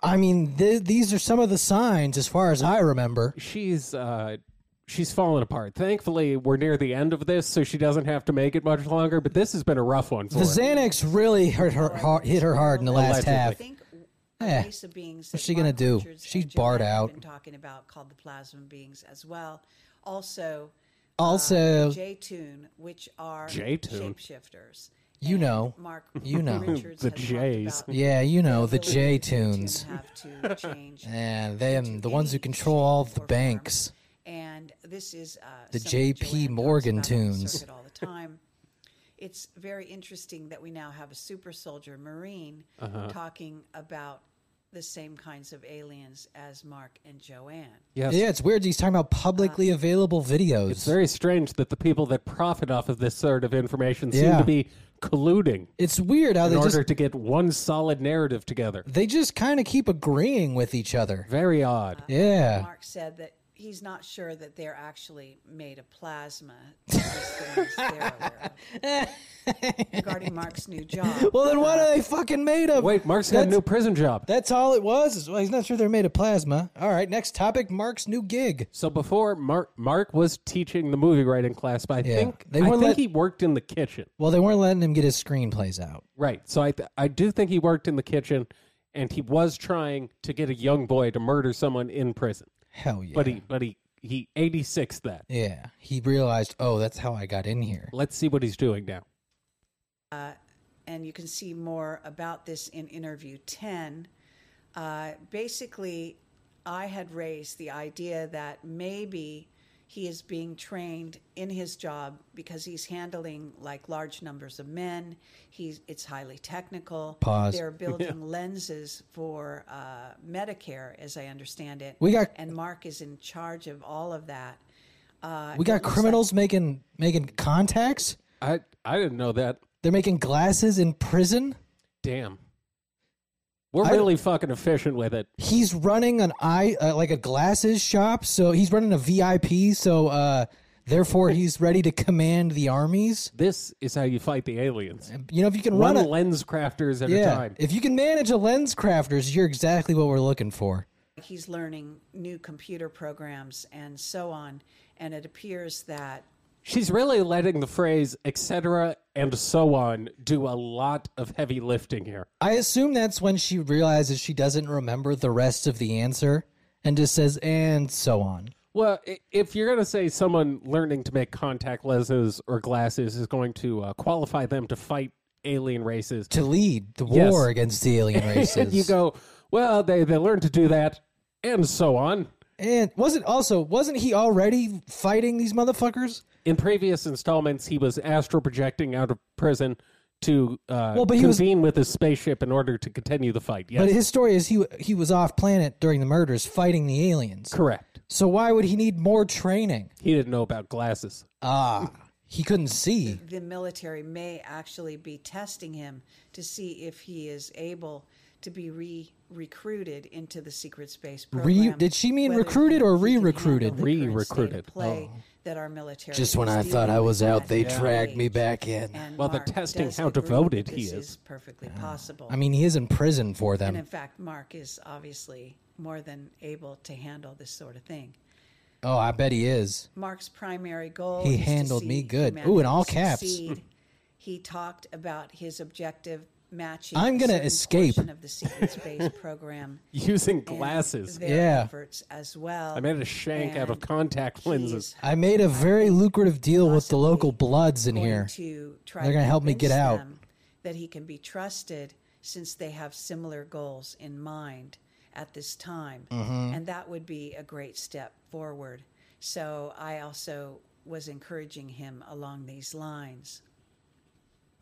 I mean, th- these are some of the signs as far as I remember. She's uh she's falling apart. Thankfully, we're near the end of this, so she doesn't have to make it much longer. But this has been a rough one for The her. Xanax really hurt her har hit her hard in the last Allegedly. I half. think Eh, a race of beings. what's she gonna do? She's barred out. Been talking about called the plasma beings as well. Also, Also, um, J Tune, which are J-Tune? shapeshifters. You And know. Mark. You know. Richards The has talked J's. about yeah, you know, the ability J to tunes. Have to change. And them, into the ones who any control all shape the or form. banks. And this is uh, The something J.P. Joanne talks Morgan about on the tunes. circuit all the time. It's very interesting that we now have a super soldier Marine talking about the same kinds of aliens as Mark and Joanne. Yes. Yeah, it's weird. He's talking about publicly available videos. It's very strange that the people that profit off of this sort of information seem Yeah. to be colluding It's weird how in they order just to get one solid narrative together. they just kind of keep agreeing with each other. Very odd. Yeah. Mark said that he's not sure that they're actually made of plasma. at least the ones they're aware of. Regarding Mark's new job. Well, then what are they fucking made of? Wait, Mark's got a That's- new prison job. That's all it was. Is- Well, he's not sure they're made of plasma. All right, next topic: Mark's new gig. So before Mark, Mark was teaching the movie writing class, but I Yeah. think They I wouldn't think let- he worked in the kitchen. Well, they weren't letting him get his screenplays out. Right. So I th- I do think he worked in the kitchen, and he was trying to get a young boy to murder someone in prison. Hell yeah. But he but he he eighty six that. yeah, he realized, oh, that's how I got in here. Let's see what he's doing now. and you can see more about this in interview 10. Uh, basically, I had raised the idea that maybe he is being trained in his job because he's handling like large numbers of men. He's it's highly technical. Pause. They're building lenses for uh, Medicare, as I understand it. We got- and Mark is in charge of all of that. Uh, We it got looks like- criminals making making contacts. I I didn't know that. They're making glasses in prison. Damn. We're I- really fucking efficient with it. He's running an eye uh, like a glasses shop, so he's running a VIP. So uh, therefore, he's ready to command the armies. This is how you fight the aliens. You know, if you can One run a lens crafters at a time. If you can manage a lens crafters, you're exactly what we're looking for. he's learning new computer programs and so on. And it appears that She's really letting the phrase etc. and so on do a lot of heavy lifting here. I assume that's when she realizes she doesn't remember the rest of the answer and just says and so on. Well, i- if you're going to say someone learning to make contact lenses or glasses is going to uh, qualify them to fight alien races, To lead the Yes. war against the alien and races. you go, well, they, they learned to do that, and so on. and wasn't also wasn't he already fighting these motherfuckers? In previous installments, he was astral projecting out of prison to uh, Well, but he was- convene with his spaceship in order to continue the fight. Yes, But his story is he he was off planet during the murders fighting the aliens. correct. So why would he need more training? He didn't know about glasses. Ah, he couldn't see. the military may actually be testing him to see if he is able to be re recruited into the secret space program. Re- did she mean whether recruited or he can handle re-recruited? the current state of Re-recruited. Oh. Play that our military Just when is I thought dealing I was with out, at they an dragged me age. back in. And Well, they're Mark testing does how agree that devoted he this is. perfectly possible. I mean, he is in prison for And them. in fact, Mark is obviously more than able to handle this sort of thing. Oh, I bet he is. Mark's primary goal. He is to handled me see good. humanity Ooh, in all caps. succeed. he talked about his objective matching. I'm a gonna certain escape. portion of the secret space program. Using and glasses. their Yeah. efforts as well. I made a shank out of And contact he lenses. is I made a very lucrative deal with the possibly local Bloods in going here. To try They're going gonna to help me get convince out. them That he can be trusted since they have similar goals in mind at this time. Mm-hmm. And that would be a great step forward. So I also was encouraging him along these lines.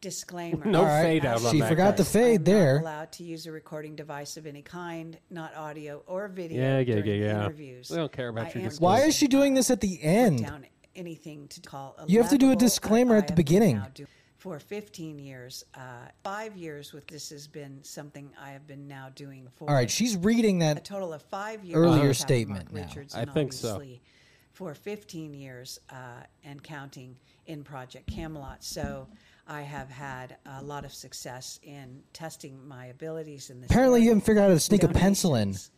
Disclaimer. No fade out. on She that forgot guy. the fade I'm there. Not allowed to use a recording device of any kind, not audio or video. Yeah, yeah, during yeah, yeah. Interviews. We don't care about I your am disclaimer. Why is she doing this at the end? down anything to call. You have to do a allowable, disclaimer and at I the have beginning. now do- for 15 years, uh, five years with this has been something I have been now doing for All right, she's reading a that. total of five years. Earlier with Captain statement Mark now. Richards, I and think so. obviously For 15 years uh, and counting in Project Camelot, so I have had a lot of success in testing my abilities in this. Apparently, you area. haven't figured out how to sneak a pencil in. Donations.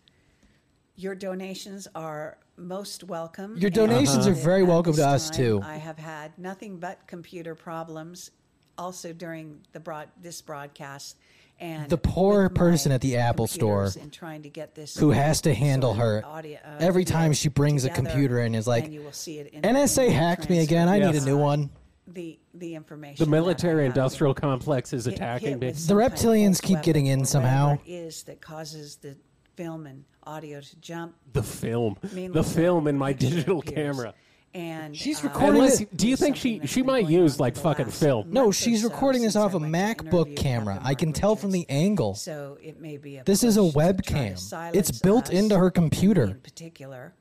Your donations are most welcome. Your and donations are appreciated very at welcome this to us, time. too. I have had nothing but computer problems, also during the broad this broadcast, and The poor with my person at the Apple computers store and trying to get this Who has to handle sort of her audio- uh, every video time she brings a together, computer in is like, and you will see it in the NSA email hacked me again. I need a Yes. new one. The the information The that I military have. industrial complex is Hit- hit attacking me. with some kind of reptilians false keep weapon getting in or somehow. whatever it Is that causes the film and audio to jump. The film. mainly The film in my picture digital appears. camera. And She's uh, recording Unless, it- do you think she she might use like fucking film? No, month or she's so recording this since I off a went to MacBook interview camera. Captain I can Mark tell from the Richards. angle. So it may be a This is a push to try to webcam. It's silence built us into her in computer. particular.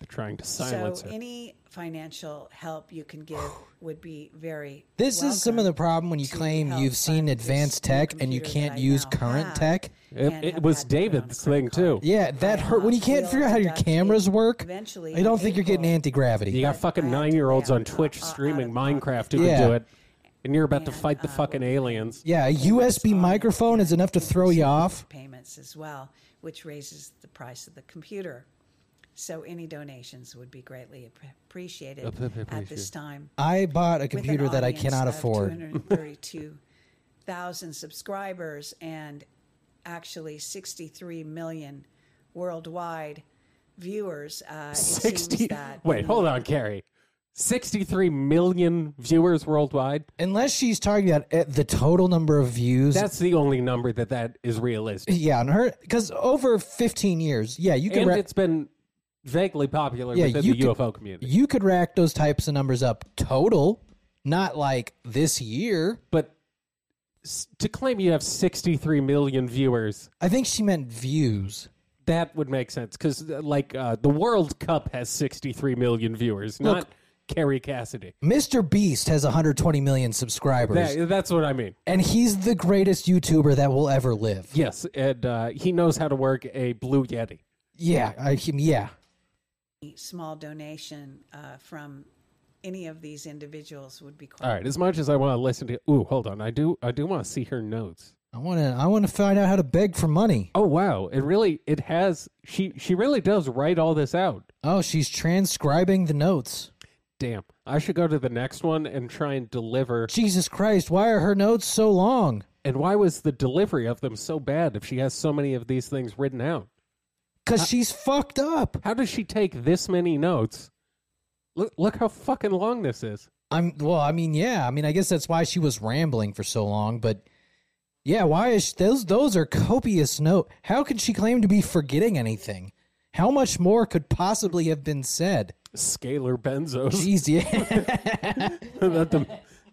They're trying to silence so her. any financial help you can give would be very This is some of the welcome problem when you to claim help you've seen fund advanced this new tech and you computer that can't I use now current have tech. It- and it have was had to put on a David's credit thing, card. too. Yeah, that I hurt. When you will can't figure out how your deduct cameras it work, eventually I don't think you're getting April. anti gravity. You got But fucking I have to nine year olds pay out on of- Twitch uh, out streaming of pocket. Minecraft who Yeah. can do it, and you're about to And, fight the uh, fucking aliens. Yeah, a USB microphone is enough to throw you off. payments as well, which raises the price of the computer. So any donations would be greatly ap- appreciated Ap- ap- at this appreciated. time. I bought a With an computer that I audience cannot of afford. 232,000 subscribers and actually 63 million worldwide viewers. Uh, it seems Sixty. that Wait, hold on, Carrie. Sixty-three million viewers worldwide. Unless she's talking about at the total number of views. That's the only number that that is realistic, yeah, on her because over 15 years, yeah, you could and ra- it's been vaguely popular Yeah, within you the could- UFO community. you could rack those types of numbers up total, not like this year. But s- to claim you have sixty-three million viewers, I think she meant views. that would make sense because, like, uh, the World Cup has sixty-three million viewers, not Carrie Cassidy. Mr. Beast has 120 million subscribers, That, that's what I mean. and he's the greatest YouTuber that will ever live. Yes, and uh, he knows how to work a blue yeti. Yeah, I, he- yeah. small donation uh, from any of these individuals would be quite All right, as much as I want to listen to, ooh, hold on, I do, I do want to see her notes. I want to. I want to find out how to beg for money. Oh wow, it really, it has. She, she really does write all this out. Oh, she's transcribing the notes. Damn, I should go to the next one and try and deliver. Jesus Christ, why are her notes so long? And why was the delivery of them so bad if she has so many of these things written out? Because she's fucked up. How does she take this many notes? Look, look how fucking long this is. I'm well. I mean, yeah. I mean, I guess that's why she was rambling for so long. But yeah, why is she, those? Those are copious note. How could she claim to be forgetting anything? How much more could possibly have been said? Scalar benzos. Jeez, yeah. That the-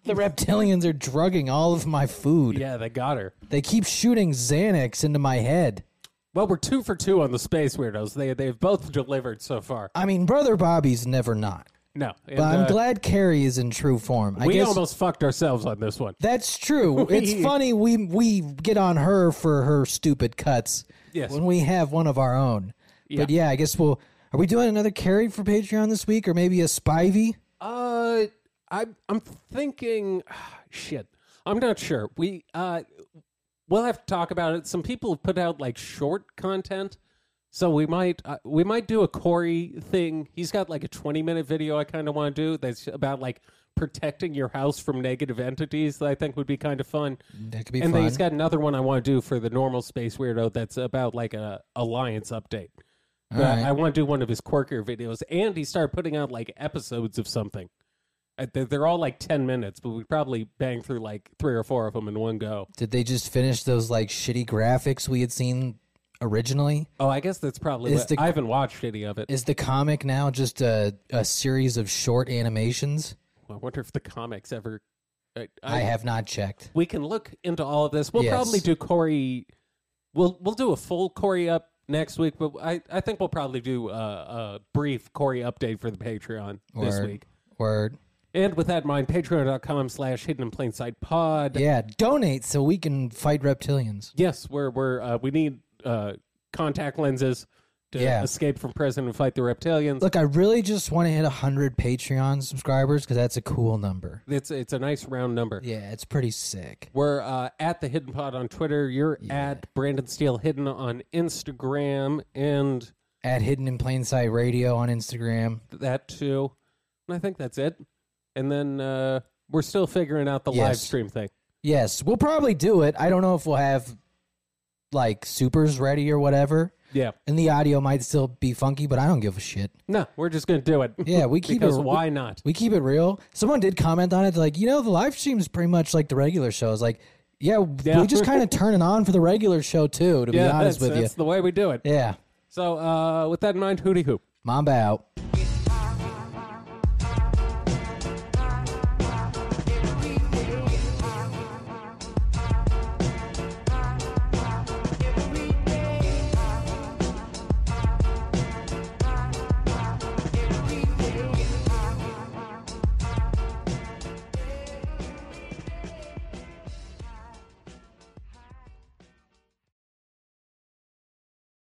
the reptilians are drugging all of my food. yeah, they got her. They keep shooting Xanax into my head. Well, we're two for two on the space weirdos. They they've both delivered so far. I mean, brother Bobby's never not. No, and, But I'm uh, glad Carrie is in true form. I we guess almost fucked ourselves on this one. that's true. it's funny we we get on her for her stupid cuts Yes. when we have one of our own. But yeah, I guess we'll. Are we doing another Carrie for Patreon this week, or maybe a Spivey? Uh, I'm I'm thinking, shit. I'm not sure. We uh, we'll have to talk about it. Some people have put out like short content, so we might uh, we might do a Corey thing. He's got like a 20 minute video I kind of want to do that's about like protecting your house from negative entities. That I think would be kind of fun. That could be and then fun. he's got another one I want to do for the normal space weirdo that's about like a alliance update. But All right. I want to do one of his quirkier videos, and he started putting out like episodes of something. I- They're they're all like 10 minutes, but we probably banged through like three or four of them in one go. Did they just finish those like shitty graphics we had seen originally? Oh, I guess that's probably Is what, the- I haven't watched any of it. Is the comic now just a, a series of short animations? I wonder if the comics ever. uh, I, I, I- have not checked. We can look into all of this. We'll Yes. probably do Corey. We'll we'll do a full Corey up next week, but I, I think we'll probably do a, a brief Corey update for the Patreon this Word. week. Word. And with that in mind, patreon.com slash hidden in plain sight pod. Yeah, donate so we can fight reptilians. Yes, we're, we're, uh, we need uh, contact lenses to Yeah. escape from prison and fight the reptilians. Look, I really just want to hit 100 Patreon subscribers because that's a cool number. It's, it's a nice round number. Yeah, it's pretty sick. We're uh, at the Hidden Pod on Twitter. You're at Brandon Steele Hidden on Instagram and At Hidden in Plain Sight Radio on Instagram. that too. And I think that's it. And then uh, we're still figuring out the live Yes. stream thing. Yes, we'll probably do it. I don't know if we'll have like supers ready or whatever. Yeah. And the audio might still be funky, but I don't give a shit. No, we're just going to do it. Yeah, we keep because it- why not? We keep it real. Someone did comment on it, they're like, you know, the live stream is pretty much like the regular show. It's like, yeah, Yeah. we just kind of turn it on for the regular show too, to yeah, be honest that's, with you. that's the way we do it. yeah. So, uh, with that in mind, hooty hoop. Mamba out.